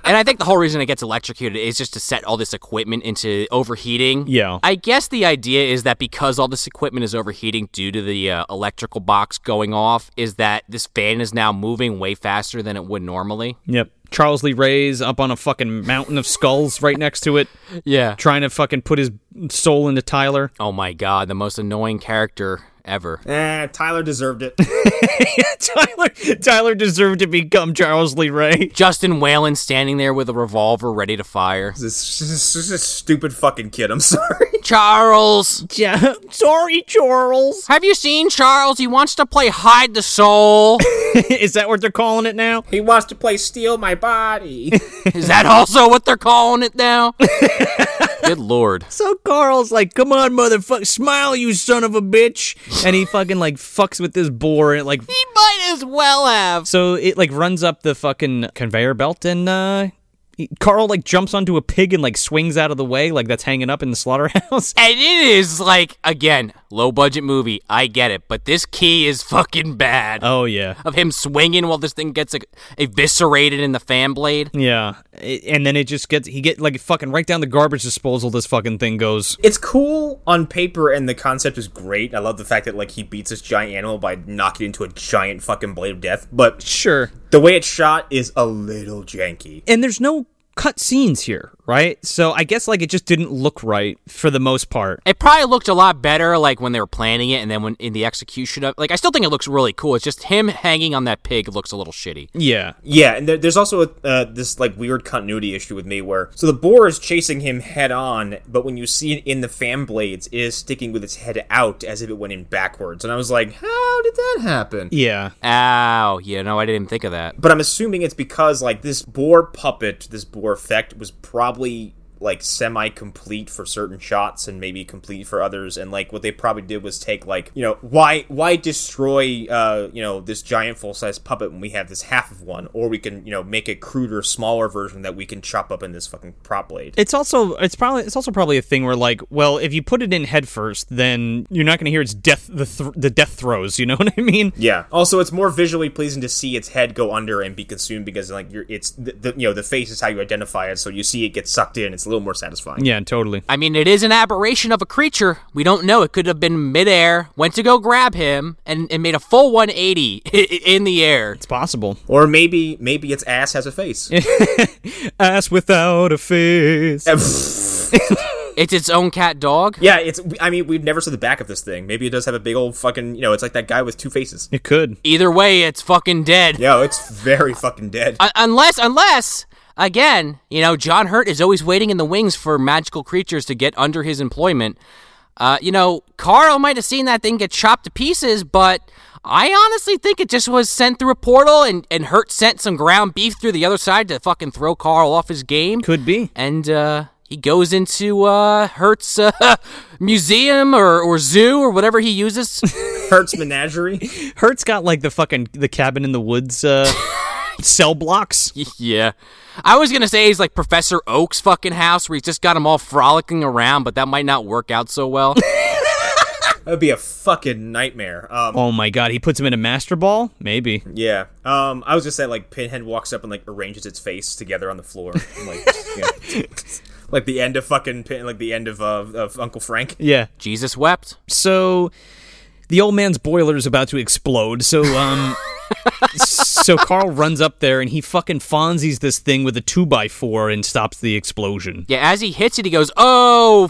[SPEAKER 2] And I think the whole reason it gets electrocuted is just to set all this equipment into overheating.
[SPEAKER 1] Yeah.
[SPEAKER 2] I guess the idea is that because all this equipment is overheating due to the uh, electrical box going off, is that this fan is now moving way faster than it would normally.
[SPEAKER 1] Yep. Charles Lee Ray's up on a fucking mountain of skulls right next to it,
[SPEAKER 2] Yeah.
[SPEAKER 1] trying to fucking put his soul into Tyler.
[SPEAKER 2] Oh my god, the most annoying character ever.
[SPEAKER 3] eh, Tyler deserved it.
[SPEAKER 1] Tyler, Tyler deserved to become Charles Lee Ray.
[SPEAKER 2] Justin Whalen standing there with a revolver ready to fire.
[SPEAKER 3] this, this, this, this stupid fucking kid. I'm sorry.
[SPEAKER 2] Charles!
[SPEAKER 1] Yeah. Sorry, Charles.
[SPEAKER 2] Have you seen Charles? He wants to play hide the soul.
[SPEAKER 1] Is that what they're calling it now?
[SPEAKER 3] He wants to play steal my body.
[SPEAKER 2] Is that also what they're calling it now? Good lord.
[SPEAKER 1] So Carl's like, "Come on, motherfucker, smile, you son of a bitch!" And he fucking like fucks with this boar and it, like
[SPEAKER 2] He might as well have.
[SPEAKER 1] So it like runs up the fucking conveyor belt and uh he- Carl like jumps onto a pig and like swings out of the way like that's hanging up in the slaughterhouse.
[SPEAKER 2] And it is like, again, low budget movie. I get it, but this key is fucking bad.
[SPEAKER 1] oh yeah.
[SPEAKER 2] Of him swinging while this thing gets like, eviscerated in the fan blade.
[SPEAKER 1] Yeah. It- and then it just gets he get like fucking right down the garbage disposal this fucking thing goes.
[SPEAKER 3] it's cool on paper and the concept is great. I love the fact that like he beats this giant animal by knocking it into a giant fucking blade of death, but
[SPEAKER 1] Sure.
[SPEAKER 3] the way it's shot is a little janky.
[SPEAKER 1] And there's no cut scenes here, right? So I guess like it just didn't look right for the most part.
[SPEAKER 2] It probably looked a lot better like when they were planning it and then when in the execution of like I still think it looks really cool. It's just him hanging on that pig looks a little shitty.
[SPEAKER 1] Yeah.
[SPEAKER 3] Yeah, and there, there's also a, uh, this like weird continuity issue with me where so the boar is chasing him head on, but when you see it in the fan blades, it is sticking with its head out as if it went in backwards. And I was like, how did that happen?
[SPEAKER 1] Yeah.
[SPEAKER 2] Ow, yeah, no, I didn't even think of that.
[SPEAKER 3] But I'm assuming it's because like this boar puppet, this boar effect was probably like semi complete for certain shots and maybe complete for others and like what they probably did was take like you know why why destroy uh you know this giant full size puppet when we have this half of one or we can you know make a cruder smaller version that we can chop up in this fucking prop blade
[SPEAKER 1] It's also it's probably it's also probably a thing where like well if you put it in head first then you're not going to hear its death the thr the death throes you know what I mean
[SPEAKER 3] yeah also it's more visually pleasing to see its head go under and be consumed because like you're it's the, the you know the face is how you identify it so you see it get sucked in it's a little more satisfying
[SPEAKER 1] yeah totally
[SPEAKER 2] I mean, it is an aberration of a creature. We don't know. It could have been midair, went to go grab him, and, and made a full 180 i- i- in the air.
[SPEAKER 1] it's possible
[SPEAKER 3] or maybe maybe its ass has a face
[SPEAKER 1] ass without a face
[SPEAKER 2] It's its own cat dog.
[SPEAKER 3] Yeah, it's. I mean, we've never seen the back of this thing. Maybe it does have a big old fucking. You know, it's like that guy with two faces.
[SPEAKER 1] it could
[SPEAKER 2] Either way, it's fucking dead.
[SPEAKER 3] Yo, it's very fucking dead.
[SPEAKER 2] Un- unless, unless, again, you know, John Hurt is always waiting in the wings for magical creatures to get under his employment. Uh, you know, Carl might have seen that thing get chopped to pieces, but I honestly think it just was sent through a portal and, and Hurt sent some ground beef through the other side to fucking throw Carl off his game.
[SPEAKER 1] could be
[SPEAKER 2] And, uh,. he goes into uh, Hert's uh, museum or, or zoo or whatever he uses.
[SPEAKER 3] Hertz Menagerie.
[SPEAKER 1] Hertz got like the fucking the cabin in the woods uh, cell blocks.
[SPEAKER 2] yeah. I was going to say he's like Professor Oak's fucking house where he's just got them all frolicking around, but that might not work out so well.
[SPEAKER 3] That'd be a fucking nightmare. Um,
[SPEAKER 1] Oh my god, he puts him in a master ball? Maybe.
[SPEAKER 3] Yeah. Um, I was just saying, like, Pinhead walks up and like arranges its face together on the floor, and, like, you know, like the end of fucking Pin, like the end of uh, of Uncle Frank.
[SPEAKER 1] Yeah.
[SPEAKER 2] Jesus wept.
[SPEAKER 1] So the old man's boiler is about to explode. So um so Carl runs up there and he fucking Fonzies this thing with a 2 by 4 and stops the explosion.
[SPEAKER 2] Yeah, as he hits it, he goes, "Oh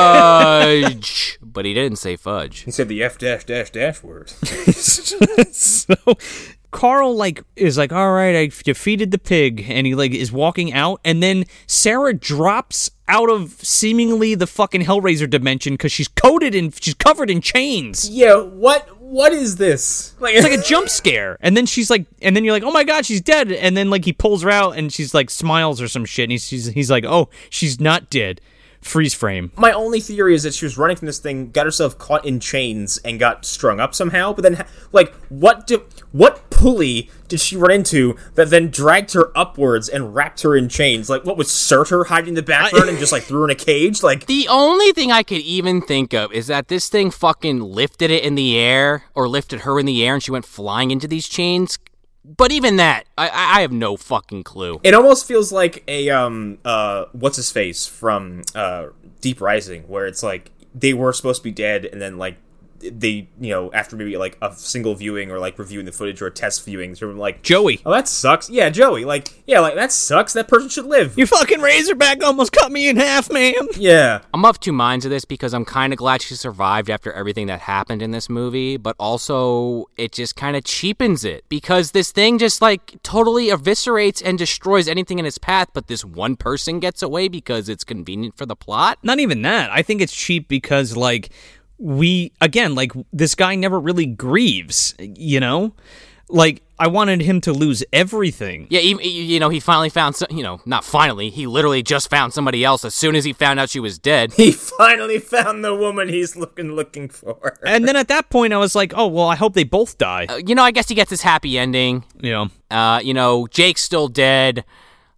[SPEAKER 2] fudge!" but he didn't say fudge.
[SPEAKER 3] He said the F dash dash dash word.
[SPEAKER 1] so Carl like is like, all right, I defeated the pig, and he like is walking out, and then Sarah drops out of seemingly the fucking Hellraiser dimension because she's coated in she's covered in chains.
[SPEAKER 3] yeah. What What is this? Like,
[SPEAKER 1] It's like a jump scare, and then she's like, and then you're like, oh my god, she's dead, and then like he pulls her out, and she's like smiles or some shit, and he's he's, he's like, oh, she's not dead. Freeze frame.
[SPEAKER 3] my only theory is that she was running from this thing, got herself caught in chains, and got strung up somehow. But then, ha- like, what do what pulley did she run into that then dragged her upwards and wrapped her in chains? Like, what was Surtur hiding in the background and just like threw her in a cage? Like,
[SPEAKER 2] The only thing I could even think of is that this thing fucking lifted it in the air, or lifted her in the air, and she went flying into these chains. But even that, I, I I have no fucking clue.
[SPEAKER 3] It almost feels like a um uh what's his face from uh Deep Rising, where it's like they were supposed to be dead, and then like they you know after maybe like a single viewing or like reviewing the footage or a test viewing, they were like
[SPEAKER 1] Joey.
[SPEAKER 3] Oh, that sucks. Yeah, Joey. Like, yeah, like that sucks. That person should live.
[SPEAKER 1] Your fucking razorback almost cut me in half, ma'am.
[SPEAKER 3] yeah.
[SPEAKER 2] I'm of two minds of this because I'm kind of glad she survived after everything that happened in this movie, but also it just kind of cheapens it because this thing just like totally eviscerates and destroys anything in its path, but this one person gets away because it's convenient for the plot.
[SPEAKER 1] not even that. I think it's cheap because like we again like this guy never really grieves, you know? Like I wanted him to lose everything.
[SPEAKER 2] Yeah, even, you know, he finally found, some, you know, not finally, he literally just found somebody else as soon as he found out she was dead.
[SPEAKER 3] He finally found the woman he's looking looking for.
[SPEAKER 1] And then at that point I was like, "Oh, well, I hope they both die."
[SPEAKER 2] Uh, you know, I guess he gets his happy ending.
[SPEAKER 1] you know.
[SPEAKER 2] Uh, you know, Jake's still dead.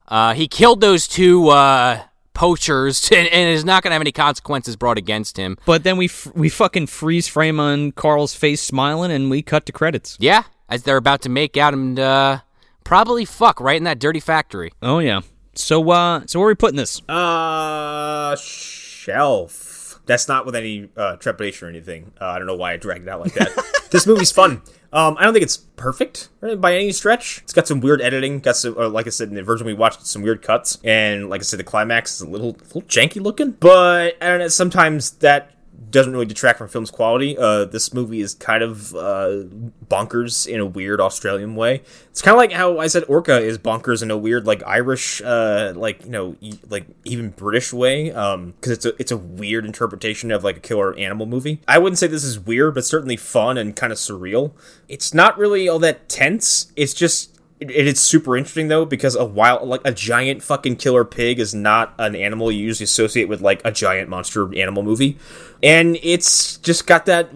[SPEAKER 2] Uh, he killed those two uh, poachers and, and is not going to have any consequences brought against him.
[SPEAKER 1] But then we f- we fucking freeze frame on Carl's face smiling and we cut to credits.
[SPEAKER 2] Yeah, as they're about to make out and uh, probably fuck right in that dirty factory.
[SPEAKER 1] Oh yeah. So uh so where are we putting this?
[SPEAKER 3] Uh, shelf. That's not with any uh, trepidation or anything. Uh, I don't know why I dragged it out like that. this movie's fun. Um, I don't think it's perfect right, by any stretch. It's got some weird editing. Got some, uh, like I said in the version we watched, some weird cuts, and like I said, the climax is a little, little janky looking. But I don't know. Sometimes that doesn't really detract from film's quality. Uh, this movie is kind of uh, bonkers in a weird Australian way. It's kind of like how I said Orca is bonkers in a weird like Irish, uh, like you know, e- like even British way. Um, because it's a it's a weird interpretation of like a killer animal movie. I wouldn't say this is weird, but certainly fun and kind of surreal. It's not really all that tense. It's just it, it's super interesting though because a wild like a giant fucking killer pig is not an animal you usually associate with like a giant monster animal movie and it's just got that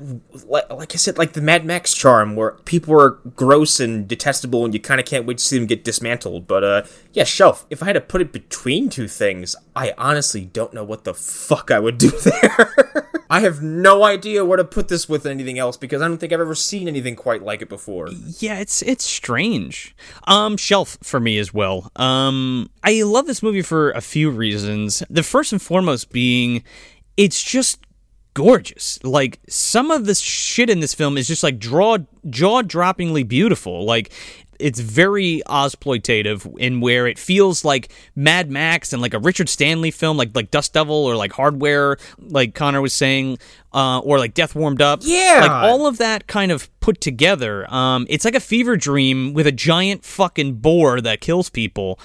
[SPEAKER 3] like, like i said like the mad max charm where people are gross and detestable and you kind of can't wait to see them get dismantled but uh yeah shelf if i had to put it between two things i honestly don't know what the fuck i would do there i have no idea where to put this with anything else because i don't think i've ever seen anything quite like it before
[SPEAKER 1] Yeah, it's it's strange. Um, shelf for me as well. Um, I love this movie for a few reasons. The first and foremost being, it's just gorgeous. Like some of the shit in this film is just like draw jaw droppingly beautiful. Like it's very osploitative in where it feels like Mad Max and like a Richard Stanley film, like like Dust Devil or like Hardware, like Connor was saying, uh, or like Death Warmed Up.
[SPEAKER 3] Yeah.
[SPEAKER 1] like all of that kind of put together. Um, it's like a fever dream with a giant fucking boar that kills people.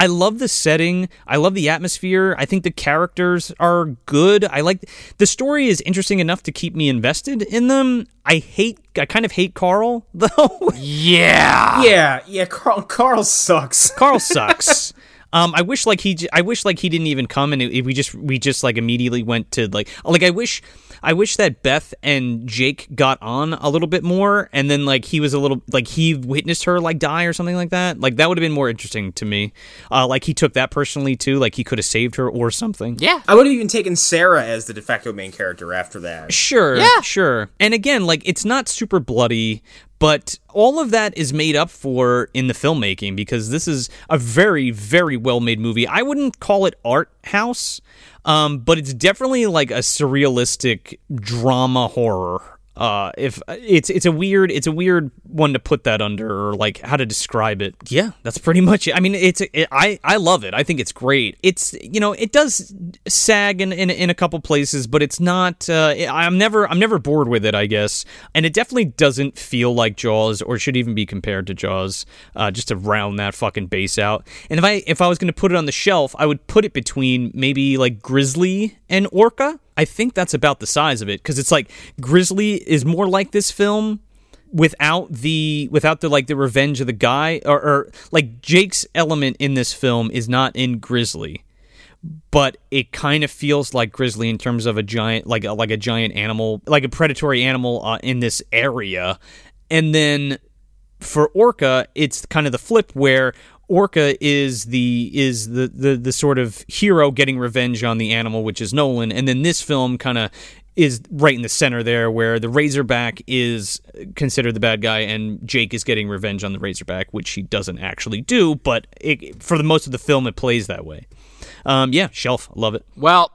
[SPEAKER 1] I love the setting. I love the atmosphere. I think the characters are good. I like the story is interesting enough to keep me invested in them. I hate. I kind of hate Carl though.
[SPEAKER 2] Yeah.
[SPEAKER 3] Yeah, yeah, Carl Carl sucks.
[SPEAKER 1] Carl sucks. Um, I wish like he, j- I wish like he didn't even come, and it, it- we just we just like immediately went to like like I wish, I wish that Beth and Jake got on a little bit more, and then like he was a little like he witnessed her like die or something like that. Like that would have been more interesting to me. Uh, like he took that personally too. Like he could have saved her or something.
[SPEAKER 2] Yeah.
[SPEAKER 3] I would have even taken Sarah as the de facto main character after that.
[SPEAKER 1] Sure.
[SPEAKER 2] Yeah.
[SPEAKER 1] Sure. And again, like it's not super bloody, but all of that is made up for in the filmmaking because this is a very, very well made movie. I wouldn't call it art house, um, but it's definitely like a surrealistic drama horror. Uh, if it's it's a weird it's a weird one to put that under or like how to describe it. Yeah, that's pretty much it. I mean, it's it, I I love it. I think it's great. It's you know it does sag in in, in a couple places, but it's not. Uh, I'm never I'm never bored with it. I guess, and it definitely doesn't feel like Jaws or should even be compared to Jaws. Uh, just to round that fucking base out. And if I if I was going to put it on the shelf, I would put it between maybe like Grizzly and Orca. I think that's about the size of it because it's like Grizzly is more like this film without the without the like the revenge of the guy or, or like Jake's element in this film is not in Grizzly, but it kind of feels like Grizzly in terms of a giant like a, like a giant animal like a predatory animal uh, in this area, and then for Orca, it's kind of the flip where Orca is the is the, the the sort of hero getting revenge on the animal, which is Nolan, and then this film kind of is right in the center there, where the Razorback is considered the bad guy, and Jake is getting revenge on the Razorback, which he doesn't actually do, but it, for the most of the film, it plays that way. Um, yeah, shelf, love it.
[SPEAKER 2] Well,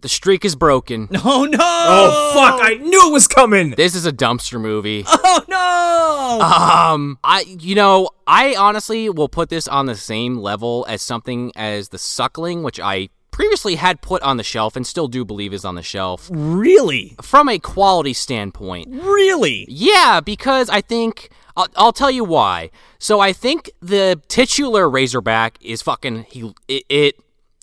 [SPEAKER 2] the streak is broken.
[SPEAKER 1] Oh no!
[SPEAKER 3] Oh, fuck! I knew it was coming.
[SPEAKER 2] This is a dumpster movie.
[SPEAKER 1] Oh no!
[SPEAKER 2] Um, I you know I honestly will put this on the same level as something as the Suckling, which I previously had put on the shelf and still do believe is on the shelf
[SPEAKER 1] really,
[SPEAKER 2] from a quality standpoint.
[SPEAKER 1] really.
[SPEAKER 2] Yeah, because I think I'll, I'll tell you why. So I think the titular Razorback is fucking he it. it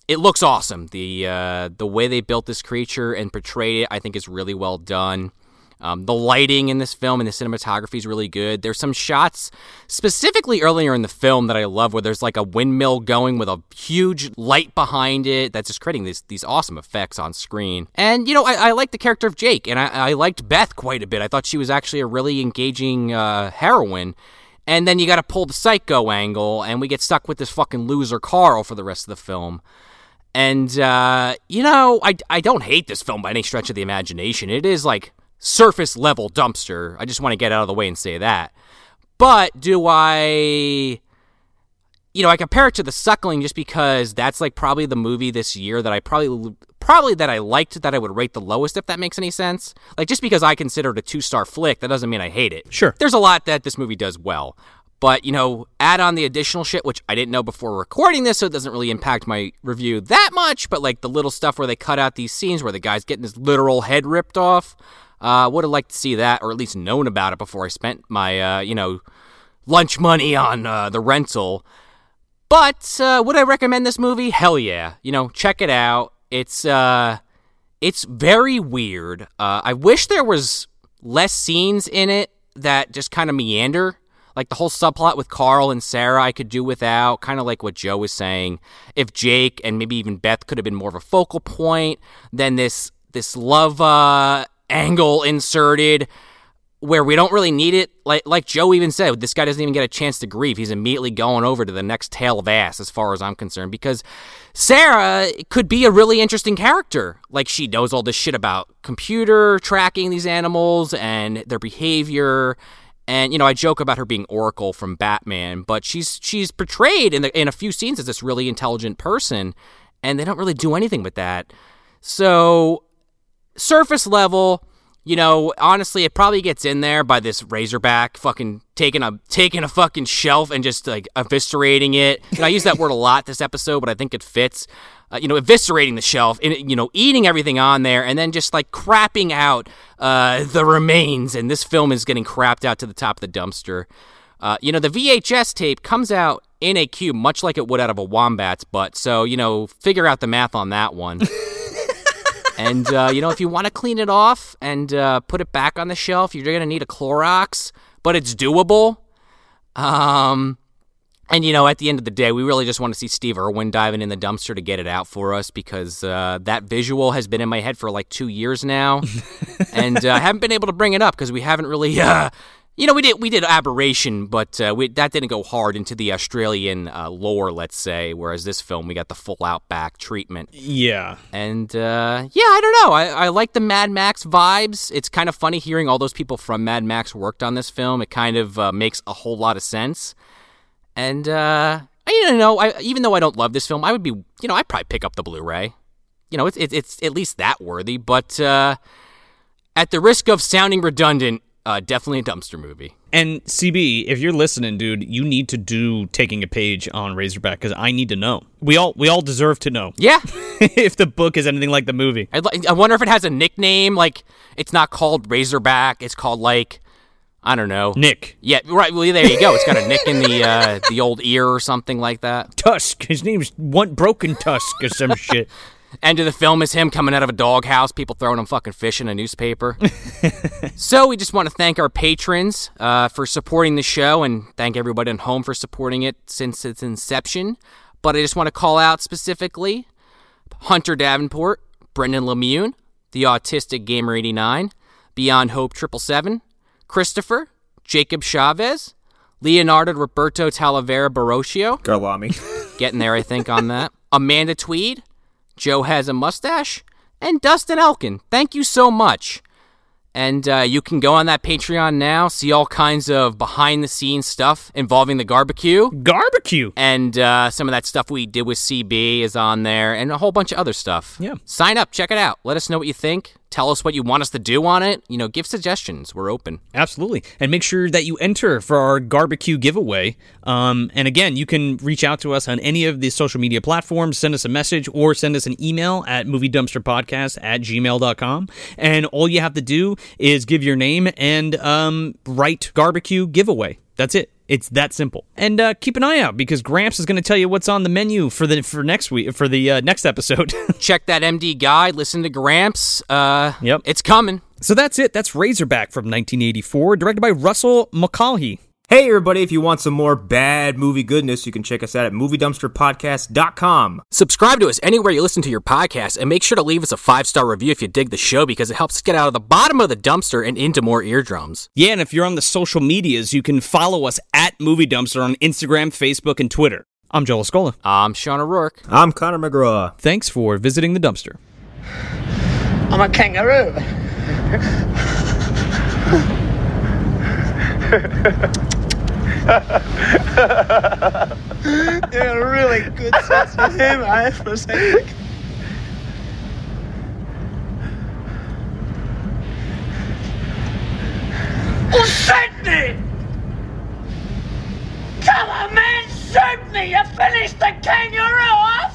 [SPEAKER 2] it looks awesome. The uh, the way they built this creature and portrayed it, I think, is really well done. Um, the lighting in this film and the cinematography is really good. There's some shots specifically earlier in the film that I love, where there's like a windmill going with a huge light behind it that's just creating these these awesome effects on screen. And you know, I, I like the character of Jake, and I, I liked Beth quite a bit. I thought she was actually a really engaging uh, heroine. And then you got to pull the psycho angle, and we get stuck with this fucking loser Carl for the rest of the film. And, uh, you know, I, I don't hate this film by any stretch of the imagination. It is like surface level dumpster. I just want to get out of the way and say that. But do I. You know, I compare it to The Suckling just because that's like probably the movie this year that I probably probably that I liked that I would rate the lowest if that makes any sense. Like just because I consider it a two-star flick, that doesn't mean I hate it.
[SPEAKER 1] Sure.
[SPEAKER 2] There's a lot that this movie does well. But, you know, add on the additional shit, which I didn't know before recording this, so it doesn't really impact my review that much. But, like, the little stuff where they cut out these scenes where the guy's getting his literal head ripped off, uh, would have liked to see that or at least known about it before I spent my, uh, you know, lunch money on uh, the rental. But uh, would I recommend this movie? Hell yeah! You know, check it out. It's uh, it's very weird. Uh, I wish there was less scenes in it that just kind of meander. Like the whole subplot with Carl and Sarah, I could do without. Kind of like what Joe was saying. If Jake and maybe even Beth could have been more of a focal point, then this this love uh, angle inserted where we don't really need it. Like like Joe even said, this guy doesn't even get a chance to grieve. He's immediately going over to the next tale of ass, as far as I'm concerned, because Sarah could be a really interesting character. Like she knows all this shit about computer tracking these animals and their behavior. And you know, I joke about her being Oracle from Batman, but she's she's portrayed in the, in a few scenes as this really intelligent person, and they don't really do anything with that. So surface level, you know, honestly, it probably gets in there by this Razorback fucking taking a taking a fucking shelf and just like eviscerating it. You know, I use that word a lot this episode, but I think it fits. Uh, you know, eviscerating the shelf and you know eating everything on there, and then just like crapping out uh, the remains. And this film is getting crapped out to the top of the dumpster. Uh, you know, the VHS tape comes out in a cube, much like it would out of a wombat's butt. So you know, figure out the math on that one. And uh, you know, if you want to clean it off and uh, put it back on the shelf, you're gonna need a Clorox, but it's doable. Um, And you know, at the end of the day, we really just want to see Steve Irwin diving in the dumpster to get it out for us because uh, that visual has been in my head for like two years now, and uh, I haven't been able to bring it up because we haven't really. Uh, you know, we did we did aberration, but uh, we, that didn't go hard into the Australian uh, lore, let's say. Whereas this film, we got the full outback treatment.
[SPEAKER 1] Yeah.
[SPEAKER 2] And uh, yeah, I don't know. I, I like the Mad Max vibes. It's kind of funny hearing all those people from Mad Max worked on this film. It kind of uh, makes a whole lot of sense. And uh, I don't know. I, even though I don't love this film, I would be you know I'd probably pick up the Blu-ray. You know, it's it's, it's at least that worthy. But uh, at the risk of sounding redundant, uh, definitely a dumpster movie.
[SPEAKER 1] And CB, if you're listening, dude, you need to do taking a page on Razorback because I need to know. We all we all deserve to know
[SPEAKER 2] Yeah.
[SPEAKER 1] if the book is anything like the movie.
[SPEAKER 2] I'd, li- I wonder if it has a nickname. Like, it's not called Razorback. It's called like, I don't know,
[SPEAKER 1] Nick
[SPEAKER 2] Yeah, right. Well, there you go. It's got a nick in the uh, the old ear or something like that.
[SPEAKER 1] Tusk. His name's one broken Tusk or some shit.
[SPEAKER 2] End of the film is him coming out of a doghouse, people throwing him fucking fish in a newspaper. so we just want to thank our patrons uh, for supporting the show and thank everybody at home for supporting it since its inception. But I just want to call out specifically Hunter Davenport, Brendan Lemune, The Autistic Gamer 89, Beyond Hope 777, Christopher, Jacob Chavez, Leonardo Roberto Talavera Barocio,
[SPEAKER 3] Garlami.
[SPEAKER 2] getting there, I think, on that. Amanda Tweed, Joe has a mustache, and Dustin Elkin. Thank you so much. And uh, you can go on that Patreon now, see all kinds of behind the scenes stuff involving the barbecue.
[SPEAKER 1] Garbecue.
[SPEAKER 2] And uh, some of that stuff we did with CB is on there, and a whole bunch of other stuff.
[SPEAKER 1] Yeah.
[SPEAKER 2] Sign up, check it out. Let us know what you think. Tell us what you want us to do on it. You know, give suggestions. We're open.
[SPEAKER 1] Absolutely. And make sure that you enter for our barbecue giveaway. Um, and again, you can reach out to us on any of the social media platforms, send us a message, or send us an email at moviedumpsterpodcast at gmail.com. And all you have to do is give your name and um, write barbecue giveaway. That's it. It's that simple. And uh, keep an eye out because Gramps is going to tell you what's on the menu for the for next week for the uh, next episode.
[SPEAKER 2] Check that MD guide, listen to Gramps. Uh,
[SPEAKER 1] Yep.
[SPEAKER 2] It's coming.
[SPEAKER 1] so that's it. That's Razorback from 1984, directed by Russell McCaughey.
[SPEAKER 3] Hey, everybody, if you want some more bad movie goodness, you can check us out at moviedumpsterpodcast.com.
[SPEAKER 2] Subscribe to us anywhere you listen to your podcast and make sure to leave us a five star review if you dig the show because it helps us get out of the bottom of the dumpster and into more eardrums.
[SPEAKER 1] Yeah, and if you're on the social medias, you can follow us at Movie Dumpster on Instagram, Facebook, and Twitter. I'm Joel Scola.
[SPEAKER 2] I'm Sean O'Rourke.
[SPEAKER 3] I'm Connor McGraw.
[SPEAKER 1] Thanks for visiting the dumpster.
[SPEAKER 10] I'm a kangaroo. yeah, really good sense of humor, eh, for a second. Well, shoot me! Come on, man, shoot me! You finished the kangaroo off!